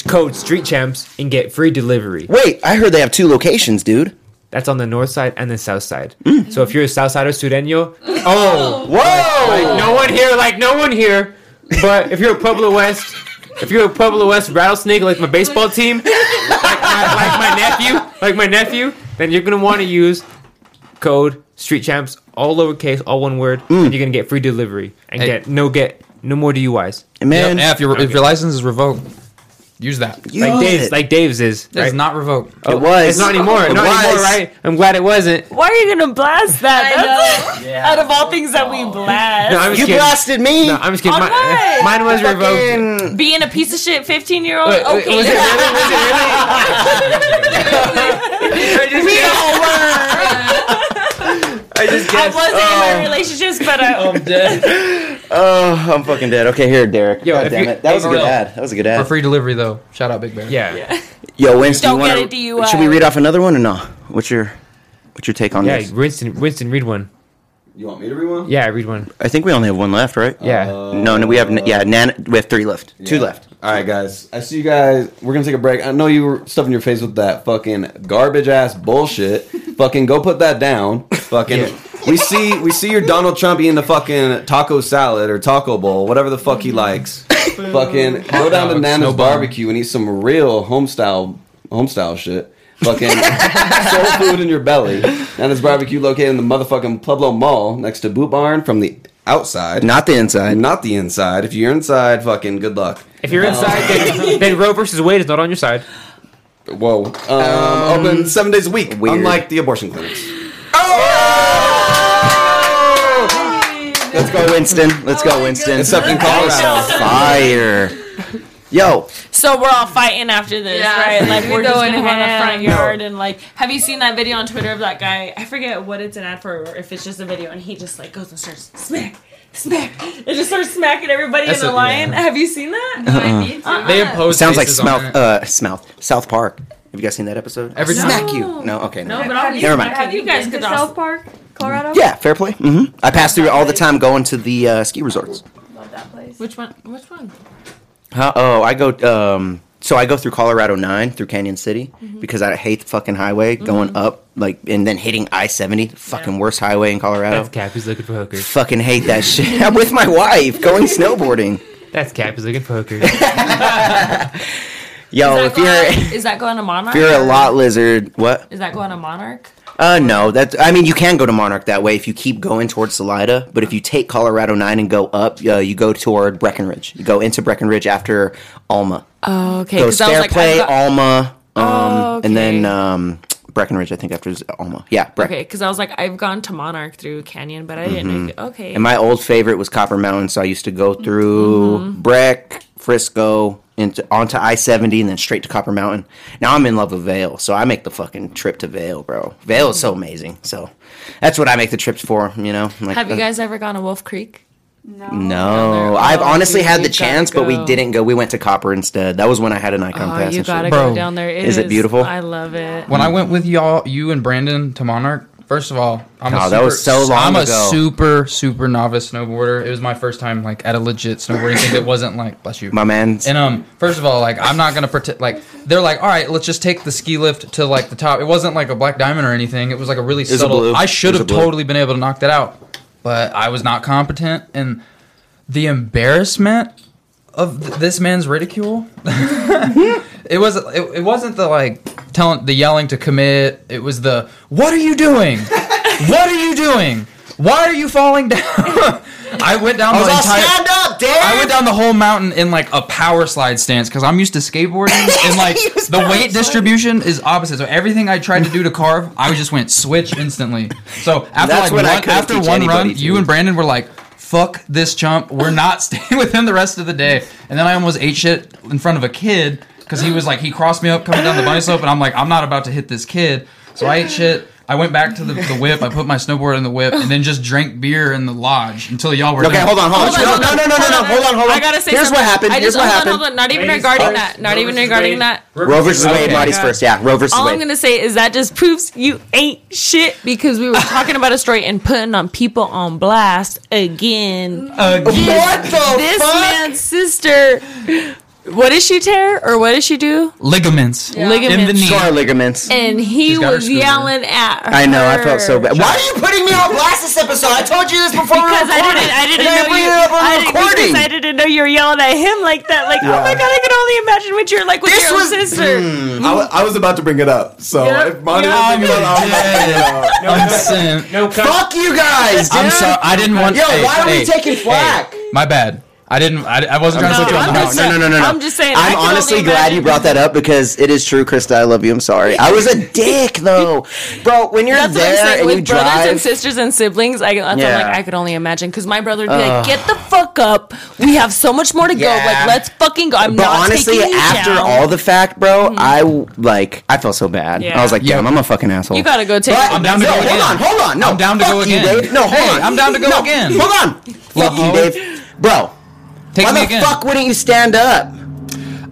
code Street Champs and get free delivery. Wait, I heard they have two locations, dude. That's on the north side and the south side. So if you're a south sider Sureño, Oh, like, whoa! no one here, like no one here. But if you're a Pueblo West, if you're a Pueblo West rattlesnake, like my baseball team, like my, like my nephew, like my nephew, then you're gonna want to use code Street Champs, all lowercase, all one word, and you're gonna get free delivery and Hey. get no get no more DUIs. Man, yeah, if your if your license is revoked, use that. you Like did Dave's, it. like Dave's is. It's not revoked. It was. It's not anymore. It not anymore, was. right? I'm glad it wasn't. Why are you gonna blast that? I That's- Out of all things that we blast, No, I'm just You kidding. blasted me. No, I'm just kidding. On Mi- what? mine was revoked. Fucking- being a piece of shit 15 year old. Wait, wait, Okay, was it really? Was it really? I just We get- all were. I just I guessed. wasn't in Oh. my relationships, but I. I'm dead. Oh, I'm fucking dead. Okay, here, Derek. Yo, God if damn you- it. That was a if good you- ad. That was a good For ad. free delivery though. Shout out Big Bear. Yeah. Yo, Winston, Don't you wanna, get a DUI. should we read off another one or no? What's your what's your take on Yeah, this? Winston, Winston, read one. You want me to read one? Yeah, read one. I think we only have one left, right? Yeah. no, no, we have n- yeah, nan- we have three left, two Yeah. left. All right, guys. I see you guys. We're gonna take a break. I know you were stuffing your face with that fucking garbage ass bullshit. fucking go put that down. Fucking. We see we see your Donald Trump eating the fucking taco salad or taco bowl, whatever the fuck he likes. fucking go down to Dog, Nana's snowball. barbecue and eat some real homestyle homestyle shit. Fucking soul food in your belly. Nana's barbecue located in the motherfucking Pueblo Mall next to Boot Barn from the outside. Not the inside. not the inside. If you're inside, fucking good luck. if you're inside, then, then Roe versus Wade is not on your side. Whoa. Um, open seven days a week, weird. unlike the abortion clinics. Oh! Let's go, Winston. Let's Oh go, Winston. Except in Colorado. Fire. Yo, So we're all fighting after this, Yeah. right? Like We we're just going gonna go in the ham. front yard and like, have you seen that video on Twitter of that guy? I forget what it's an ad for, or if it's just a video, and he just like goes and starts smack, smack, and just starts smacking everybody That's in the a- line. yeah. Have you seen that? No, uh-uh. I need to. Uh, They impose. sounds like faces on Smouth, it. uh, Smouth, South Park. Have you guys seen that episode? Every I'll time. smack you. No, okay, no. No, but I'll Have be Never mind. smacking. You guys been could to also. South Park, Colorado. Yeah, fair play. hmm I pass through it all the time going to the uh, ski resorts. Love that place. Which one? Which one? Huh? Oh, I go. Um, so I go through Colorado 9 through Canyon City Mm-hmm. because I hate the fucking highway going up, like, and then hitting I 70, fucking Yeah. worst highway in Colorado. That's Cap. He's looking for hookers. Fucking hate that shit. I'm with my wife going snowboarding. That's Cap. He's looking for hookers. Yo, that if you're. going- is that going to Monarch? If you're a or- lot lizard, what? Is that going to Monarch? Uh, no. That's. I mean, you can go to Monarch that way if you keep going towards Salida. But if you take Colorado nine and go up, uh, you go toward Breckenridge. You go into Breckenridge after Alma. Oh, okay. goes Because I was like, Fairplay, I've got- Alma, um, Oh, and then okay. um, Breckenridge. I think after is Alma. Yeah, Breck. okay, because I was like, I've gone to Monarch through Canyon, but I didn't. Mm-hmm. know- Okay. And my old favorite was Copper Mountain, so I used to go through Mm-hmm. Breck, Frisco, into onto I seventy, and then straight to Copper Mountain. Now I'm in love with Vale, so I make the fucking trip to Vale, bro. Vale is so Mm-hmm. amazing, so that's what I make the trips for. You know, I'm like, Have you uh, guys ever gone to Wolf Creek? No. No, there? I've Oh, honestly dude, had the you gotta chance, but we go. didn't go. We went to Copper instead. That was when I had an icon Oh, pass. you and shit. gotta Bro, go down there. is it beautiful? I love it. When I went with y'all, you and Brandon to Monarch, first of all, I'm a Oh, super, that was so long I'm ago. a super super novice snowboarder. It was my first time like at a legit snowboarding thing that wasn't like bless you. My man's and um, first of all, like I'm not gonna pretend like they're like, all right, let's just take the ski lift to like the top. It wasn't like a black diamond or anything. It was like a really was a subtle. blue. I It should was a have blue. totally been able to knock that out, but I was not competent, and the embarrassment of th- this man's ridicule. it was it, it wasn't the like telling the yelling to commit. It was the what are you doing? what are you doing? Why are you falling down? I went down the entire. up, Dave. I went down the whole mountain in like a power slide stance because I'm used to skateboarding and like Use the power weight slide. distribution is opposite. So everything I tried to do to carve, I just went switch instantly. So after That's like what one, I couldn't after teach one anybody run, to you do. and Brandon were like, "Fuck this chump, we're not staying with him the rest of the day." And then I almost ate shit in front of a kid because he was like he crossed me up coming down the bunny slope, and I'm like, I'm not about to hit this kid. So I ate shit. I went back to the, the whip. I put my snowboard in the whip, and then just drank beer in the lodge until y'all were. Okay, done. hold on, hold on. Hold on, no, no, no, no, no, no. Hold on, hold on. I gotta say Here's something. what happened. I Here's just, what hold on, happened. hold on. Not even regarding that. Not even regarding that. Roe versus Wade, Okay. ladies first. Yeah, Roe versus All I'm Wade. gonna say is that just proves you ain't shit because we were talking about a story and putting on people on blast again. what the this fuck? man's sister, what does she tear or what does she do? ligaments in the Ligaments. knee. Scar ligaments. And he She's got her was scooter. yelling at her. I know. I felt so bad. Why are you putting me on blast this episode? I told you this before we Because recorded. I didn't, I didn't And know bring you. it up on I didn't, recording. because I didn't know you were yelling at him like that. Like, oh my god, I can only imagine what you're like with This your own was- Hmm. sister. Hmm, I, wa- I was about to bring it up, so if Monty was thinking about it, I was about to bring it up. I'm sin- No cut. Fuck uh, you guys, dude. I'm sorry. I didn't want. Yo, hey, why are hey, we taking flack? My bad. I didn't. I, I wasn't trying to put you on I'm the just house. saying- no, no, no, no. I'm just saying. I I'm can only honestly glad imagine- you brought that up because it is true, Krista. I love you. I'm sorry. I was a dick, though, bro. When you're That's what I'm there saying. and you With brothers and drive, sisters and siblings, I, that's Yeah. yeah. like I could only imagine because my brother would be like, "Get the fuck up! We have so much more to Yeah. go. Like, let's fucking go. I'm But not honestly, taking you after down. Mm-hmm. all the fact, bro, I like I felt so bad. I Yeah. was like, Yeah. damn, I'm a fucking asshole. you gotta go take. But- I'm down to no, go hold again. on, hold on. No, I'm down to fuck go you, again. Dave. No, hold Hey, on. I'm down to go No, again. Hold on. Fuck you, hoe. Dave. Bro, Take why me the again. fuck wouldn't you stand up?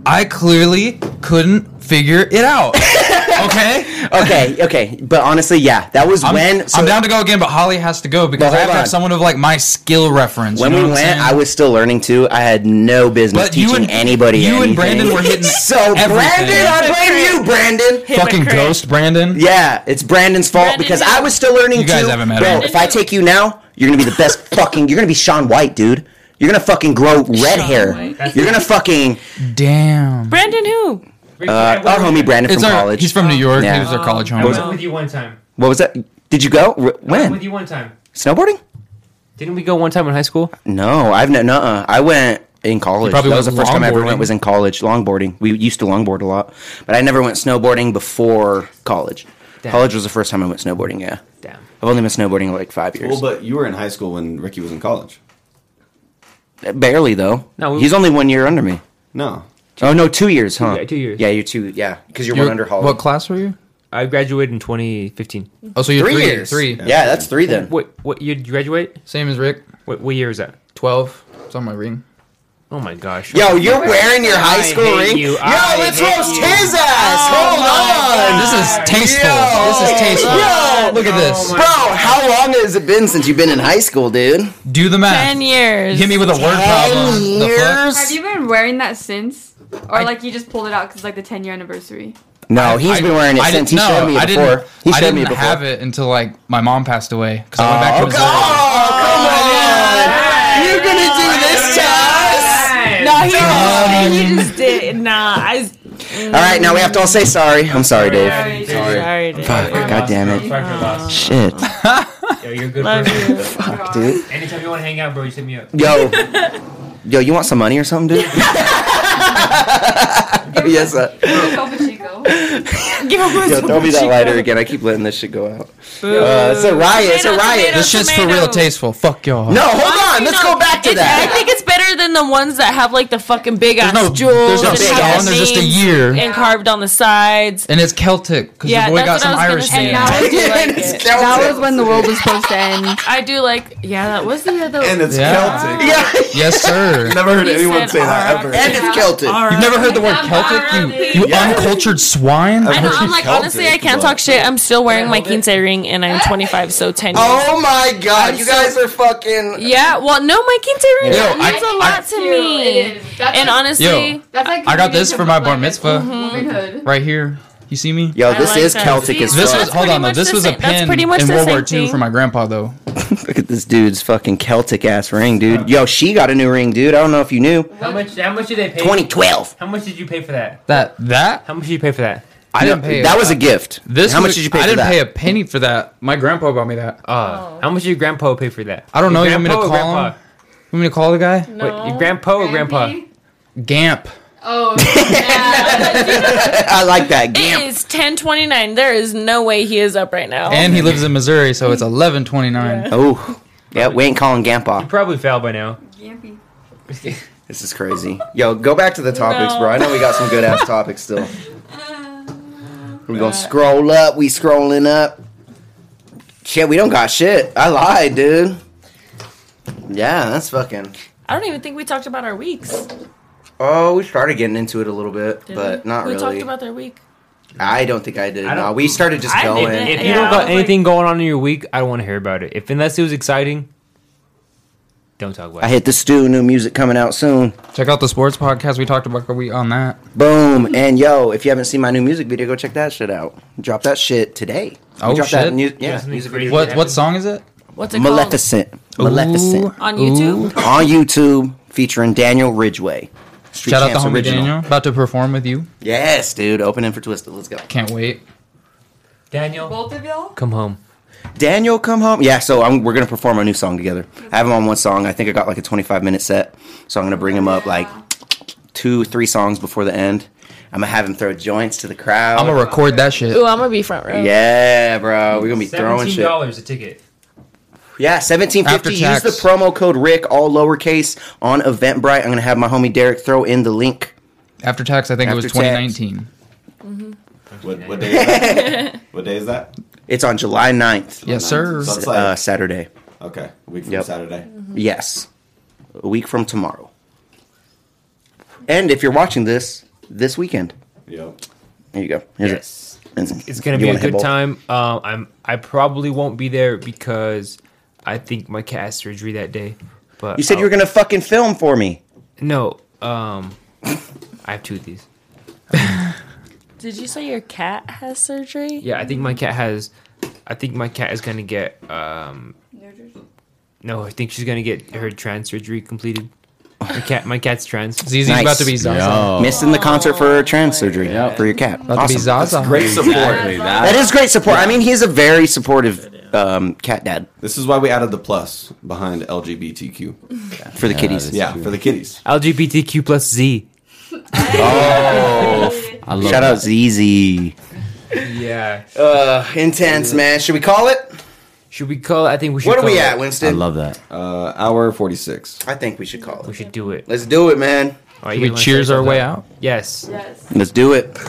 I clearly couldn't figure it out. Okay. Okay, okay. But honestly, yeah, that was I'm, when. so I'm down to go again, but Holly has to go because But I have hold to on. have someone of like my skill reference. when you know we what I'm went, saying? I was still learning too. I had no business But you teaching and- anybody. you and Brandon anything. were hitting so everything. Brandon, I blame you, Brandon. fucking hypocrite. ghost Brandon. Yeah, it's Brandon's fault Brandon because who? I was still learning You guys too. haven't met Bro, him. if I take you now, you're gonna be the best fucking. You're gonna be Sean White, dude. You're gonna fucking grow red hair. You're gonna fucking Damn. Brandon who? uh, our homie Brandon It's from our, college. He's from New York. Yeah. He was our college I went homie. with you one time. what was that? Did you go? I R- went with When you one time. snowboarding? Didn't we go one time in high school? No, I've no. Nuh-uh. I went in college. probably that was the went first time I ever went. longboarding. Was in college longboarding. We used to longboard a lot, but I never went snowboarding before college. Damn. College was the first time I went snowboarding. Yeah, Damn. I've only been snowboarding like five years. Well, but you were in high school when Ricky was in college. Barely though. No, we- he's only one year under me. No. Oh no, two years, huh? yeah, two years. Yeah, you're two. Yeah, because you're, one under Holly. What class were you? I graduated in 2015. Oh, so you're three, three. years. Three. Yeah. that's three then. What what year did you graduate? Same as Rick. What what year is that? Twelve. It's on my ring. Oh my gosh. Yo, you're wearing your high I school hate ring. you. Yo, I let's hate roast you. Oh his ass. Hold on. This is tasteful. This is tasteful. Yo. Look at this. Bro, how long has it been since you've been in high school, dude? Do the math. Ten years. Hit me with a word problem. Ten The fuck? years? Have you been wearing that since? Or like you just pulled it out because like the 10 year anniversary? No, he's I- been wearing it I since he didn't- no, showed me I it didn't- before. He I showed me it didn't before. Oh have it until like my mom passed away because I went back Oh You're gonna do this to us? to Missouri. No, he just, he just did. Nah, I. was- All right, now we have to all say sorry. I'm sorry, Dave. Sorry, sorry, dude. Fuck, God damn it. Sorry for your loss. Shit, Yo, you're good Love person. you. dude. Anytime you want to hang out, bro, just hit me up. Yo, yo, you want some money or something, dude? yes, uh, Topo Chico. Give a yo, boost. throw me that lighter again. I keep letting this shit go out. Boo. Uh, it's a riot. It's a Tomato, riot. tomato. This shit's for Tomato. real tasteful. Fuck y'all. No, hold on. Let's No, go back to it's- I that. think it's better than the ones that have like the fucking big ass There's no, jewels there's no and big have skull. ass. the There's just a names year, and carved on the sides. and it's Celtic because Yeah, the boy that's got some what I was Irish in gonna say. it. And I do like It's it. Celtic. That was when the world was supposed to end. I do like. Yeah, that was the year though. And it's Yeah. Celtic. Yeah, Yes, sir. Never heard He anyone said say that R. ever. and it's Celtic. You've never heard the word Celtic, you, you uncultured swine. I know. I'm like Celtic, honestly, I can't but- talk shit. I'm still wearing my quince ring, and I'm 25, so 10 years. Oh my God, you so- guys are fucking. Yeah, well, no, my quince ring Yo, I- means a I- lot to me. That's And honestly, Yo, that's like I got this for my bar mitzvah Womanhood. right here. You see me? Yo, I this like is that. Celtic See, as This So was fuck. that's hold pretty on though. much This the was a same- that's pin pretty much in the World War same II for thing. my grandpa though. Look at this dude's fucking Celtic ass ring, dude. Yo, she got a new ring, dude. I don't know if you knew. How much? How much did they pay? 2012. How much did you pay for that? That that How much did you pay for that? I didn't pay. That was a gift. This How much was- did you pay I for didn't that? Ah. pay a penny for that. My grandpa bought me that. Uh, How much did your grandpa pay for that? I don't Your know. You want me to grandpa or call grandpa? him? You want me to call the guy? Wait, your grandpa or grandpa? Gamp. Oh, I like that. It Gamp. is 10:29. There is no way he is up right now. And he lives in Missouri, so it's eleven twenty nine. Oh, yeah. We ain't calling Gampa. Probably fell by now. Yampy. This is crazy. Yo, go back to the topics, bro. I know we got some good ass topics still. We're gonna scroll up. We scrolling up. Shit, we don't got shit. I lied, dude. Yeah, that's fucking. I don't even think we talked about our weeks. Oh, we started getting into it a little bit, did but we? not We really. talked about their week. I don't think I did. I don't- no, we started just I going. didn't. If you Yeah, don't I was got like- anything going on in your week, I don't want to hear about it. If unless it was exciting, don't talk about I it. hit the stew. New music coming out soon. Check out the sports podcast. We talked about we on that. Boom. And yo, if you haven't seen my new music video, go check that shit out. Drop that shit today. We Oh, dropped shit. That new, yeah, Isn't it music crazy? video. What what song is it? What's it Maleficent. Maleficent. called? On YouTube. On YouTube featuring Daniel Ridgway. Street Shout out to Champs homie original. Daniel. About to perform with you. Yes, dude. Opening for Twisted. Let's go. Can't wait. Daniel, Both of y'all? come home. Daniel, come home. Yeah, so I'm, we're gonna perform a new song together. I have him on one song. I think I got like a 25 minute set, so I'm gonna bring him up like two, three songs before the end. I'm gonna have him throw joints to the crowd. I'm gonna record that shit. Ooh, I'm gonna be front row. yeah, bro, we're gonna be throwing Seventeen shit. dollars a ticket. Yeah, seventeen After fifty. Use tax. the promo code Rick, all lowercase, on Eventbrite. I'm gonna have my homie Derek throw in the link. After tax, I think it was After tax. Oh, 2019. What, what day is that? what day is that? It's on July 9th, Yes, sir. So it's like, uh, Saturday. okay, a week from Yep. Saturday. Mm-hmm. Yes, a week from tomorrow. And if you're watching this this weekend, Yep. there you go. Here's it. It's gonna You be a wanna hit good both? time. Um, I'm I probably won't be there because I think my cat surgery that day. But You said you were I'll- gonna fucking film for me. no. Um, I have two of these. Did you say your cat has surgery? Yeah, I think my cat has. I think my cat is gonna get. Um, no, I think she's gonna get her trans surgery completed. My cat, my cat's trans. ZZ's Nice. about to be Zaza. Missing the concert for trans surgery for your cat. About to be Awesome. Zaza. Great support. That is great support. I mean, he's a very supportive um, cat dad This is why we added the plus behind LGBTQ. for the kitties. Yeah, for the kitties. LGBTQ plus Z. I love Shout out ZZ. Yeah. Uh, intense man. Should we call it? Should we call? I think we should. What are we call at, it. Winston? I, that. Uh, hour 46. think we should call We it. should do it. Let's do it, man. All right, Can you we wanna say cheers our something? way out? Yes. Yes. Let's do it.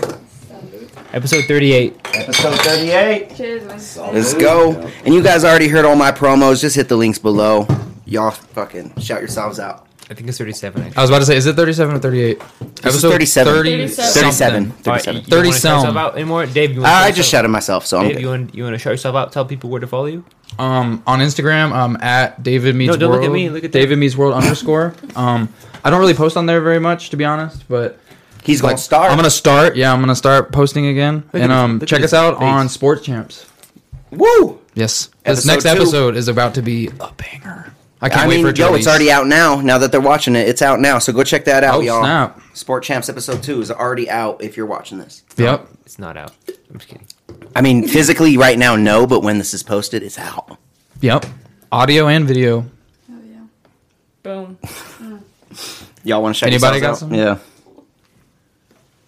Episode thirty-eight. Episode thirty-eight. Cheers, Winston. Let's go. And you guys already heard all my promos. Just hit the links below. Y'all fucking shout yourselves out. I think it's 37. Actually. I was about to say, is it 37 or 38? This is 37. 37. All 37. right, 37. you wanna 30 shout yourself some. out anymore? Dave, you wanna Oh, I shout just yourself- shouted myself, so I'm Dave, you good. want you want to shout yourself out? Tell people where to follow you. Um, on Instagram, um, at David Meets No, don't World. look at me, look at that. David Meets World underscore. Um, I don't really post on there very much, to be honest, but He's going like, to start. I'm gonna start. Yeah, I'm gonna start posting again. at his- and um, look at check his us out face. on Sports Champs. Woo! Yes, this Episode next two. episode is about to be a banger. I can't I wait mean, for it to yo, release. it's already out now. Now that they're watching it, it's out now. So go check that out, Oh, y'all. snap. Sport Champs episode two is already out. If you're watching this, Yep. It's not out. I'm just kidding. I mean, physically right now, no. But when this is posted, it's out. Yep. Audio and video. Oh, yeah. Boom. Y'all want to shout Anybody yourselves got out? Yeah.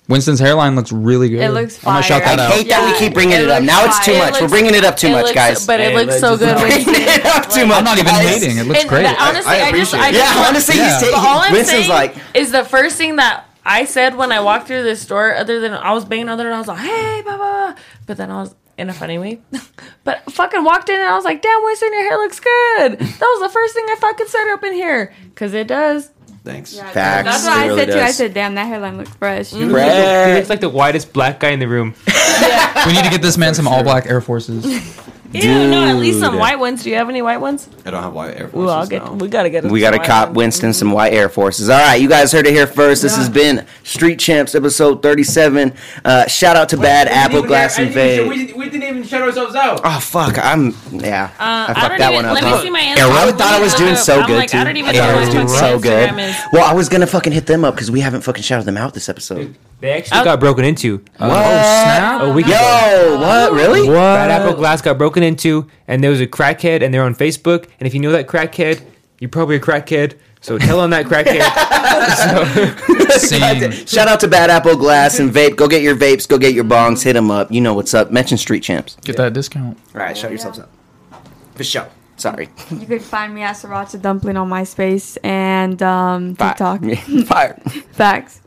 Winston's hairline looks really good. It looks I'm gonna shout fire. that I No. hate out. that we Yeah. keep bringing it, It up. looks Now it's too fine. much. looks- We're bringing it up too it much, looks- guys. But it Hey, looks like, so just- good. when you bringing see it up too like- much. I'm not even guys. hating. It looks And great. that- honestly, I I, just, appreciate I it. just Yeah, honestly, Yeah. he's But But all I'm taking. Winston's saying like, is the first thing that I said when I walked through this door, other than I was banging on the door, and I was like, "Hey, blah blah," blah." but then I was in a funny way. but fucking walked in and I was like, "Damn, Winston, your hair looks good." That was the first thing I fucking said up in here because it does. Thanks. Yeah, Facts. that's That's why It what I really said too. I does. said, "Damn, that hairline looks fresh." He Brad. looks like the whitest black guy in the room. We need to get this man some all black Air Forces. Ew, no, at least some Dude. white ones. Do you have any white ones? I don't have white Air Forces Ooh, I'll get. now. We gotta get. We got to cop Winston some white Air Forces. All right, you guys heard it here first. This has been Street Champs episode 37. Uh, shout out to Bad Apple Glass and Fade. We didn't even shout ourselves out. Oh, fuck. I'm. Yeah. Uh, I I fucked don't that even. one up. Let me huh? see my Instagram. Yeah, Rob thought I was doing so I'm good, like, too. I don't even I thought know I was what doing my so Instagram good. is. Well, I was going to fucking hit them up because we haven't fucking shouted them out this episode. They actually Out- got broken into. Uh, oh, snap. a week ago. Yo, what? Really? Bad Apple Glass got broken into, and there was a crackhead, and they're on Facebook. And if you know that crackhead, you're probably a crackhead. So tell on that crackhead. Same. Shout out to Bad Apple Glass and Vape. Go get your vapes. Go get your bongs. Hit them up. You know what's up. Mention Street Champs. Get that discount. All right, shout yourselves up. For sure. Sorry. You could find me at Sriracha Dumpling on MySpace and um, TikTok. Fire. Facts.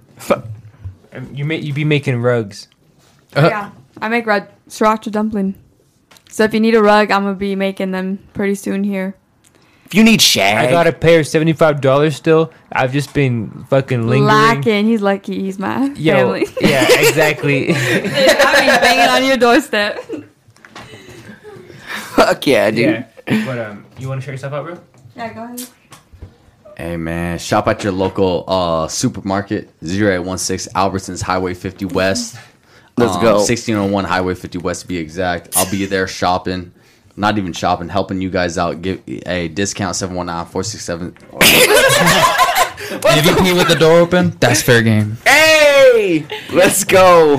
you may you be making rugs. Uh-huh. Uh, yeah, I make rug Sriracha Dumpling. So if you need a rug, I'm gonna be making them pretty soon here. If you need shag. I got a pair of seventy five dollars still. I've just been fucking lingering. Lacking. He's lucky. He's my Yo, family. yeah, exactly. I'll be banging on your doorstep. Fuck yeah, dude. yeah, but um, you want to show yourself out, bro? Yeah, go ahead. Hey man, shop at your local uh, supermarket, 0816 Albertsons Highway 50 West. Let's um, go. 1601 Highway 50 West to be exact. I'll be there shopping. Not even shopping, helping you guys out. Give a discount 719 467. If you pee with the door open, that's fair game. Hey! Let's go.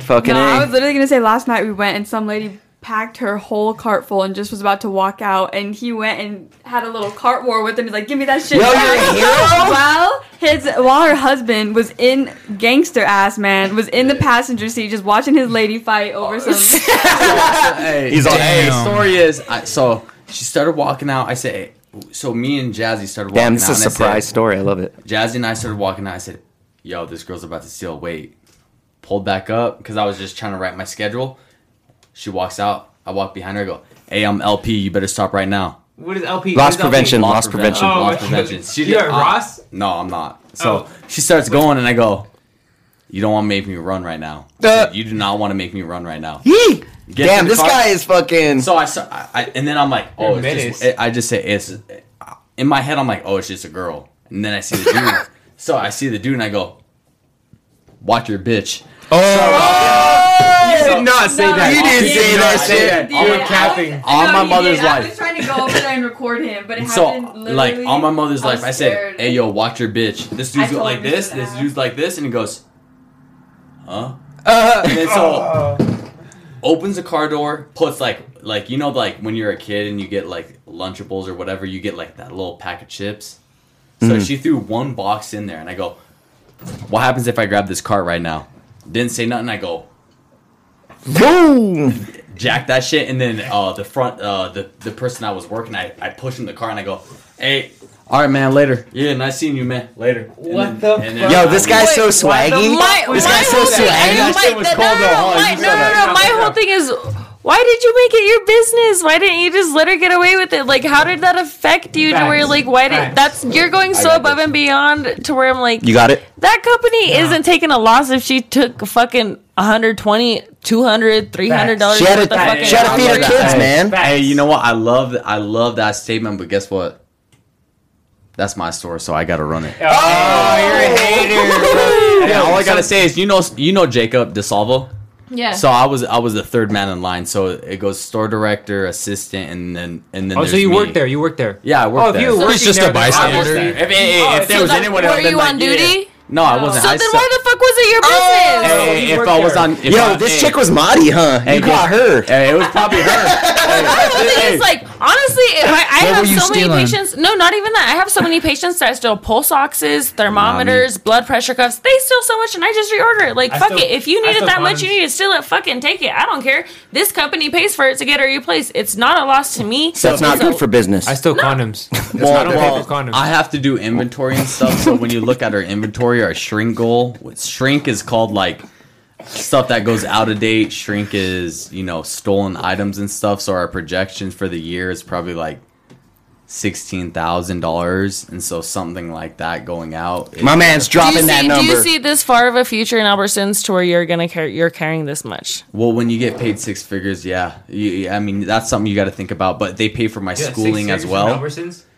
Fucking No, I A. was literally gonna say last night we went and some lady packed her whole cart full and just was about to walk out and he went and had a little cart war with him. He's like, Give me that shit. Yo, back." you're a hero? While his while her husband was in gangster ass man, was in the passenger seat just watching his lady fight over some hey, He's all, hey, "Damn." story is, I, so she started walking out. I said, hey, so me and Jazzy started walking Damn, out. this is a and I said, surprise story. I love it. Jazzy and I started walking out. I said, "Yo, this girl's about to steal." Wait, pulled back up because I was just trying to write my schedule. She walks out. I walk behind her. I go, "Hey, I'm LP. You better stop right now." What is LP? Loss prevention. Loss prevention. Oh, loss okay. prevention. She You did- are I- Ross? No, I'm not. So Oh. she starts going, and I go, "You don't want to make me run right now. I said, you do not want to make me run right now." Yee! Get in Damn, the this car. guy is fucking. So I, saw, I, I and then I'm like, oh, You're a it's just, menace. I just say it's in my head. I'm like, oh, it's just a girl, and then I see the dude. so I see the dude, and I go, watch your bitch. Oh! You did not say No, that. you didn't did say not that say shit. You were Yeah. capping. On No, my you mother's didn't. I life. was trying to go over there and record him, but it So, happened like, literally- on my mother's I was life, I said, scared. "Hey, yo, watch your bitch." This I dude's told like him this. to This ask. dude's like this, and he goes, "Huh?" and then so opens the car door, puts like like you know like when you're a kid and you get like Lunchables or whatever, you get like that little pack of chips. So she threw one box in there, and I go, "What happens if I grab this cart right now?" Didn't say nothing. I go, Boom! jack that shit, and then uh, the front, uh, the the person I was working, I I push him in the car, and I go, "Hey, All right, man. Later. yeah, nice seeing you, man. Later." What the fuck? Yo, this guy's so why the swaggy. mic- My, This my guy's so whole thing, swaggy. I- That my- shit was no, cold no, though, no, huh? my- You no, saw no, that. no, My whole thing is, why did you make it your business? Why didn't you just let her get away with it? Like, how did that affect you to where you're Facts. like, why did Facts. that's you're going so above and beyond to where I'm like, You got it? that company isn't taking a loss if she took fucking 120, 200, 300 dollars She had worth of to, fucking she had to feed her kids, man. Facts. Hey, you know what? I love I love that statement, but guess what? That's my store, so I gotta run it. Oh, you're a hater. Hey, all I gotta say is, you know, you know Jacob DeSalvo. Yeah. So I was I was the third man in line. So it goes store director, assistant, and then and then. Oh, there's so you me. worked there. You worked there. Yeah, I worked Oh, if there. you were working just there, a then bystander. obviously- If, if- Oh, if there was that- anyone Oh, were else, then you like, on yeah. duty? No, I wasn't. So I then sucked. why the fuck was it your business? Oh, Hey, you if worked I was there. on, if Yo, I- this hey, chick was Marty, huh? You hey, got this- her. Hey, it was probably her. I don't think it's like honestly, if I, I What have were you so stealing? many patients. No, not even that. I have so many patients that steal pulse oxes, thermometers, blood pressure cuffs. They steal so much, and I just reorder it. Like I fuck still- it. If you I need it still that much, condoms. you need to steal it. Fucking take it. I don't care. This company pays for it to get it replaced. It's not a loss to me. That's not good for business. I still condoms. That's Well, not a well, paper condom. I have to do inventory and stuff. So when you look at our inventory, our shrink goal, what- shrink is called like stuff that goes out of date. Shrink is you know stolen items and stuff. So our projection for the year is probably like sixteen thousand dollars, and so something like that going out. My man's Do you, dropping that see, do you number. see this far of a future in Albertsons to where you're gonna car- you're carrying this much? Well, when you get paid six figures, yeah, you, I mean that's something you got to think about. But they pay for my schooling as well.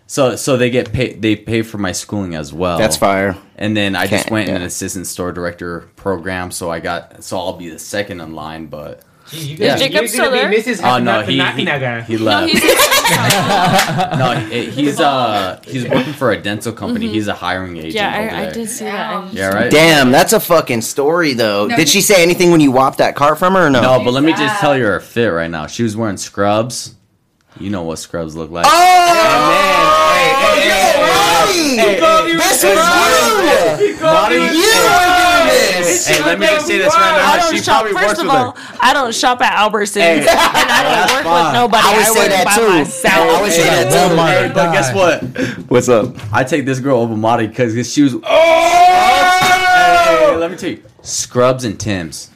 So so they get paid. They pay for my schooling as well. That's fire. And then I just Can't- went in yeah. an assistant store director program, so I got so I'll be the second in line. But Is Jacob still there? oh no, he he, he No, left. Oh, he's No, he- he's uh he's working for a dental company. He's a hiring agent. yeah. over I, I there. did see that. Yeah, right. Damn, that's a fucking story, though. No, Did he- she say anything when you whopped that car from her or no? No, but let me just Sad. tell you her fit right now. She was wearing scrubs. You know what scrubs look Oh! like. This is you! You Monty- are doing this! Hey, let me just say this right I now. don't She shop. probably First works of with her. all, I don't shop at Albertsons, and I that's don't work fine. with nobody. I I, would say work that by too. myself. I would say that too. Hey, but guess what? What's up? I take this girl over Marty because she was. Oh! let me tell you. Scrubs and Tim's.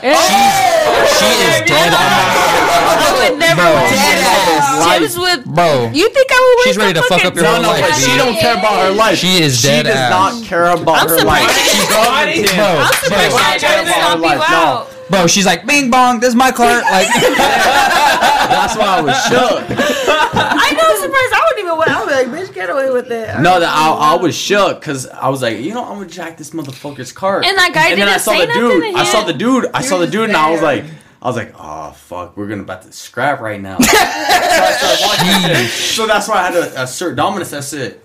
She is dead on I would never wear Tim's with. bro. You think I would wear She's ready to some fuck fucking up your whole Tim's? life. She dude. don't care about her life. She is dead does ass. not care about I'm her life. surprised. She's going to Tim's. Bro, I'm bro, surprised I tried to Terrible stop you life. No. out. bro, she's like, bing bong, this is my cart. Like, That's why I was shook. I know, I'm surprised I wouldn't even wear. I would be like, bitch, get away with it. No, that I, I was shook because I was like, you know, I'm gonna jack this motherfucker's cart. And that guy then didn't I saw say the nothing dude. to I saw him. the dude. I saw the You're dude, and I was there. like, I was like, oh fuck, we're gonna about to scrap right now. so, I started walking in. So that's why I had to assert dominance. That's it.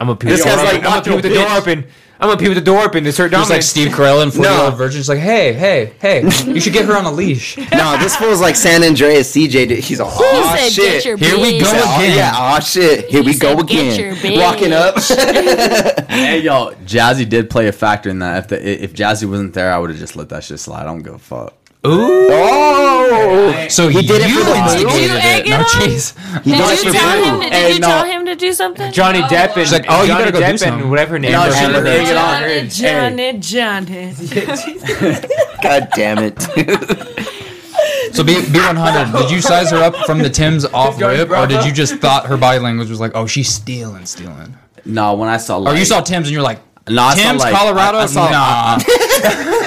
I'm a pee This with the door open. guy's like, I'm a "Watch pee with the your door bitch." open. I'm a pee with the door open to start just like dominance. Steve Carell and 40 year No. old virgin. She's like, hey, hey, hey, you should get her on a leash. No, this feels like San Andreas CJ. did- He's all, oh said, shit. "Get your Here we bitch." go Oh, again. yeah, oh shit. Here we He go said, "Get again. your bitch." Walking up. Hey yo, Jazzy did play a factor in that. If the, if Jazzy wasn't there, I would have just let that shit slide. I don't give a fuck. oh! So he did it you for the money. instigated Did you egg it. No, it on? jeez. Did you tell him? Hey, Did you no. tell him to do something? Johnny Depp and She's like, "Oh, you Johnny better go do Depp something." and whatever her name. No, is. she Amber didn't Heard. egg it on. Johnny, Johnny, Johnny. God damn it. So B B one hundred, did you size her up from the Tim's off rip, or did you just thought her body language was like, oh, she's stealing, stealing? No, when I saw, Or like, you saw Tim's and you're like, no, I saw, Tim's like- Colorado? I, I saw, nah.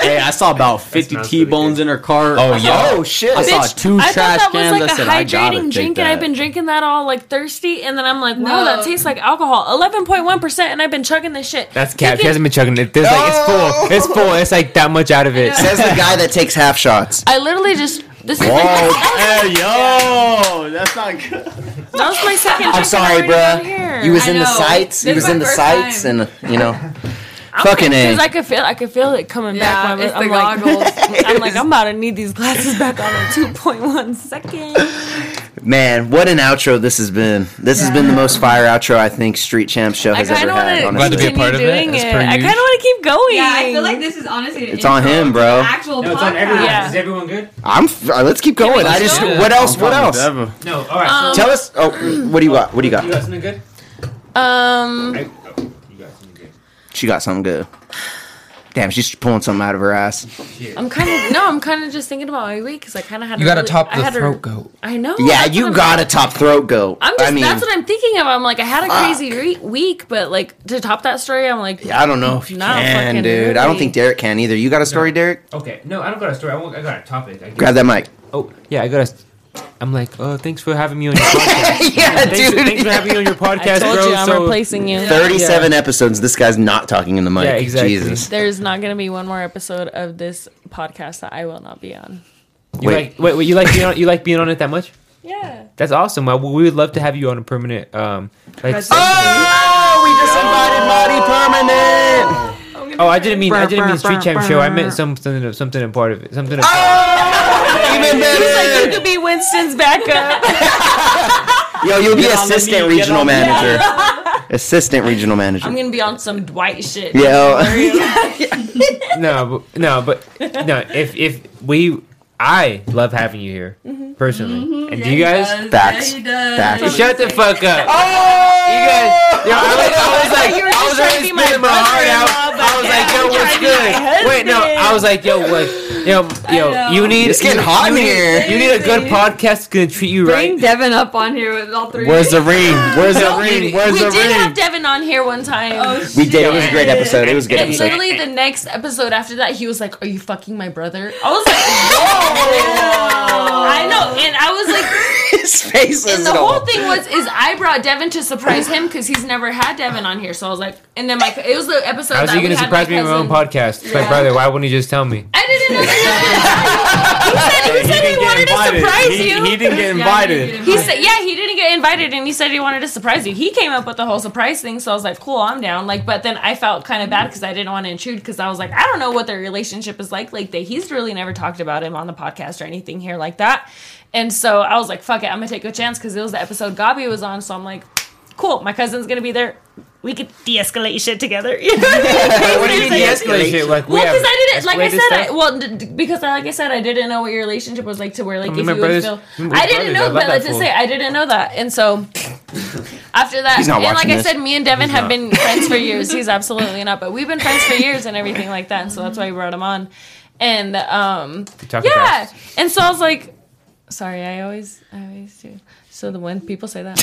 hey, I saw about fifty not T bones really in her car. Oh, yeah. Oh shit. I saw Bitch, two I trash thought that cans. was like I a said, I gotta hydrating take drink, and that. I've been drinking that all like thirsty, and then I'm like, wow, No. that tastes like alcohol, eleven point one percent, and I've been chugging this shit. That's cap. She Thinking- hasn't been chugging it. There's like it's full. It's full. It's like that much out of it. Says the guy that takes half shots. I literally just this is Whoa. my, Hey yo, that's not good. that was my second. I'm drink sorry, I've already done bruh. here. You was I in the know. sights. You This was is in my the first sights, and time. uh, you know, I'm fucking confused. A. I could feel, I could feel it coming Yeah, back. it's When the I'm, I'm like, goggles. I'm like, I'm about to need these glasses back on in two point one second. man, what an outro this has been. This has been the most fire outro I think Street Champ Show I has kind ever of had. want Glad to to be a Honestly, part continue of doing it, as it. per I kind of usual. want to keep going. Yeah, I feel like this is honestly. An It's on insult him, to bro. the Actual No, it's on podcast. everyone. Yeah. Is everyone good? I'm. f- uh, Let's keep going. I just. Yeah. What else? What else? No. All right. so Tell us. Oh, what do you got? What do you you got? got something good? um, I, oh, you got something good. She got something good. Damn, she's pulling something out of her ass. I'm kind of no. I'm kind of just thinking about my week because I kind of had. You a gotta really- top I the had a- throat goat. I know. yeah, that's what you I'm- got a top throat goat. I'm just. I mean, that's what I'm thinking of. I'm like, I had a crazy re- week, but like to top that story, I'm like, I don't know if you No, can, fucking dude. I don't really. think Derek can either. You got a story, Derek? Okay, no, I don't got a story. I, want, I got a topic. I Grab that mic. Oh yeah, I got. A, I'm like, oh, thanks for having me on your podcast. yeah, thanks, thanks for having me on your I podcast, told bro. you, I'm so replacing you. 37 episodes. This guy's not talking in the mic. Yeah, exactly. Jesus. There's not going to be one more episode of this podcast that I will not be on. you Wait. like, wait, wait, you like being on, you like being on it that much? Yeah. That's awesome. Well, we would love to have you on a permanent. Um, like, Oh, we just invited Marty Permanent. oh, I didn't mean I didn't mean street champ show. I meant something something a part of it. Something. A Even You better. could be Winston's backup. Yo, you'll be assistant regional manager. Assistant regional manager. I'm going to be on some Dwight shit. Yeah. no, but, no, but no. If if we, I love having you here personally, and do Mm-hmm. you guys? Oh, Facts. Yeah, he does. Facts. Shut the fuck up. You guys, yo, I was, I was Oh! like, I was already spitting my heart out. I was like, yo, what's good? Wait, no, I was like, yo, what? Yo, yo, you need. It's getting you- hot in you need- here. You need a good podcast that's gonna treat you Bring right. Devin up on here with all three. Where's the ring? Where's the No, ring? we- Where's We the did have ring? Devin on here one time. We did. It was a great episode. It was a good and episode. literally the next episode after that, he was like, "Are you fucking my brother?" I was like, "Whoa!" I know, and I was like, His face and is the all- whole thing was is I brought Devin to surprise him because he's never had Devin on here. So I was like, and then my it was the episode. How's that he we gonna had surprise my me with my own cousin. podcast? It's like, brother, why wouldn't you just tell me? I didn't know. that. he said he, said he wanted to surprise you. He, didn't get invited. said, yeah, he didn't get invited, and he said he wanted to surprise you. He came up with the whole surprise thing, so I was like, cool, I'm down. Like, but then I felt kind of bad because I didn't want to intrude because I was like, I don't know what their relationship is like. Like, they, he's really never talked about him on the podcast or anything here like that. And so I was like, fuck it, I'm gonna take a chance because it was the episode Gabi was on. So I'm like, cool, my cousin's gonna be there. We could de-escalate shit together. What do you mean de-escalate shit? Like, we Well, because have I didn't, like I escalated said, stuff? I, well, d- d- because I, like I said, I didn't know what your relationship was like to where, I like, if mean, you my would brother's- feel. we're I didn't brothers. I know, love but that let's just fool. say I didn't know that, and so after that, He's not and like watching I this. said, me and Devin have not. been friends for years. He's absolutely not, but we've been friends for years and everything like that, and so that's why we brought him on. And um, Talk yeah, fast. and so I was like, sorry, I always, I always do. So the when people say that,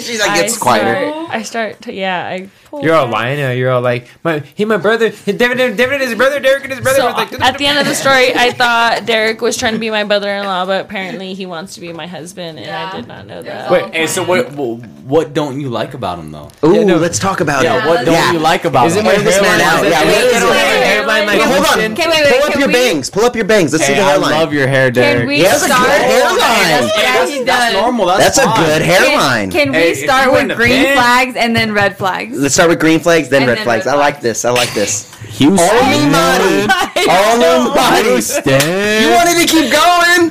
She's like, I it's quieter. Start, I start, to, yeah, I. pull You're all back. lying now. You're all like, my he, my brother, David, David and his brother, Derek and his brother. So was like, at the end of the story, I thought Derek was trying to be my brother-in-law, but apparently he wants to be my husband, and I Yeah. did not know There's that. all Wait, and so what? What don't you like about him though? Ooh, let's talk about Yeah, it. what don't Yeah. you like about Is it him? my hairline? Is it- Yeah, is what it- is is it- it? hairline like Wait, hold on. Winston? Okay, wait, wait. Pull up can your we- bangs. Pull up your bangs. Let's see Hey, the I hairline. love your hair, Can Derek. we yeah, that's a good start? hairline. Yeah, he That's does. normal. That's, That's a fine. good hairline. Can Hey, we if start you in with a green band- flags and then red flags? Let's start with green flags, then And red then flags. red I like this. I like this. Houston. Only money. Only money. You wanted to keep going.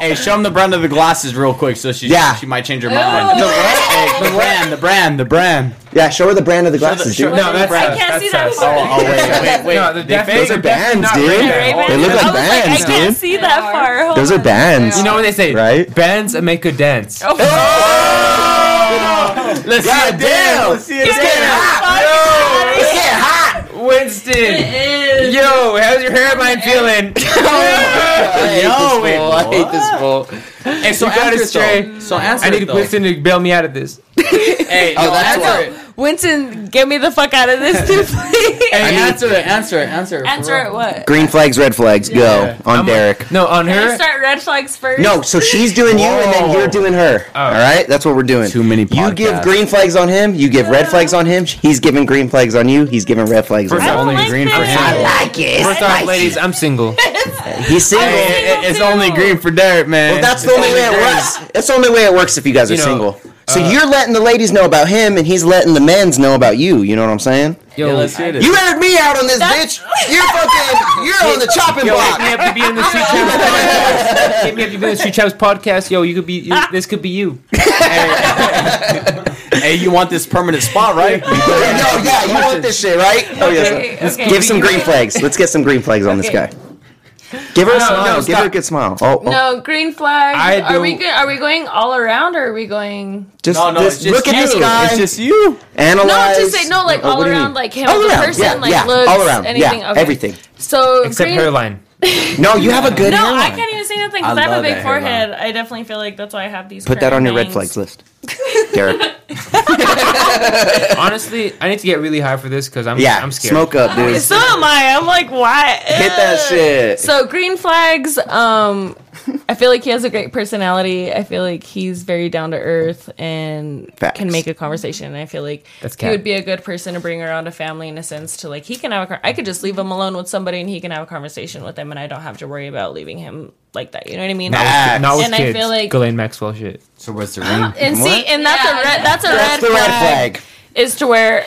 Hey, show him the brand of the glasses real quick, so she Yeah. she might change her mind. The Hey, the brand, the brand, the brand. Yeah, show her the brand of the glasses, show dude. the- No, that's I us, can't that's see that. us. far. Oh, wait, wait, wait. No, they're They definitely- Those are fake? bands, not dude. Ray-Ban. Ray-Ban? They look like I was like, I bands, can't dude. see that far. Hold Those are on. bands. You know what they say, Right? Bands make a dance. Oh, Oh, Let's see God it. damn. It's see it. getting hot. It's getting hot. Oh, Winston, it is. yo, how's your hairline feeling? Yo, wait, I hate this bull. Hey, so You gotta answer it, stray. though. So answer I need it, though. Winston to bail me out of this. Hey, no, that's answer it. Winston, get me the fuck out of this, too, please. Hey, answer it. Answer it. Answer it. Answer it. What? Green flags, red flags. Go on I'm Derek. like, no, on Can we her. start red flags first? No, so she's doing you, and then you're doing her. Oh. All right, that's what we're doing. Too many You give podcasts. green flags on him. You give red flags on him. He's giving green flags on you. He's giving red flags on First I off, you. don't Only like green for this. him. I like it. It's First off, spicy. ladies, I'm single. He's single. Hey, it- it's Single. only green for Derek, man. Well, that's the only way it works. That's the only way it works if you guys are You know, uh, single. So you're letting the ladies know about him, and he's letting the men's know about you. You know what I'm saying? Yo, Yeah, let's hear this. You heard me out on this, bitch. You're fucking. You're on the chopping Yo, hit me block. up to be on the Street Chaps podcast. Hit me up to be on the Street Chaps podcast. Yo, you could be. You, this could be you. hey, you want this permanent spot, right? No, yeah, you want this shit, right? Oh yes. Okay, okay. Give some green flags. Let's get some green flags on this Okay. guy. Give her a No, smile. no, Give her a good smile. Oh, oh. No green flag. I are we don't- go- are we going all around or are we going? Just, No, no, just it's just look at this you. guy. It's just you. analyze. No, just say no, like Oh, all what do you around, mean? like him All as a around, person, yeah, like yeah, looks, all around, anything, yeah, okay. everything. So Except green. hairline. No, you have a good No, I hairline. can't even say nothing I because I, have a love big that hairline. forehead. I definitely feel like that's why I have these. Put that curved on your red bangs. flags list, Derek. Honestly, I need to get really high for this because I'm Yeah, I'm scared. smoke up, dude. So am I. I'm like, why? Hit that shit. So green flags. Um, I feel like he has a great personality. I feel like he's very down to earth and Facts. can make a conversation. And I feel like That's he cat. would be a good person to bring around a family in a sense to like he can have a. Car- I could just leave him alone with somebody and he can have a conversation with them, and I don't have to worry about leaving him like that. You know what I mean? Not with, not with And I kids. feel like- Ghislaine Maxwell shit. So where's the ring? And see, and that's a Yeah, red. That's a That's red, the red flag. is to where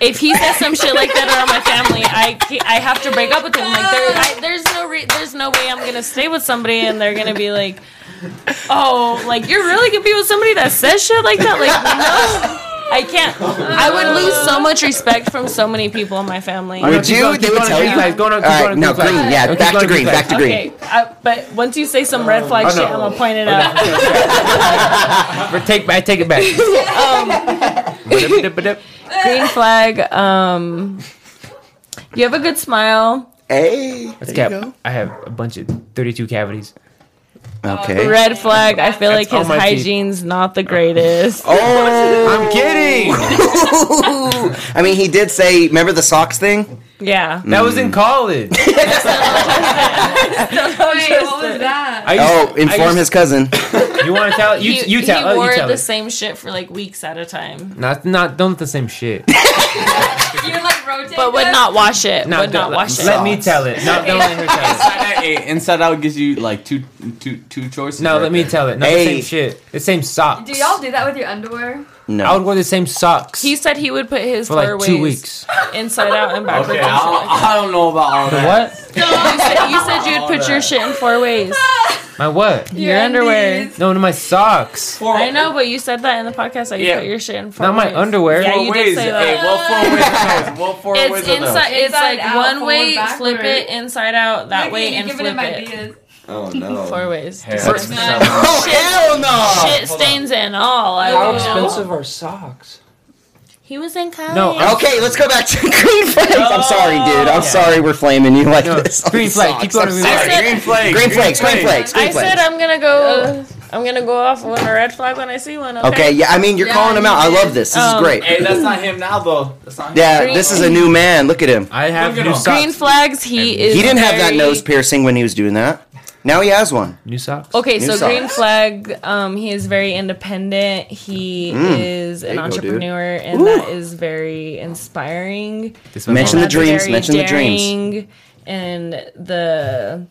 if he says some shit like that around my family, I ca- I have to break up with him. Like there, I, there's no re- there's no way I'm gonna stay with somebody and they're gonna be like, oh, like you're really gonna be with somebody that says shit like that? Like no. I can't. I would lose so much respect from so many people in my family. Would keep you? going, They keep would going, tell keep you. going, keep going, All keep right, going, no keep going. green. Yeah, Okay, back keep to going, green. keep Back to Okay, green. I, but once you say some red flag shit, I'm gonna point it out. But take I take it back. Um, Ba-dip-ba-dip-ba-dip. Green flag. Um, you have a good smile. Hey, That's cap. I have a bunch of 32 cavities. Okay. Red flag. I feel like all his my teeth. hygiene's not the greatest. Oh, I'm kidding. I mean, he did say. Remember the socks thing? Yeah. That was Mm. in college. Wait, what was that? I used- Oh, I inform used- his cousin. You want to tell? You, He- you tell. He oh, wore you tell. the it. same shit for like weeks at a time, Not not don't the same shit. You would like rotate. but would them? not wash it. No, would not don't- wash it. Let me tell it. No, don't let her tell it. Inside Out- hey, Inside Out gives you like two, two, two choices. No, right let me there. tell it. Not Hey. the same shit. The same socks. Do y'all do that with your underwear? I No. would wear the same socks He said he would put his for fur like two ways weeks. inside out and backwards. Okay, and shit like I, I don't know about all that. What? that. You said you'd put your shit in four ways. My what? Your underwear. No, no, my socks. I know, but you said that in the podcast that you Yeah. put your shit in four. Not my ways. underwear. Yeah, Four you ways. did say that. Hey, what four ways? are those? What four ways It's are those? inside. It's Inside like out, one forward, way, flip backward. it inside out that Look, way, you and giving flip him it ideas. Oh no. four ways. Hair. First- No. Oh, hell no! Shit stains and all. I How don't know. expensive are socks? He was in college. No, I- Okay, let's go back to green flags. I'm sorry, dude. I'm Yeah. sorry we're flaming you like No, this. green flag. Keep going to green green flag. flags. said- green flag. Green flags. Green flags. I Green said flags. I'm gonna go. I'm gonna go off with a red flag when I see one. Okay. Okay. Yeah. I mean, you're Yeah, calling him out. I you love did. this. This is Um, great. Hey, that's not him now though. That's not him. Yeah. This is a new man. Look at him. I have Look at new him. socks. Green flags. He is. He didn't have that very- nose piercing when he was doing that. Now he has one. New socks. Okay, New so socks. green flag. Um, he is very independent. He Mm. is an you go, dude. entrepreneur, and that is very inspiring. This one's Mention all- the That's dreams, very mention the dreams. daring, And the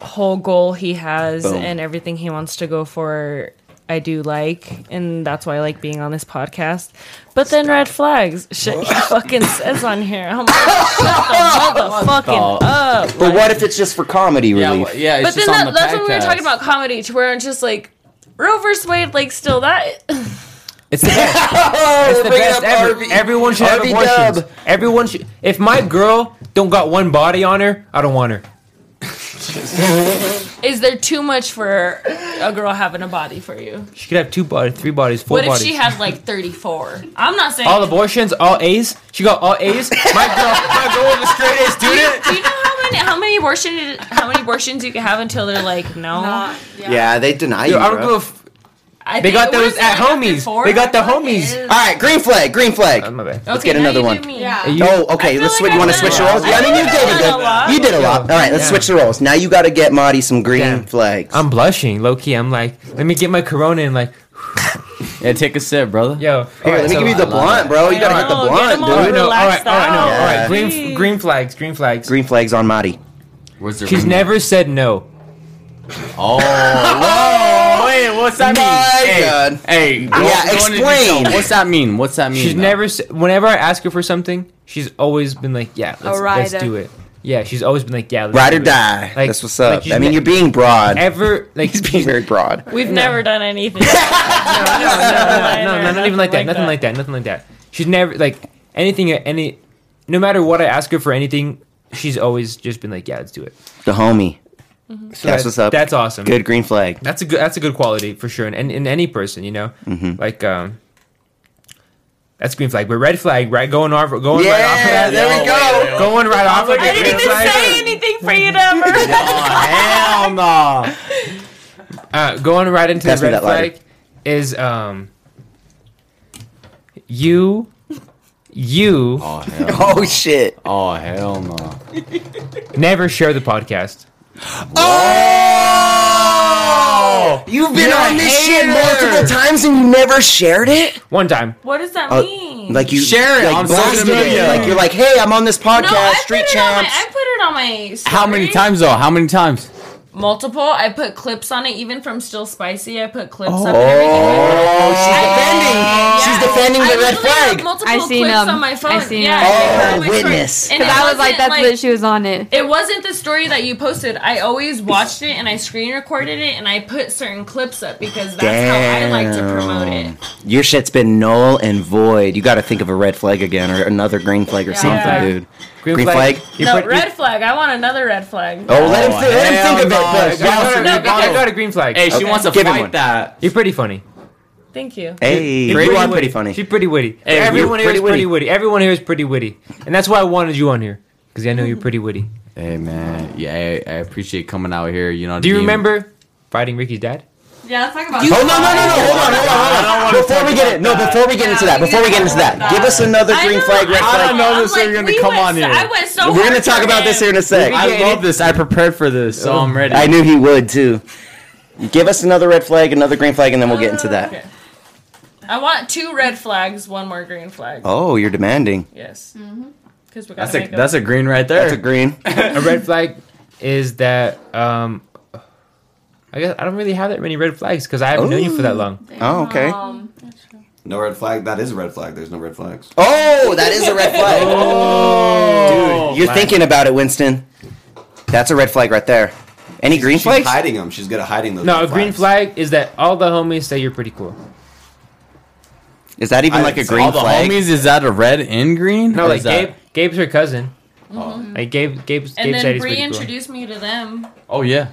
whole goal he has Boom. and everything he wants to go for, I do like, and that's why I like being on this podcast. But then red flags, shit he fucking says on here. I'm like, shut the motherfucking up. But what if it's just for comedy Yeah, relief? well, yeah. It's But then just on that, the that's when we were podcast. talking about comedy, to where I'm just like. Roe versus Wade, like, still that. It's the best. Oh, It's the best ever. Everyone should have RV abortions. dub. Everyone should. If my girl don't got one body on her, I don't want her. Is there too much for a girl having a body for you? She could have two bodies, three bodies, four What if bodies. she had like 34? I'm not saying. all abortions, all A's. She got all A's. My girl, my girl was a straight A do, you, student. do you know how many how many abortions how many abortions you can have until they're like no? Not- yeah. Yeah, they deny Dude, you. I don't bro. give a. F- I they think got it was those at like after homies. four. They got the Fuck homies. it. All right, green flag. Green flag. That's my bad. Let's get now another you one. do me. Yeah. You- Oh, okay. feel Let's like switch. I You want to did switch a the roles? lot. Yeah, I mean, you I did a did a lot. good. You did a lot. All right, let's Yeah. switch the roles. Now you got to get Marty some green Damn. flags. I'm blushing, low key. I'm like, let me get my Corona and like, Yeah, take a sip, brother. yo. Here, let me give you the blunt, bro. You got to get the know, get them all blunt, All right, dude. no, all right, Relaxed all right, no, all out. right. Green, green flags, green flags. Green flags on Marty. Where's the She's ring? never said no. Oh, whoa. Oh, wait, what's that My mean? Hey, God. Hey, go- Yeah, go into explain. detail. What's that mean? What's that mean? She's though? never. s- Whenever I ask her for something, she's always been like, "Yeah, let's, let's rider. do it." Yeah, she's always been like, "Yeah, let's Ride or do it." die. Like- That's what's up. like you I mean, ne- you're being broad. Ever like He's being very broad. We've never done anything. no, no, no, no, not even like that. Nothing Nothing like that. like that. Nothing like that. She's never like anything. Any, no matter what I ask her for anything, she's always just been like, yeah, let's do it. The homie. Mm-hmm. So That's that- what's up. That's awesome. Good green flag. That's a good. That's a good quality for sure. And in, in any person, you know, Mm-hmm. like um, that's green flag. But red flag, right? Going off, going right off. of Yeah, that- there we go. Going right off like I a didn't green even say flag. anything for you to Hell no. ever. Uh, going right into Pass the me red that lighter. flag is um, you, you Oh hell! Oh shit. Oh hell no! never share the podcast. Oh! You've been You're a on this shit hater. multiple times and you never shared it? One time, What does Uh, that Oh, mean? Like you Share it like on blasted social it. media. Like you're like, hey, I'm on this no, podcast, I put, Street it on my, Champs. I put it on my. Story. How many times though? How many times? Multiple. I put clips on it, even from Still Spicy. I put clips up and everything. Oh, she's defending. She's defending I the red literally have flag. Multiple I seen clips them. on my phone. I seen yeah, them. I Oh, seen them. witness. And it Because I was wasn't, like, that's what she was on it. It wasn't the story that you posted. I always watched it and I screen recorded it and I put certain clips up because that's how I like to promote it. Your shit's been null and void. You got to think of a red flag again or another green flag or something, Yeah. dude. Green flag? You no, put- you- red flag. I want another red flag. Oh, let him, thi- let him hell think of no. I it. got, a, No, I got- I no. got a green flag. Hey, she wants to Give him one. fight that. You're pretty funny. Thank you. But hey, You're you are pretty funny. She's pretty witty. Hey, Everyone you're here is pretty pretty witty. Everyone here is pretty witty, and that's why I wanted you on here because I know you're pretty witty. Hey man, yeah, I, I appreciate coming out here. You know. Do you being- remember fighting Ricky's dad? Yeah, let's talk about Oh no no no no! Hold on hold on hold on! Before we get it, no, before we get into that, before we get into that, give us another I green know, flag, red I flag. know this, so I'm you're gonna we come went on so- here. I went so We're gonna hard talk for about him. this here in a sec. I love this. I prepared for this, so I'm ready. I knew he would too. Give us another red flag, another green flag, and then we'll get into that. Okay. I want two red flags, one more green flag. Oh, you're demanding. Yes. Mm-hmm. Because we got That's a that's a green right there. That's a green. A red flag is that um, I guess I don't really have that many red flags because I haven't known you for that long. Oh, okay. Um, No red flag. That is a red flag. There's no red flags. Oh, that is a red flag. Dude, you're thinking about it, Winston. That's a red flag right there. Any green She's flags? hiding them. She's good at hiding those. No, a red green flags. flag is that all the homies say you're pretty cool. Is that even I like a didn't say green All the flag? homies is that a red and green? No, Or like is that- Gabe. Gabe's her cousin. Oh. Like Gabe. Gabe's. Mm-hmm. And Gabe said then he's Bree pretty cool. introduced me to them, Oh yeah.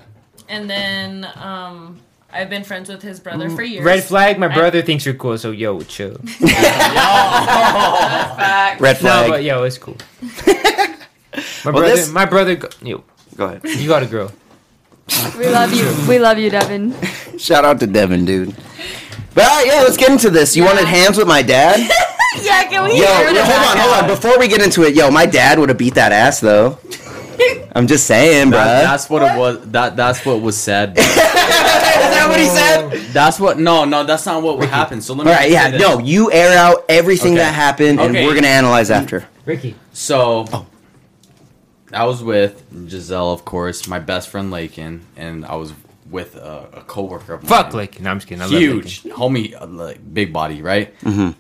and then um, I've been friends with his brother for years. Mm, Red flag. My brother thinks you're cool, so yo, chill. fact. No, Red flag. but yo, it's cool. my Well, brother, this- my brother, go- yo, Go ahead. you got a girl. We love you. We love you, Devin. Shout out to Devin, dude. But all right, yeah, let's get into this. You wanted hands with my dad? Yeah, can we? Yo, yo, hold on, hold on. Before we get into it, yo, my dad would have beat that ass though. I'm just saying, bro. That, that's what it was. That that's what was said. Is that what he said? That's what. No, no, that's not what happened. So let me. All right, yeah, say this. no, you air out everything Okay. that happened, and Okay. we're gonna analyze after. Ricky, So I was with Giselle, of course, my best friend Lakin, and I was with a, a coworker of mine. fuck Lincoln. No, I'm just kidding. I Love Lincoln. huge homie, uh, like big body, right? Mm-hmm.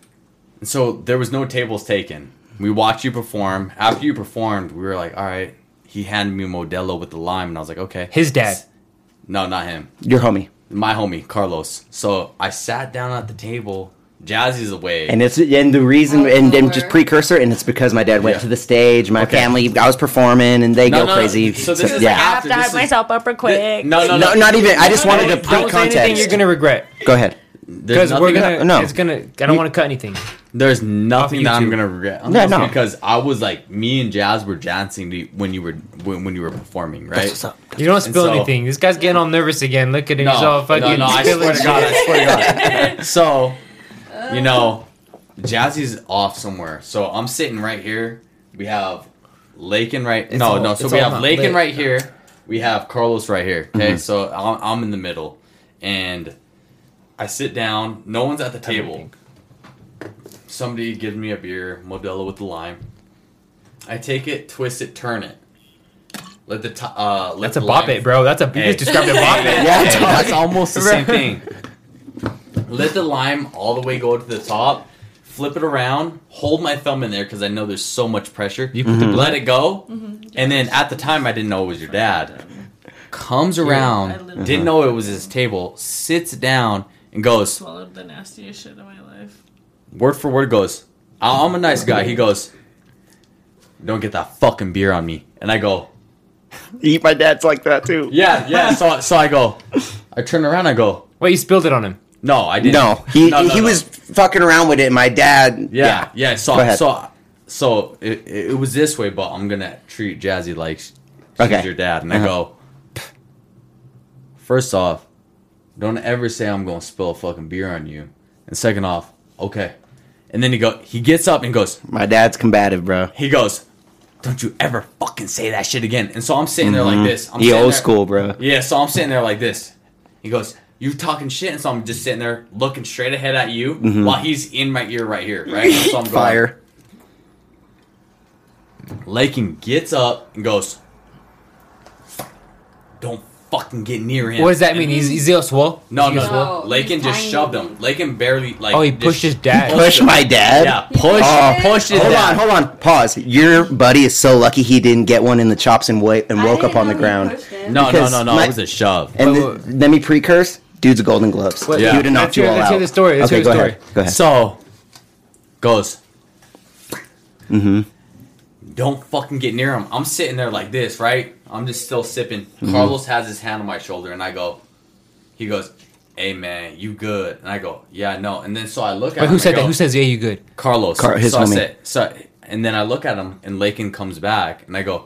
And so there was no tables taken. We watched you perform. After you performed, we were like, all right. He handed me Modelo with the lime, and I was like, okay. His dad. No, not him. Your homie, My homie, Carlos. So I sat down at the table. Jazzy's away. and it's and the reason, and then just Lord. precursor, and it's because my dad went Yeah. to the stage. My family, I was performing, and they No, go no, crazy. so this is like yeah, after- this is- up real Th- no, no, no, no, not even. I just wanted to I won't say anything you're pre-context. gonna regret Go ahead. There's because we're nothing, gonna. no. it's gonna. I don't want to cut anything. there's nothing that I'm YouTube. gonna regret. No, Just no. because I was like, me and Jazz were dancing to, when you were when, when you were performing, right? What's up? You don't spill so- anything. This guy's getting all nervous again. Look at him. he's all No, fucking. no, no, I spilling swear to shit. God, I swear to God. So, you know, Jazzy's off somewhere. So I'm sitting right here. We have Lakin right. no, all- no. So it's we all have not Lakin lit. Mm-hmm. right here. We have Carlos right here. Okay, so I'm, I'm in the middle, and I sit down. No one's at the table. Somebody gives me a beer, Modelo with the lime. I take it, twist it, turn it. Let the t- uh, let That's a the bop lime- it, bro. That's a. You Hey. just described a bop it. yeah, that's almost the same same thing. Let the lime all the way go to the top. Flip it around. Hold my thumb in there because I know there's so much pressure. You let it go, and then at the time I didn't know it was your dad. Comes I around, literally- didn't know it was his table. Sits down and goes Swallowed the nastiest shit of my life. word for word. Goes, "I- I'm a nice guy. He goes, don't get that fucking beer on me. And I go, Eat my dad's like that too. yeah, yeah. So, so I go, I turn around, I go, Wait, you spilled it on him. no, I didn't. No, he No, no, he no. was fucking around with it. My dad. Yeah, yeah. Go So, ahead. so, so it, it was this way, but I'm gonna treat Jazzy like she's Okay. your dad, and Uh-huh. I go. First off, don't ever say I'm gonna spill a fucking beer on you, and second off, okay. And then he go, he gets up and goes, My dad's combative, bro. he goes, don't you ever fucking say that shit again. And so I'm sitting there like this. I'm Mm-hmm. He sitting old there- school, bro. yeah, so I'm sitting there like this. He goes, "You talking shit," and so I'm just sitting there looking straight ahead at you while he's in my ear right here, right? So I'm going, Mm-hmm. Fire. Lakin gets up and goes, "Don't fucking get near him." What does that And- mean? He's he's ill swole. No, no, No, Lakin he's just tiny. shoved him. Lakin barely like. Oh, he just- pushed his dad. Push my dad. Yeah, push, Oh, push his Hold dad. on, hold on. Pause. Your buddy is so lucky he didn't get one in the chops and, wa- and I woke up didn't on know the he ground. pushed him. No, no, Because no, no. my- it was a shove. And Wait, th- wait, let me precurse. Dude's a Golden Gloves. Wait, he yeah. would have Let's knocked you hear- all let's out. hear the story, let's okay, hear the go story. ahead. Go ahead. So goes. Mm-hmm. Don't fucking get near him. I'm sitting there like this, right? I'm just still sipping. Mm-hmm. Carlos has his hand on my shoulder, and I go. He goes, "Hey man, you good?" And I go, "Yeah, I know." And then so I look at Wait, him. who and said I that? go, Who says yeah, you good? Carlos? Car- his so I homie. said, so, and then I look at him, and Lakin comes back, and I go,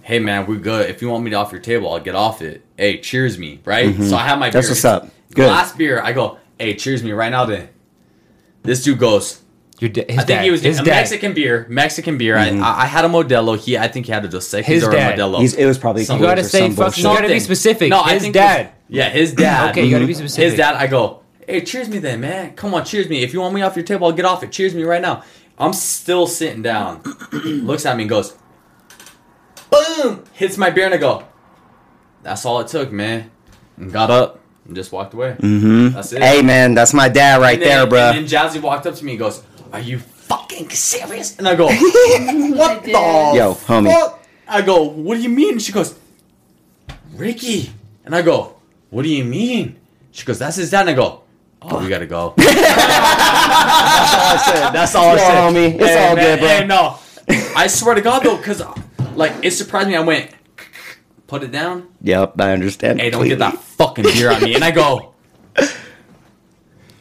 "Hey man, we good. If you want me to off your table, I'll get off it. Hey, cheers me, right?" So I have my Mm-hmm. That's beer. what's up. Good. Last beer, I go, "Hey, cheers me right now." Then this dude goes. Your da- his I think dad. he was his a dad. Mexican beer. Mexican beer. I- I, I had a Modelo. He, I think he had a Dos Equis His or dad. a Modelo. Mm-hmm. He's, it was probably Some- you gotta Globes or say some fuck. bullshit. You gotta be Something. specific. No, I his think dad. his- yeah, his dad. Okay, you gotta be Mhm. specific. His dad. I go, hey, cheers me then, man. Come on, cheers me. If you want me off your table, I'll get off it. Cheers me right now. I'm still sitting down. Looks at me and goes, boom! Hits my beer and I go, that's all it took, man. And got up and just walked away. Mm-hmm. That's it. Hey, man, that's my dad right And then- there, bro. And then Jazzy walked up to me and goes, Are you fucking serious? And I go, What the Yo, homie. fuck?" I go, What do you mean? And she goes, Ricky. And I go, What do you mean? She goes, That's his dad. And I go, Oh, we gotta go. That's all I said. That's all I Yeah, said. homie. It's all good, bro. Hey, no. I swear to God, though, because, like, it surprised me. I went, Put it down. Yep, I understand. Hey, don't get that fucking beer on me. And I go,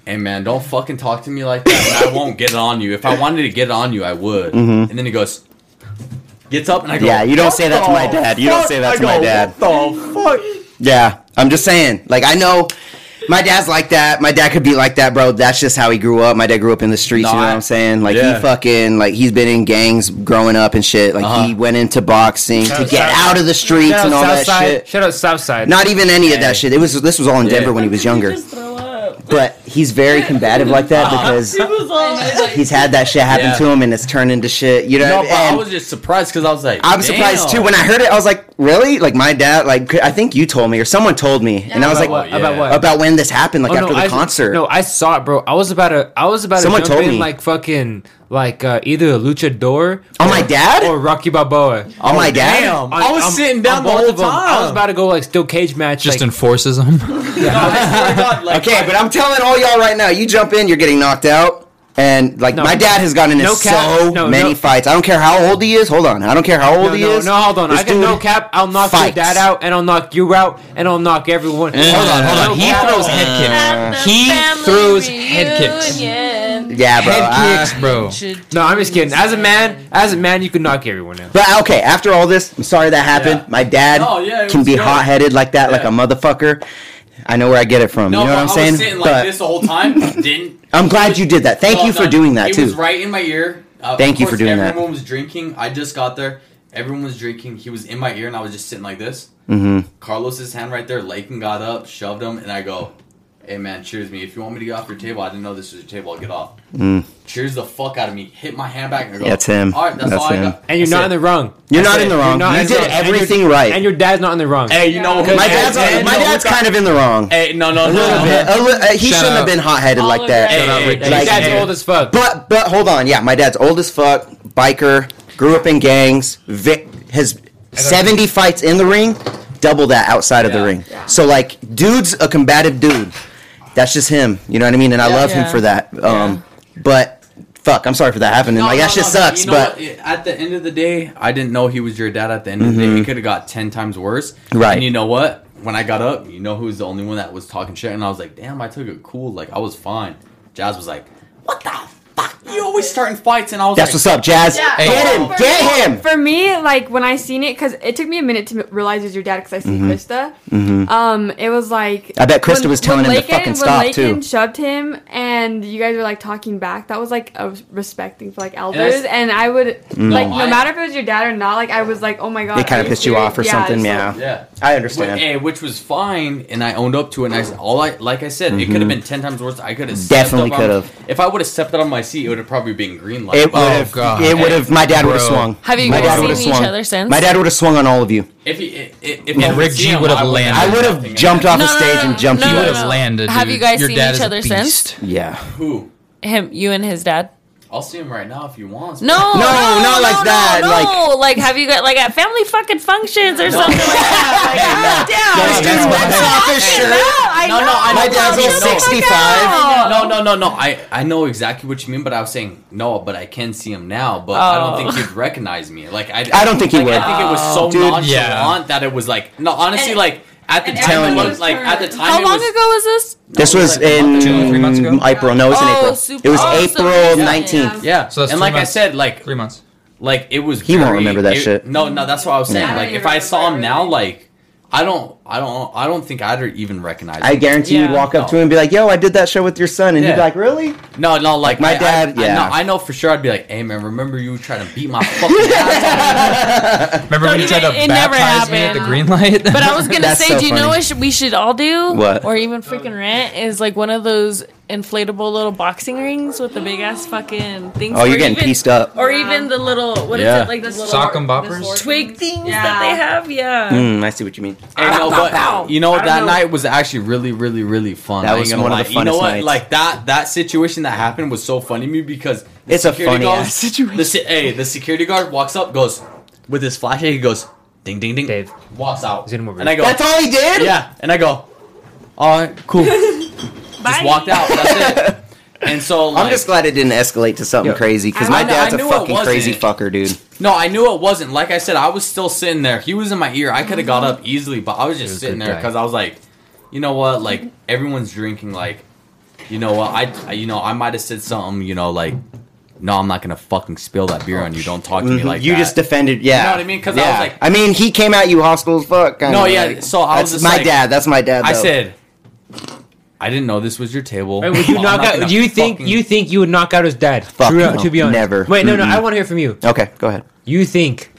Hey man, don't fucking talk to me like that. And I won't get it on you. If I wanted to get it on you, I would. And then he goes, gets up and I go, Mm-hmm. Yeah, you don't say that to my "What the dad. You don't fuck?" say that I to my go, dad. What the fuck? Yeah, I'm just saying. Like, I know my dad's like that. My dad could be like that, bro. That's just how he grew up. My dad grew up in the streets. you know Nah. what I'm saying? Like, Yeah. he fucking like he's been in gangs growing up and shit. Like, he Uh-huh. went into boxing to Shout- get shout- out of the streets Shout and all out that Southside. shit. Shout out Southside. Not even any of that shit. It was this was all in Yeah. Denver when he was younger. Just throw up. But he's very combative like that because It was all- he's had that shit happen Uh-huh. Yeah. to him and it's turned into shit. You know? No, what I but I mean? was just surprised because I was like, I was surprised "Damn." too when I heard it. I was like, "Really?" Like my dad, like I think you told me or someone told me, and I was about like, "Uh, what? yeah. About what? about when this happened, like Oh, after the I, concert. No, I saw it, bro. I was about to. I was about Someone to jump told in me. like fucking like uh, either a luchador. Oh, my dad? or Rocky Balboa. oh my dad! Damn, On- I was on- sitting down on the both whole of 'em. time. I was about to go like still cage match. Just like, enforces them. No, I swear to God, like, Okay, but I'm telling all y'all right now, you jump in, you're getting knocked out, and like No. my dad has gotten into No cap. so No, many no. fights. I don't care how old he is. Hold on, I don't care how old no, he no, is. no, hold on. This I can dude- no cap. I'll knock fights. your dad out, and I'll knock you out, and I'll knock everyone. hold on, hold on. He throws Uh, head At the He family throws head kicks. reunion. Yeah, kicks. bro. Ah. I- Head kicks, bro. No, I'm just kidding. As a man, as a man, you can knock everyone out. But okay, after all this, I'm sorry that happened. Yeah. My dad No, yeah, it can was be good. hot headed like that, like a Yeah. motherfucker. I know where I get it from. No, you know but what I I'm was saying? sitting like but this the whole time. Didn't. I'm glad you did that. Thank No, you for no, doing that it too. was right in my ear. Uh, Thank of you for course, doing everyone that. Everyone was drinking. I just got there. Everyone was drinking. He was in my ear, and I was just sitting like this. Mm-hmm. Carlos's hand right there. Lakin got up, shoved him, and I go, "Hey man, cheers me. If you want me to get off your table, I didn't know this was your table. I'll get off. Cheers the fuck out of me. Hit my hand back. And I go, Yeah, it's him. All right, that's, Mm. That's all him. I got. And you're That's not it. in the wrong. You're That's not in the You're wrong. not You in the did wrong. And your- everything right. and your dad's not in the wrong. Hey, you know what? my dad's, Hey, my no, dad's we got- kind of in the wrong. Hey, no, no, a no, little no. bit. A li- uh, he Shout shouldn't have out. been hot headed Oh, All like of that. that. Shout out, Rick. Your Like- dad's old as fuck. But but hold on, yeah, my dad's old as fuck, biker, grew up in gangs, vi- has seventy fights in the ring, double that outside of the Yeah. ring. So like, dude's a combative dude. That's just him. You know what I mean? And I love him Yeah. for that. Um, but fuck, I'm sorry for that happening. No, like, no, that shit no, no, sucks, you know but. what? at the end of the day, I didn't know he was your dad. At the end of the day, he could have got ten times worse. Mm-hmm. Right. And you know what? When I got up, you know who was the only one that was talking shit, and I was like, "Damn, I took it cool. Like I was fine." Jazz was like, "What the fuck? You always starting fights?" And I was That's like, what's up, Jazz. Yeah. Get Hey. oh, him! Get him! For me, like when I seen it, because it took me a minute to m- realize it was your dad, because I see Krista. Um, it was like Mm-hmm. I bet Krista was telling him to fucking stop, when too. Lakin shoved him, and you guys were like talking back. That was like a respecting for like that's- elders, and I would like no I- matter if it was your dad or not. Like I was like, oh my god, They kind are of Mm. pissed you serious? off or Yeah, something, so- yeah. Yeah. I Wh- understand. eh, which was fine, and I owned up to it. And I s- all I like I said, it could have been ten times worse. I could have Mm-hmm. Definitely could've. If I would have stepped out on my seat, it would have probably been green light. It would But have. God. it would have. My dad would have Bro. swung. Have you my guys dad seen would've each swung. other since? My dad would have swung on all of you. if he, i- i- if Yeah, Rick G would've landed. I would have jumped off the No, no, stage no, and jumped no, He you. would no, have no. landed. Have dude. you guys Your seen dad each is a other since? beast. Yeah. Who? Him, you and his dad. I'll see him right now if you want. No, no, not like no, that, No, like- like, have you got like at family fucking functions or something? like that. Like, Just rips off his shirt. I No, no, I My know- dad's no, old no, sixty-five. No, no, no, no. I, I know exactly what you mean, but I was saying no, but I can see him now, but I don't Oh. think he'd recognize me. Like I, I don't think he like, would. I think it was so Dude, nonchalant yeah. that it was like no. Honestly, And- like at the and time, everyone it was was, like at the hurt. time, How it long was- ago was this? This It was like a month in ago. Two, three months ago? April. No, it was in Oh, April. super- It was oh, so April recent. nineteenth. Yeah. So that's and three like months. I said, like Three months. like it was. He won't very- remember that it- shit. No, no, that's what I was saying. I don't like even if I saw him remember now, everything. like I don't, I don't, I don't think I'd even recognize. I him. guarantee you'd Yeah. walk up to him and be like, "Yo, I did that show with your son," and he'd Yeah. be like, "Really?" No, no, like my I- I- dad, I, yeah. know- I know for sure. I'd be like, "Hey, man, remember you trying to beat my fucking ass?" Remember when you Don't tried to even- it never baptize me at the happened. green light? But I was gonna That's say, so do you know funny. what sh- we should all do? What? Or even freaking rent is like one of those inflatable little boxing rings with the big ass fucking things. Oh, you're or getting even- pieced up. Or even the little what is Yeah. it like the little Sock 'em boppers? twig things Yeah. that they have? Yeah. Mm, I see what you mean. Hey, no, Ow. but you know I don't that know. night was actually really, really, really fun. That I ain't was gonna one of lie. the You know funnest what? nights. Like that that situation that happened was so funny to me because the It's a funny security guard- ass situation. The, se- hey, the security guard walks up, goes with his flashlight. He goes, ding, ding, ding. Dave. walks out, Is it more and I go, That's all he did. yeah, and I go, all right, cool. just Bye. walked out. That's it. And so like, I'm just glad it didn't escalate to something Yeah. crazy because I- I my kn- dad's I a knew it fucking crazy wasn't. fucker, dude. No, I knew it wasn't. Like I said, I was still sitting there. He was in my ear. I could have got up easily, but I was just was a sitting good there guy. because I was like, you know what? Like everyone's drinking. Like, you know what? I, I- you know, I might have said something. You know, like, no, I'm not gonna fucking spill that beer on you. Don't talk to me Mhm. like you that. just defended, yeah. You know what I mean? 'Cause I was Yeah. like- I mean, he came at you hostile as fuck. kinda No, yeah, like- so I that's was just my like- dad. That's my dad. I though. said, I didn't know this was your table. Wait, would you I'm knock not out? gonna You think fucking- you think you would knock out his dad? Fuck True, no, to be honest, never. Wait, no, no. Mm-mm. I want to hear from you. okay, go ahead. You think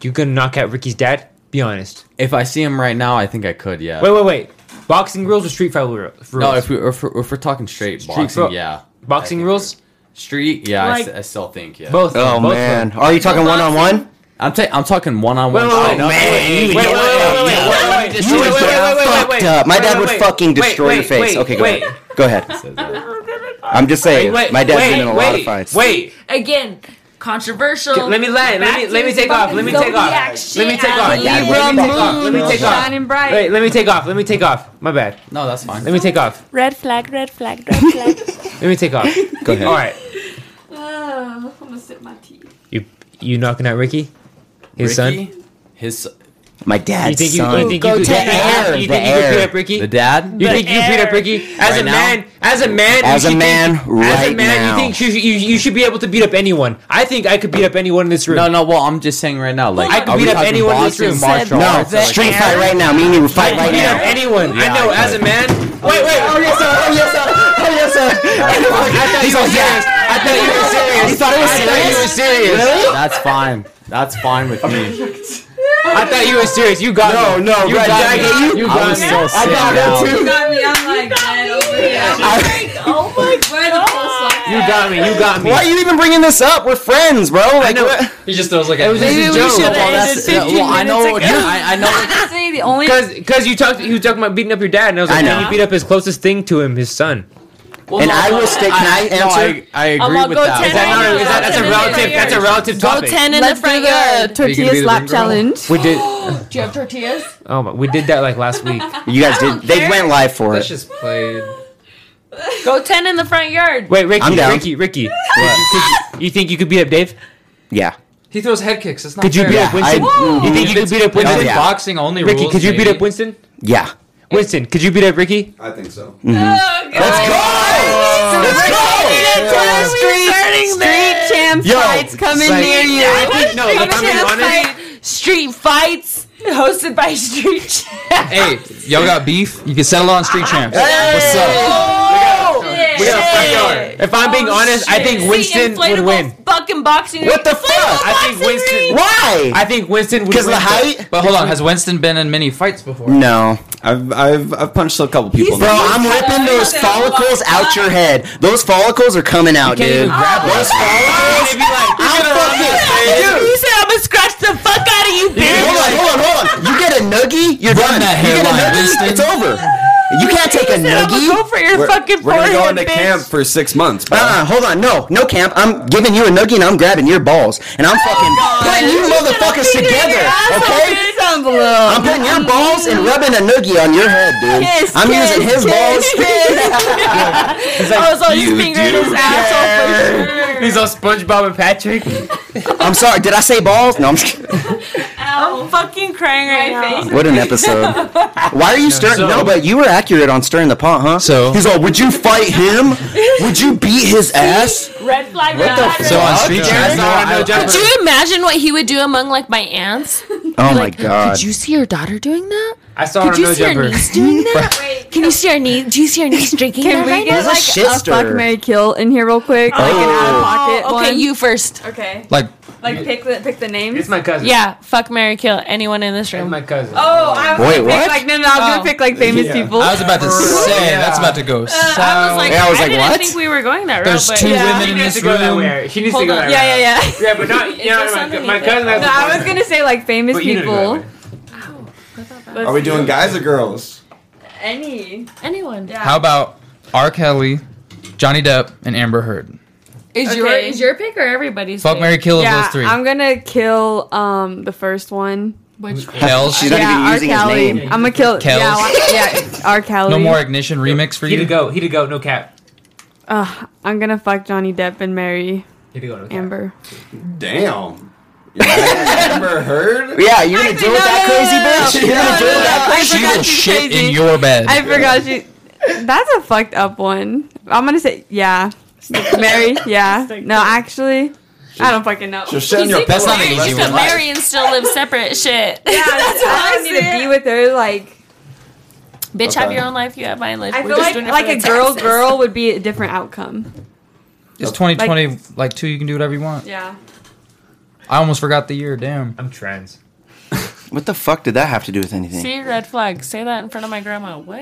you can knock out Ricky's dad? Be honest. If I see him right now, I think I could. Yeah. Wait, wait, wait. Boxing rules or street fight ru- rules? no, if we if we're, if we're talking straight boxing, fo- yeah. I boxing think rules, Street, yeah. I Like- s I I, still think, yeah. both. Oh both man, are you talking one on one? I'm ta- I'm talking one on one. Wait, wait, wait, no, Man, Wait, wait, wait, wait, wait, wait, wait, You wait, would wait, wait, get wait, wait, fucked wait. up. My Wait, dad wait, would wait. fucking Wait, destroy wait, your face. wait, okay, go wait. ahead. Go ahead. wait. I'm just saying, Wait, my dad's wait, been in a lot of wait, fights. Wait, Again, controversial. Let me land. Let Back me- to let me his take off. Let me fucking take off. zodiac shit. Let me take I off. believe Dad, in let me take off. Let me moon, take off. shining bright. wait. Let me take off. Let me take off. My bad. No, that's fine. Let me take off. Red flag, red flag, red flag. Let me take off. Go ahead. All right. Oh, I'm gonna sip my tea. You you knocking out Ricky, his son? Ricky, his My You dad's think you, son. you think you could the heir, you think you the could beat heir. up Ricky? the dad. You think you beat up Ricky? As a Right now? man, as a man, As you a should man, think, as a right man, now. you think you, should- you, you should be able to beat up anyone. I think I could beat up anyone in this room. no, no. Well, I'm just saying right now. Like I could are we beat up talking anyone in this boxing, room. martial No, arts, or, like- street fight right now. Me and you would fight right beat now. up anyone. Yeah, I know. I as a could. man, wait, wait. Oh yes, sir. Oh yes, sir. Oh yes, sir. I thought He's you were all, yeah. serious. I thought you were serious. You thought it was I thought you were serious. Really? That's fine. That's fine with me. I thought you were serious. You got No, me. no, you right, got did me. I get you? You I got was me. so got sick that now. too. You got me. I'm like dead over here. oh my Where the full socks? You got me. You got me. Why are you even bringing this up? We're friends, bro. Like, know. what? He just throws like It was just a joke. That's, yeah, well, I know. What, I, I know. What, Honestly, the only Because because you talked you were talking about beating up your dad, and I was like, I know. you beat up his closest thing to him, his son. and I will stay. Can I no, answer? I, I agree I'll with go that. 10 Is that not? right now. Is that that's a Go relative? That's a relative topic. ten in the let's do front the yard. Are tortilla you gonna be the slap ring girl? challenge. We did. Do you have tortillas? Oh, my, we did that like last week. You guys did. They went live for That's it. just played. Go ten in the front yard. Wait, Ricky, I'm down. Ricky, Ricky. Ricky, could you- you think you could beat up Dave? Yeah. He throws head kicks. That's not Could you fair. beat up Winston? I- Mm-hmm. You think you could beat up If Winston? it's yeah. boxing only Ricky, rules, could you beat maybe. up Winston? Yeah. Winston, could you beat up Ricky? I think so. Oh, God. Let's go! Street, street champ Yo, fights coming like- near you. I think- no, if I'm being honest- Street fights hosted by Street Champs. Hey, y'all got beef? You can settle on Street Champs. What's up? We got a front yard. If I'm being Oh, honest, I shit. think See, Winston would inflatable win. Fucking boxing. What the ring. fuck? Inflatable I think boxing Winston- ring. I Why? think Winston would Because of win, the though. height? But hold on, has Winston been in many fights before? No. I've I've I've punched a couple people. Bro, I'm ripping those follicles out your head. Those follicles are coming out, can't dude. even grab Those follicles. I'm fucking. Dude, You said I'm gonna scratch the fuck out of you, bitch. hold on, hold on, hold on. You get a noogie, you're Run done. that you get a hairline, noogie, Winston. it's over. You can't take a You said I'm gonna noogie. go for your fucking we're gonna forehead, go into bitch. camp for six months. Bro. Uh, hold on, no, no, camp. I'm giving you a noogie and I'm grabbing your balls, and I'm Oh, fucking putting you motherfuckers together, okay? I'm putting your balls and rubbing a noogie on your head, dude. Kiss, I'm kiss, using his kiss, balls. oh, so his finger in his asshole for sure. He's all SpongeBob and Patrick. I'm sorry, did I say balls? No, I'm just kidding. I'm fucking crying right now. What an episode. Why are you stirring? so- no, but you were accurate on stirring the pot, huh? So- he's all, would you fight him? Would you beat his ass? Red flag. What the So on Street Champs, Could you imagine what he would do among like my aunts? Oh my Like, god. Did you see your daughter doing that? I saw Did her you no see her jumper. niece doing that? Can you see our niece? Do you see our niece drinking Can that we right get There's a like shit a fuck stir. Mary kill in here real quick? Like Oh. Oh. an out of pocket now? Okay, one? you first. Okay. like Like pick the pick the names. It's my cousin. Yeah, fuck Mary Kill. Anyone in this It's room. my cousin. Oh, I was Wait, gonna what? pick like no no, I was Oh. gonna pick like famous Yeah. people. I was about to say that's about to go. Uh, I was like, Yeah, I was like, didn't what? think we were going that route. There's but two yeah. women She in needs to this go that room. way. She needs Hold to go on. that way. yeah, yeah, yeah. Yeah, but not. It's You know, just my, underneath my it. cousin has. No, a I was cousin. gonna say like famous But you didn't go people. that way. Are we doing guys or girls? Any. Anyone? Yeah. How about R. Kelly, Johnny Depp, and Amber Heard? Is Okay. your is your pick or everybody's? Fuck pick? Mary Kill of Yeah, those 3 I'm gonna kill um the first one. Which Hell, She's not yeah, even R. using Kelly. his name. I'm gonna kill. Kells. Yeah, why- yeah, R. Kelly. no more ignition remix for He to you. go. He to go. No cap. Ugh, I'm gonna fuck Johnny Depp and marry He to go. No cap. Amber. Damn. You never heard? Yeah, you're gonna Actually, deal with no, that no, no, crazy no, no, bitch. You're gonna deal with that. I She forgot will she's shit in your bed. crazy. I forgot she. That's a fucked up one. I'm gonna say yeah. Mary, yeah. No, actually, I don't fucking know. Just send your That's not an easy you one. could marry and still live separate. Shit. Yeah, I I wanted to be with her. Like, Bitch, have Okay. your own life. You have my life. I We're feel just like doing it like for a the girl, taxes. girl would be a different outcome. It's 2020, like, two. You can do whatever you want. Yeah. I almost forgot the year. Damn. I'm trans. What the fuck did that have to do with anything? See red flag. Say that in front of my grandma. What?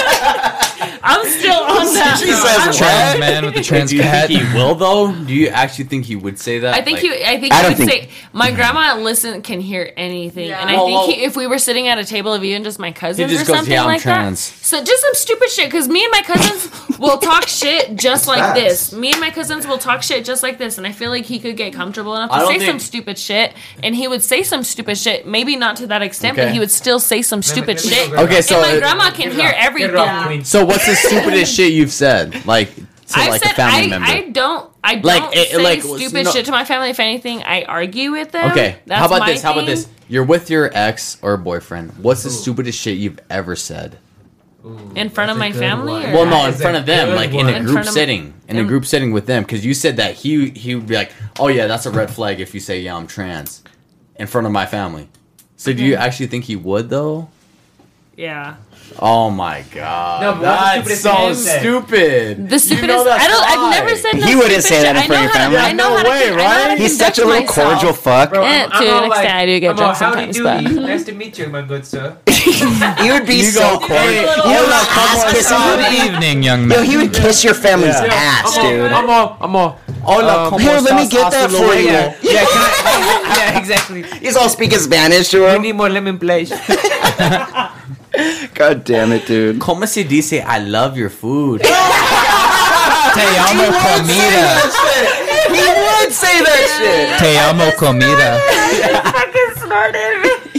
I'm still on that. She says Trans man with the trans Do you think cat. he will though? Do you actually think he would say that? I think Like- you. I think I you don't would think- say my grandma listen can hear anything, Yeah. and I Well, think well- he, if we were sitting at a table of you and just my cousins just or goes, something "Yeah, I'm like trans." that. So just some stupid shit because me and my cousins will talk shit just like Facts. this. Me and my cousins will talk shit just like this, and I feel like he could get comfortable enough I to don't say some think- stupid shit, and he would say some stupid shit. Maybe not to that extent, Okay. but he would still say some stupid let me shit. go grab Okay, so and my it- grandma can hear Get everything. it off, Queen. So what's the stupidest shit you've said? Like to I've like said a family I, member. I don't. I don't Like, it- say like, well, stupid no- shit to my family. If anything, I argue with them. okay. That's How about my this? How about thing. this? You're with your ex or boyfriend. What's the stupidest shit you've ever said? In front of my family? Or Well, no, in is a front of them, good like one. in a In group front of- setting, in a in- group setting with them, because you said that he he would be like, oh yeah, that's a red flag if you say yeah I'm trans, in front of my family. So do you actually think he would though? Yeah. Oh my god, No, but what's the stupidest that's thing so you said? stupid. The stupidest. I don't. I've never said. No He wouldn't stupid say that shit. in front of your family. I know how To, I Yeah, know no how to, way, con- I know how to right? He's conduct such a little myself. cordial fuck. Bro, Eh, to an all extent, I do get I'm all, drunk "Howdy sometimes, doody. nice to meet you, my good sir. He would be so cordial. hey, He would like ass kiss Good somebody. evening, young Yo, man. he would kiss your family's ass, I'm all- dude. I'm all, I'm all. Hola, Um, ¿cómo Here, let me estás? get that Hazlo for luego. you. Yeah, can I, yeah, exactly. He's all speaking Spanish to We her. need more lemon place. God damn it, dude. ¿Cómo se dice I love your food? Te amo comida. He would say that Te amo comida. shit.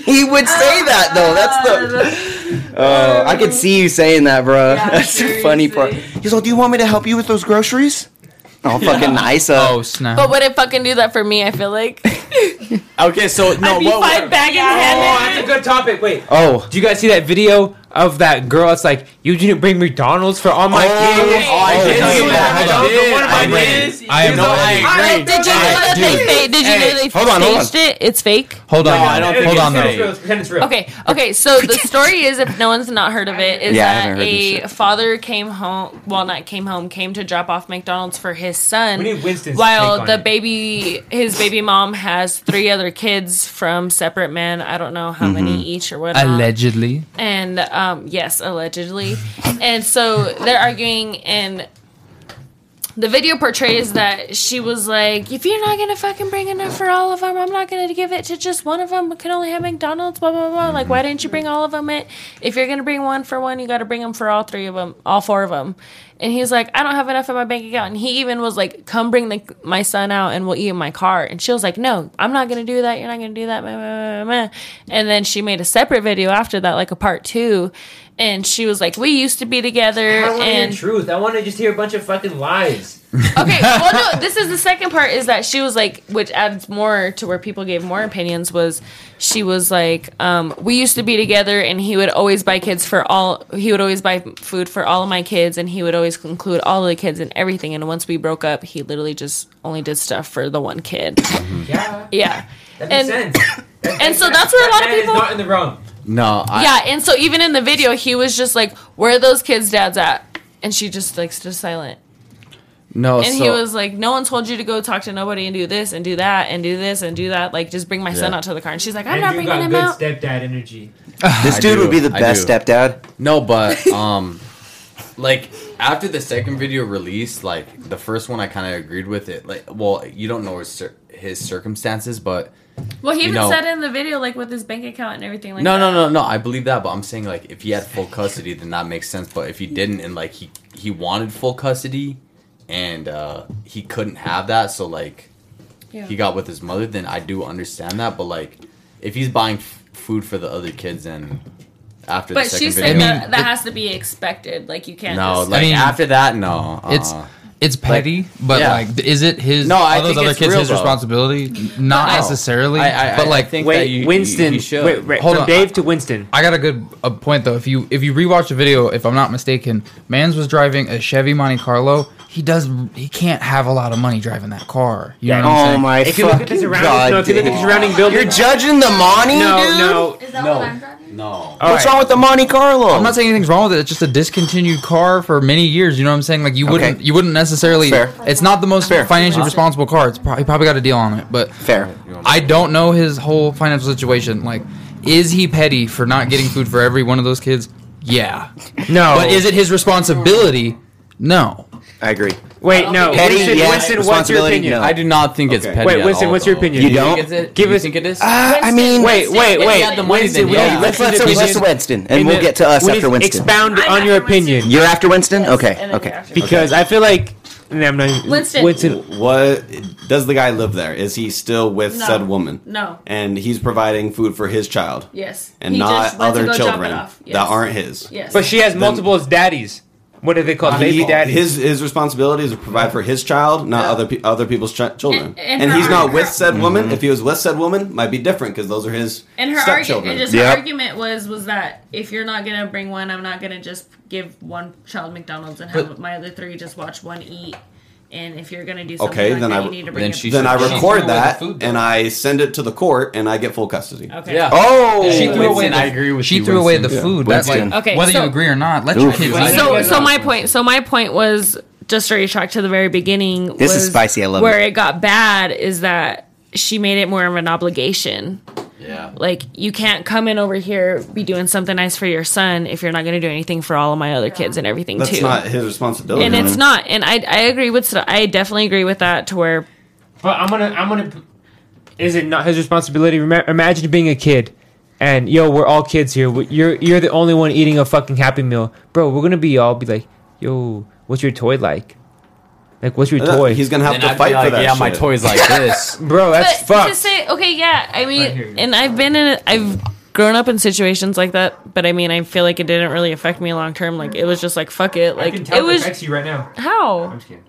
He would say that though. That's the. Oh, I could see you saying that, bro. Yeah, That's the funny part. seriously. He's like, "Do you want me to help you with those groceries?" Oh, fucking nice. Uh, Oh snap! But would it fucking do that for me? I feel like Okay, so no, I'd be what, fine back in that's a heaven. good topic. Wait, oh, do you guys see that video of that girl? It's like you didn't bring McDonald's for all my kids. oh, I You did didn't see bring that. McDonald's for I one of my did. I kids. I am Here's all not. Did you know that they fa- Did you know they hold on, hold on. staged it? It's fake. Hold on, No, I guys. don't think hold it's on though. fake. Pretend it's real. Okay, okay. So the story is, if no one's not heard of it, is Yeah, I haven't that heard this a shit. father came home. Well, not came home. Came to drop off McDonald's for his son. We need Winston's take while on the it. baby, his baby mom has three other kids from separate men. I don't know how Mm-hmm. many each or whatnot. Allegedly, and um, yes, allegedly. and so they're arguing, and the video portrays that she was like, "If you're not gonna fucking bring enough for all of them, I'm not gonna give it to just one of them. We can only have McDonald's. Blah blah blah. Like, why didn't you bring all of them? It if you're gonna bring one for one, you got to bring them for all three of them, all four of them." And he's like, "I don't have enough in my bank account." And he even was like, "Come bring the, my son out, and we'll eat in my car." And she was like, "No, I'm not gonna do that. You're not gonna do that." Meh, meh, meh, meh." And then she made a separate video after that, like a part two. And she was like, "We used to be together." I want to hear and truth. I want to just hear a bunch of fucking lies. Okay, well, no, this is the second part is that she was like, which adds more to where people gave more opinions, was she was like, um, we used to be together and he would always buy kids for all, he would always buy food for all of my kids and he would always include all of the kids and everything. And once we broke up, he literally just only did stuff for the one kid. Yeah, Yeah. that makes And- sense. And so that's where a lot That of man is people. not in the wrong. No, I, yeah, and so even in the video, he was just like, where are those kids' dads at? And she just like stood silent. no. and so, he was like, "No one told you to go talk to nobody and do this and do that and do this and do that. Like, just bring my son Yeah. out to the car." And she's like, "I'm And not you bringing got him good out." stepdad energy. this I dude do, would be the I best do. stepdad. No, but um, like after the second video released, like the first one, I kind of agreed with it. Like, well, you don't know his, cir- his circumstances, but Well, he You even know- said in the video, like with his bank account and everything. Like, no, that. no, no, no. I believe that, but I'm saying like if he had full custody, then that makes sense. But if he didn't, and like he he wanted full custody, and uh he couldn't have that, so like Yeah. he got with his mother, then I do understand that. But like if he's buying f- food for the other kids, then after But the she second said video, I that mean, that it- has to be expected. Like, you can't. no, just, like mean, after that, no, uh, it's it's petty, but yeah. like, is it his? No, I are those think other it's kids real, his though. responsibility? Not No. necessarily, I, I, but like, I think that Wait, you, Winston. You, you should. wait, wait. Hold from on, Dave I- to Winston. I got a good a point though. If you if you rewatch the video, if I'm not mistaken, Mans was driving a Chevy Monte Carlo. He does he can't have a lot of money driving that car. You Yeah. know what I'm Oh saying? my If you look at the fucking surroundings, god! no, if you look at the dude. surrounding buildings, You're judging the money, no, dude. no. Is that No. what I'm driving? No. All right. What's wrong with the Monte Carlo? I'm not saying anything's wrong with it. It's just a discontinued car for many years. You know what I'm saying? Like you wouldn't Okay. you wouldn't necessarily. Fair. It's not the most Fair. financially responsible car. It's probably, probably got a deal on it, but fair. I don't know his whole financial situation. Like, is he petty for not getting food for every one of those kids? Yeah, No. but is it his responsibility? No. I agree. Wait, no. Petty, Winston, Winston, yes. what's your Responsibility, opinion? no. I do not think it's Okay. petty. Wait, at Winston, all, what's your though. opinion? You You don't. think it's it? Give you us- think it is? Uh, I mean, Wait, wait, If he wait. had the money, Winston, then we- yeah. let's let's listen let's to let's Winston. Winston, and In we'll the- get to us Win- after Winston. Expound I'm on your after Winston. opinion. You're after Winston. And Okay, then okay. after- Because I feel like. No, I'm not, Winston. Winston. What does the guy live there? Is he still with No. said woman? No. And he's providing food for his child. Yes. And He not just went to go other drop it children off. Yes. that aren't his. Yes. But she has multiple daddies. What are they called? Uh, He- Baby daddies. His his responsibility is to provide for his child, not Yeah. other pe- other people's ch- children. And- and And, he's her- not with said Mm-hmm. woman. If he was with said woman, might be different because those are his and her stepchildren. argument, just Yep. her argument was, was that if you're not gonna bring one, I'm not gonna just give one child McDonald's and have my other three just watch one eat. And if you're gonna do something Okay, like then that, I- you need to bring then it- she then I She record threw away that the food, though. and I send it to the court and I get full custody. Okay. Yeah. Oh, She Winston, threw away I agree with She you, threw away the Winston. food. That's like Winston. Okay, whether so- you agree or not, let your Oof. kids. Winston. eat. so so my point so my point was just to retract to the very beginning This is was spicy, I love where it. it got bad is that she made it more of an obligation Yeah. like you can't come in over here be doing something nice for your son if you're not going to do anything for all of my other kids and everything That's too not his responsibility. and it's not and i i agree with i definitely agree with that to where But I'm gonna, I'm gonna. Is it not his responsibility? Rema- Imagine being a kid, and yo, we're all kids here. We- You're, you're the only one eating a fucking Happy Meal, bro. We're gonna be all be like, yo, what's your toy like? Like, what's your Uh, toy? He's gonna have Then to I'd be fight like, for that. Yeah, my shit. toy's like this. bro, that's but fucked. to say okay yeah i mean here. and i've been in i've grown up in situations like that, but I mean, I feel like it didn't really affect me long term. Like it was just like fuck it. I Like can tell it was affects you right now. how I'm just kidding.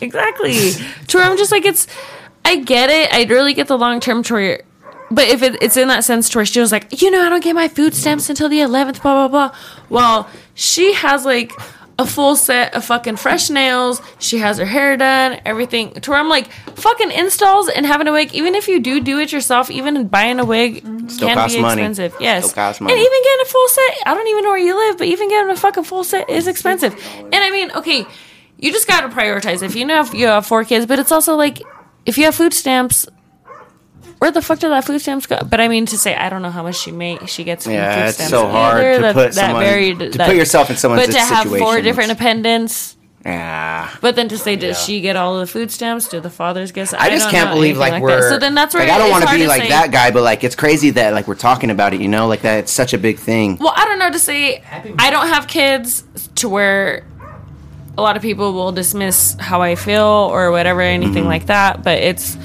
exactly. Tori, I'm just like it's. I get it. I really get the long term Tori. But if it, it's in that sense to where she was like, you know, I don't get my food stamps until the 11th, blah, blah, blah. Well, she has like a full set of fucking fresh nails. She has her hair done, everything. To where I'm like, fucking installs and having a wig, even if you do do it yourself, even buying a wig Still can costs be money. expensive. Yes. Still costs money. And even getting a full set, I don't even know where you live, but even getting a fucking full set is expensive. And I mean, okay, you just got to prioritize. If you know if you have four kids, but it's also like, if you have food stamps, where the fuck did that food stamps go? But I mean to say, I don't know how much she may she gets. From Yeah, food it's stamps so hard either. to put someone- to put yourself in someone's But to have four situation, different it's- dependents. Yeah. But then to say, does she get all of the food stamps? Do the fathers get? I, just don't can't know, believe like, anything we're that. So then that's where like, I don't it's wanna hard be to like say- that guy, but like it's crazy that like we're talking about it, you know, like that it's such a big thing. Well, I don't know to say. I don't have kids to where a lot of people will dismiss how I feel or whatever, Mm-hmm. anything like that. But it's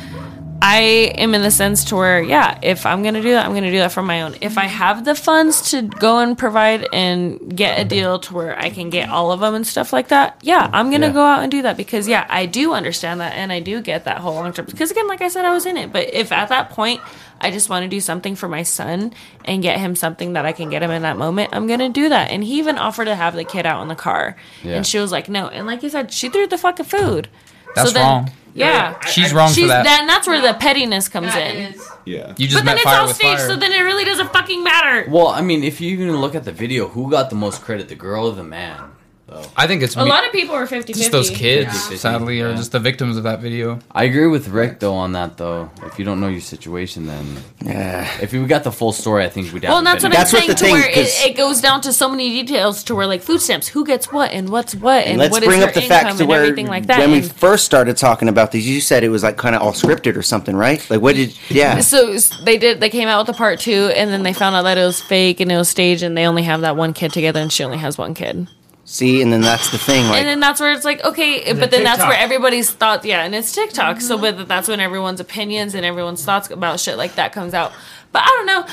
I am in the sense to where, yeah, if I'm gonna do that, I'm gonna do that for my own. If I have the funds to go and provide and get a deal to where I can get all of them and stuff like that, yeah, I'm gonna go out and do that because yeah, I do understand that and I do get that whole long term. Because again, like I said, I was in it. But if at that point I just want to do something for my son and get him something that I can get him in that moment, I'm gonna do that. And he even offered to have the kid out in the car, and she was like, no. And like you said, she threw the fucking food. That's wrong. Yeah. She's wrong She's for that. then that's where the pettiness comes in. Yeah. You just But met then it's fire all with staged, fire. so then it really doesn't fucking matter. Well, I mean, if you even look at the video, who got the most credit, the girl or the man? Though I think it's A me- lot of people are 50 just those kids. Yeah. Sadly, are Yeah. just the victims of that video. I agree with Rick though on that though. If you don't know your situation, then Yeah. if we got the full story, I think we'd. Well, and that's what That's I'm what saying. the to thing, where it, 'cause- it goes down to so many details to where like food stamps, who gets what, and what's what, and, let's what is bring their up the income, fact to and where everything like that. when we And first started talking about these, you said it was like kind of all scripted or something, right? Like what did yeah? so s- they did. They came out with a part two, and then they found out that it was fake and it was staged, and they only have that one kid together, and she only has one kid. See, and then that's the thing. Like and then that's where it's like okay but then that's where everybody's thought yeah and it's tiktok so but that's when everyone's opinions and everyone's thoughts about shit like that comes out but i don't know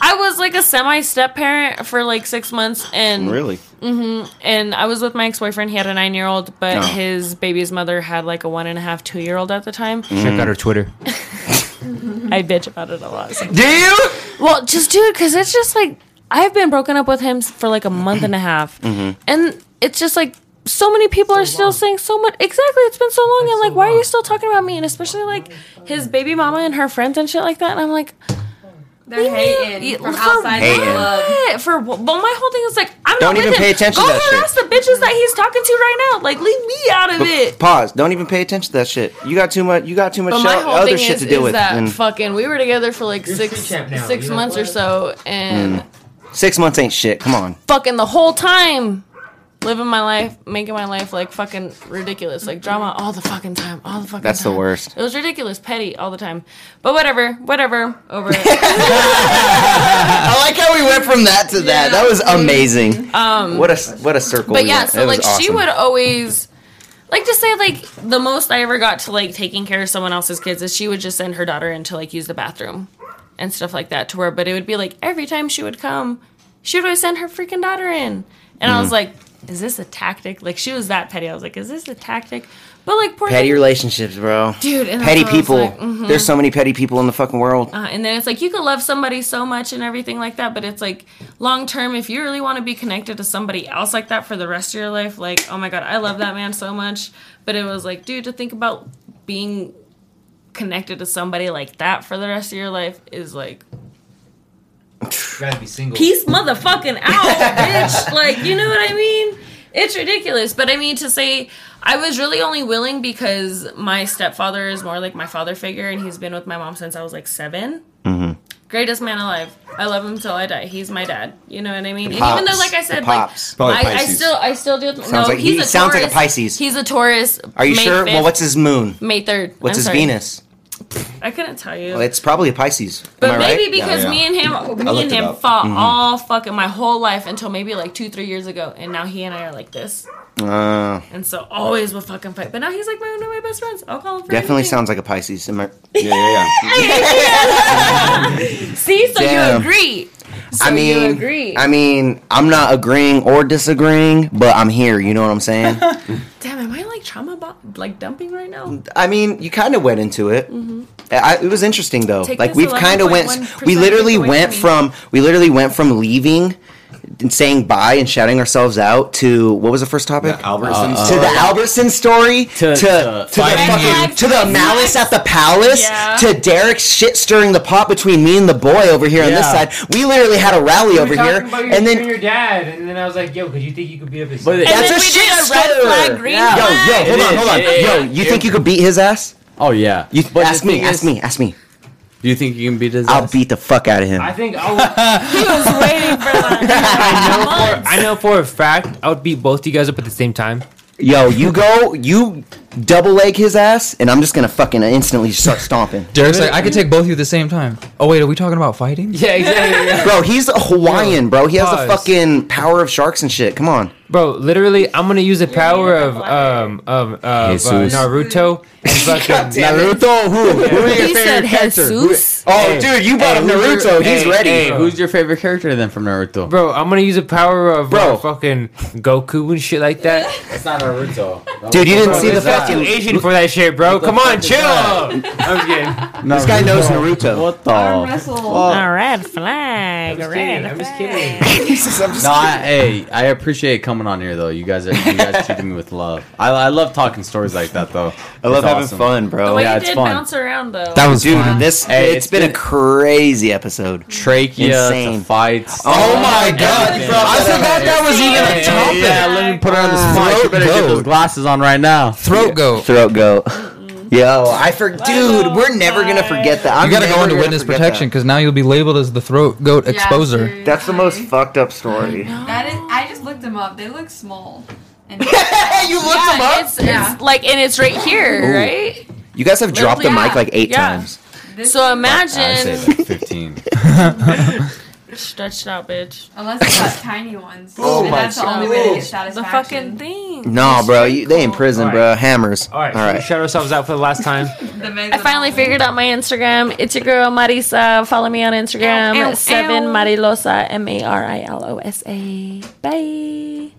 i was like a semi step parent for like six months and really, and I was with my ex boyfriend. He had a nine year old, but Oh. his baby's mother had like a one and a half, two year old at the time. Mm-hmm. Check out her Twitter. I bitch about it a lot. so- do you? Well, just do it because it's just like I've been broken up with him for like a month and a half, Mm-hmm. and it's just like so many people are still saying so much. Exactly, it's been so long, and like, why are you still talking about me? And especially like his baby mama and her friends and shit like that. And I'm like, They're Yeah, hating from for outside Hating. the club. what? For well, my whole thing is like, I'm Don't not with even him. pay attention Go to that harass the bitches that he's talking to right now. Like, leave me out of it. Pause. Don't even pay attention to that shit. You got too much. You got too much But shit- my whole other thing shit is, to deal is with. that And fucking we were together for like You're six free champ now, six you know months or what? so, and Mm. six months ain't shit. Come on. fucking the whole time living my life, making my life like fucking ridiculous, like drama all the fucking time, all the fucking. That's the time. worst. It was ridiculous, petty all the time, but whatever, whatever, over it. I like how we went from that to that. That was amazing. Um, what a what a circle. But we yeah, went. so It was like she awesome. would always like to say like the most I ever got to like taking care of someone else's kids is she would just send her daughter in to like use the bathroom and stuff like that to her. But it would be like every time she would come, she would always send her freaking daughter in. And I was Mm-hmm. like, is this a tactic? Like she was that petty. I was like, is this a tactic? But like poor petty thing- relationships, bro. Dude, and that's petty what I was people. like, mhm. There's so many petty people in the fucking world. Uh, and then it's like you can love somebody so much and everything like that, but it's like long term, if you really want to be connected to somebody else like that for the rest of your life, like, oh my God, I love that man so much. But it was like, dude, to think about being connected to somebody like that for the rest of your life is like, gotta be single. peace motherfucking out, bitch. Like, you know what I mean? It's ridiculous. But I mean, to say I was really only willing because my stepfather is more like my father figure and he's been with my mom since I was like 7 Mm-hmm. Greatest man alive. I love him till I die. He's my dad. You know what I mean? And even though, pops. like I said, The like pops. Probably I, I Pisces. still, I still do. Sounds no, like- he's he a sounds like a Taurus. Pisces. He's a Taurus. Are you May sure? 5th, Well, what's his moon? May third? What's I'm his sorry. Venus? I couldn't tell you. Well, it's probably a Pisces. But Am I maybe right? because Yeah. me and him, me looked and it him up. Mm-hmm. fought all fucking my whole life until maybe like two, three years ago, and now he and I are like this. Uh, And so always would fucking fight. But now he's like my, one of my best friends. I'll call him for definitely anything. sounds like a Pisces. Am I- Yeah, yeah, yeah. See, so Damn. you agree. So I mean, you agree. I mean, I'm not agreeing or disagreeing, but I'm here. You know what I'm saying? Damn, am I like trauma bo- like dumping right now? I mean, you kind of went into it. I, it was interesting though. Take like this we've kind of went. 11.1% We literally away went from from. We literally went from leaving and saying bye and shouting ourselves out to what was the first topic? Uh, Albertsons. to the Albertson story, to to, to the, fighting fucking- you. to the malice at the palace, Yeah. to Derek's shit stirring the pot between me and the boy over here on this Yeah. side. We literally had a rally over here, and then your dad, and then I was like, "Yo, because you think you could beat up his?" But it- And that's then a we shit did a red stirrer. flag, green Yo, yo, flag. hold on, is, hold on. it is. Yo, you think you could beat his ass? Oh yeah. You But the ask me, thing ask is, me, ask me. Do you think you can beat his I'll ass? beat the fuck out of him. I think I would. He was waiting for I know, that. for, I know for a fact I would beat both you guys up at the same time. Yo, you go, you double leg his ass, and I'm just gonna fucking instantly start stomping. Derek's like, I could take both of you at the same time. Oh wait, are we talking about fighting? Yeah, exactly. Bro, he's a Hawaiian, bro. He has the Pause. fucking power of sharks and shit. Come on. Bro, literally, I'm gonna use the power gonna of get black. um of, of uh, Jesus. Naruto and fucking. Naruto, who? Who is- He said Jesus. Oh, dude, you brought up Naruto. He's hey, ready. hey, bro. Who's your favorite character then from Naruto? Bro, I'm gonna use the power of bro. Bro. fucking Goku and shit like that. That's not Naruto. Dude, you didn't Bro, see the there's fucking. Asian for that shit, bro. Come on, chill. I'm just kidding. This guy knows Naruto. What the? Arm wrestle. A red flag. A red I'm just flag. kidding. No, I, hey, I appreciate coming on here though. You guys are you guys treating me with love. I, I love talking stories like that though. I love It's having awesome. Oh, fun, The bro. way yeah, you it's did fun. bounce around though. That was Dude, fun. this Hey, it's it's been a been- crazy episode. Trachea, Insane. to fights. Oh my God, God, bro. I forgot that was even Hey, a topic. yeah, let me put her on the spot. You better get those glasses on right now. Throat goat. Throat go. Yo, I for dude, we're never gonna forget that. I'm You gotta never go into gonna witness forget protection that. because now you'll be labeled as the throat goat Yeah, exposer. seriously. That's the most fucked up story. you That is. I just looked them up. They look small. And looked yeah, him up. It's, Yeah. it's like and it's right here, Ooh. right? You guys have dropped the Literally, mic like eight yeah. times. this, So I say imagine like 15. stretched out, bitch. unless it's got tiny ones, Oh and my that's the only way to get The satisfaction. fucking thing. No, bro, you, they in prison, All bro. Hammers. All right, Should we shut ourselves out for the last time. The men's I finally anomaly. figured out my Instagram. It's your girl Marisa. Follow me on Instagram. Ow, ow, Seven ow. Marilosa. M A R I L O S A. Bye.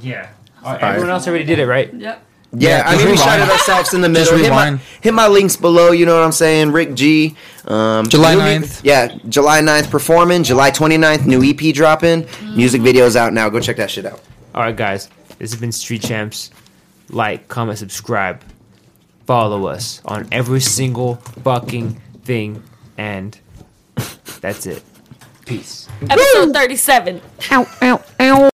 Yeah. All right, everyone else already did it, right? Yep. Yeah, Yeah, I mean, we just rewind. shouted ourselves in the Just middle. Hit my, rewind. hit my links below, you know what I'm saying? Rick G. Um, July new- 9th. Yeah, July 9th performing. July 29th, new EP dropping. Music video's out now. Go check that shit out. All right, guys. This has been Street Champs. Like, comment, subscribe, follow us on every single fucking thing, and that's it. Peace. Episode 37. Ow, ow, ow.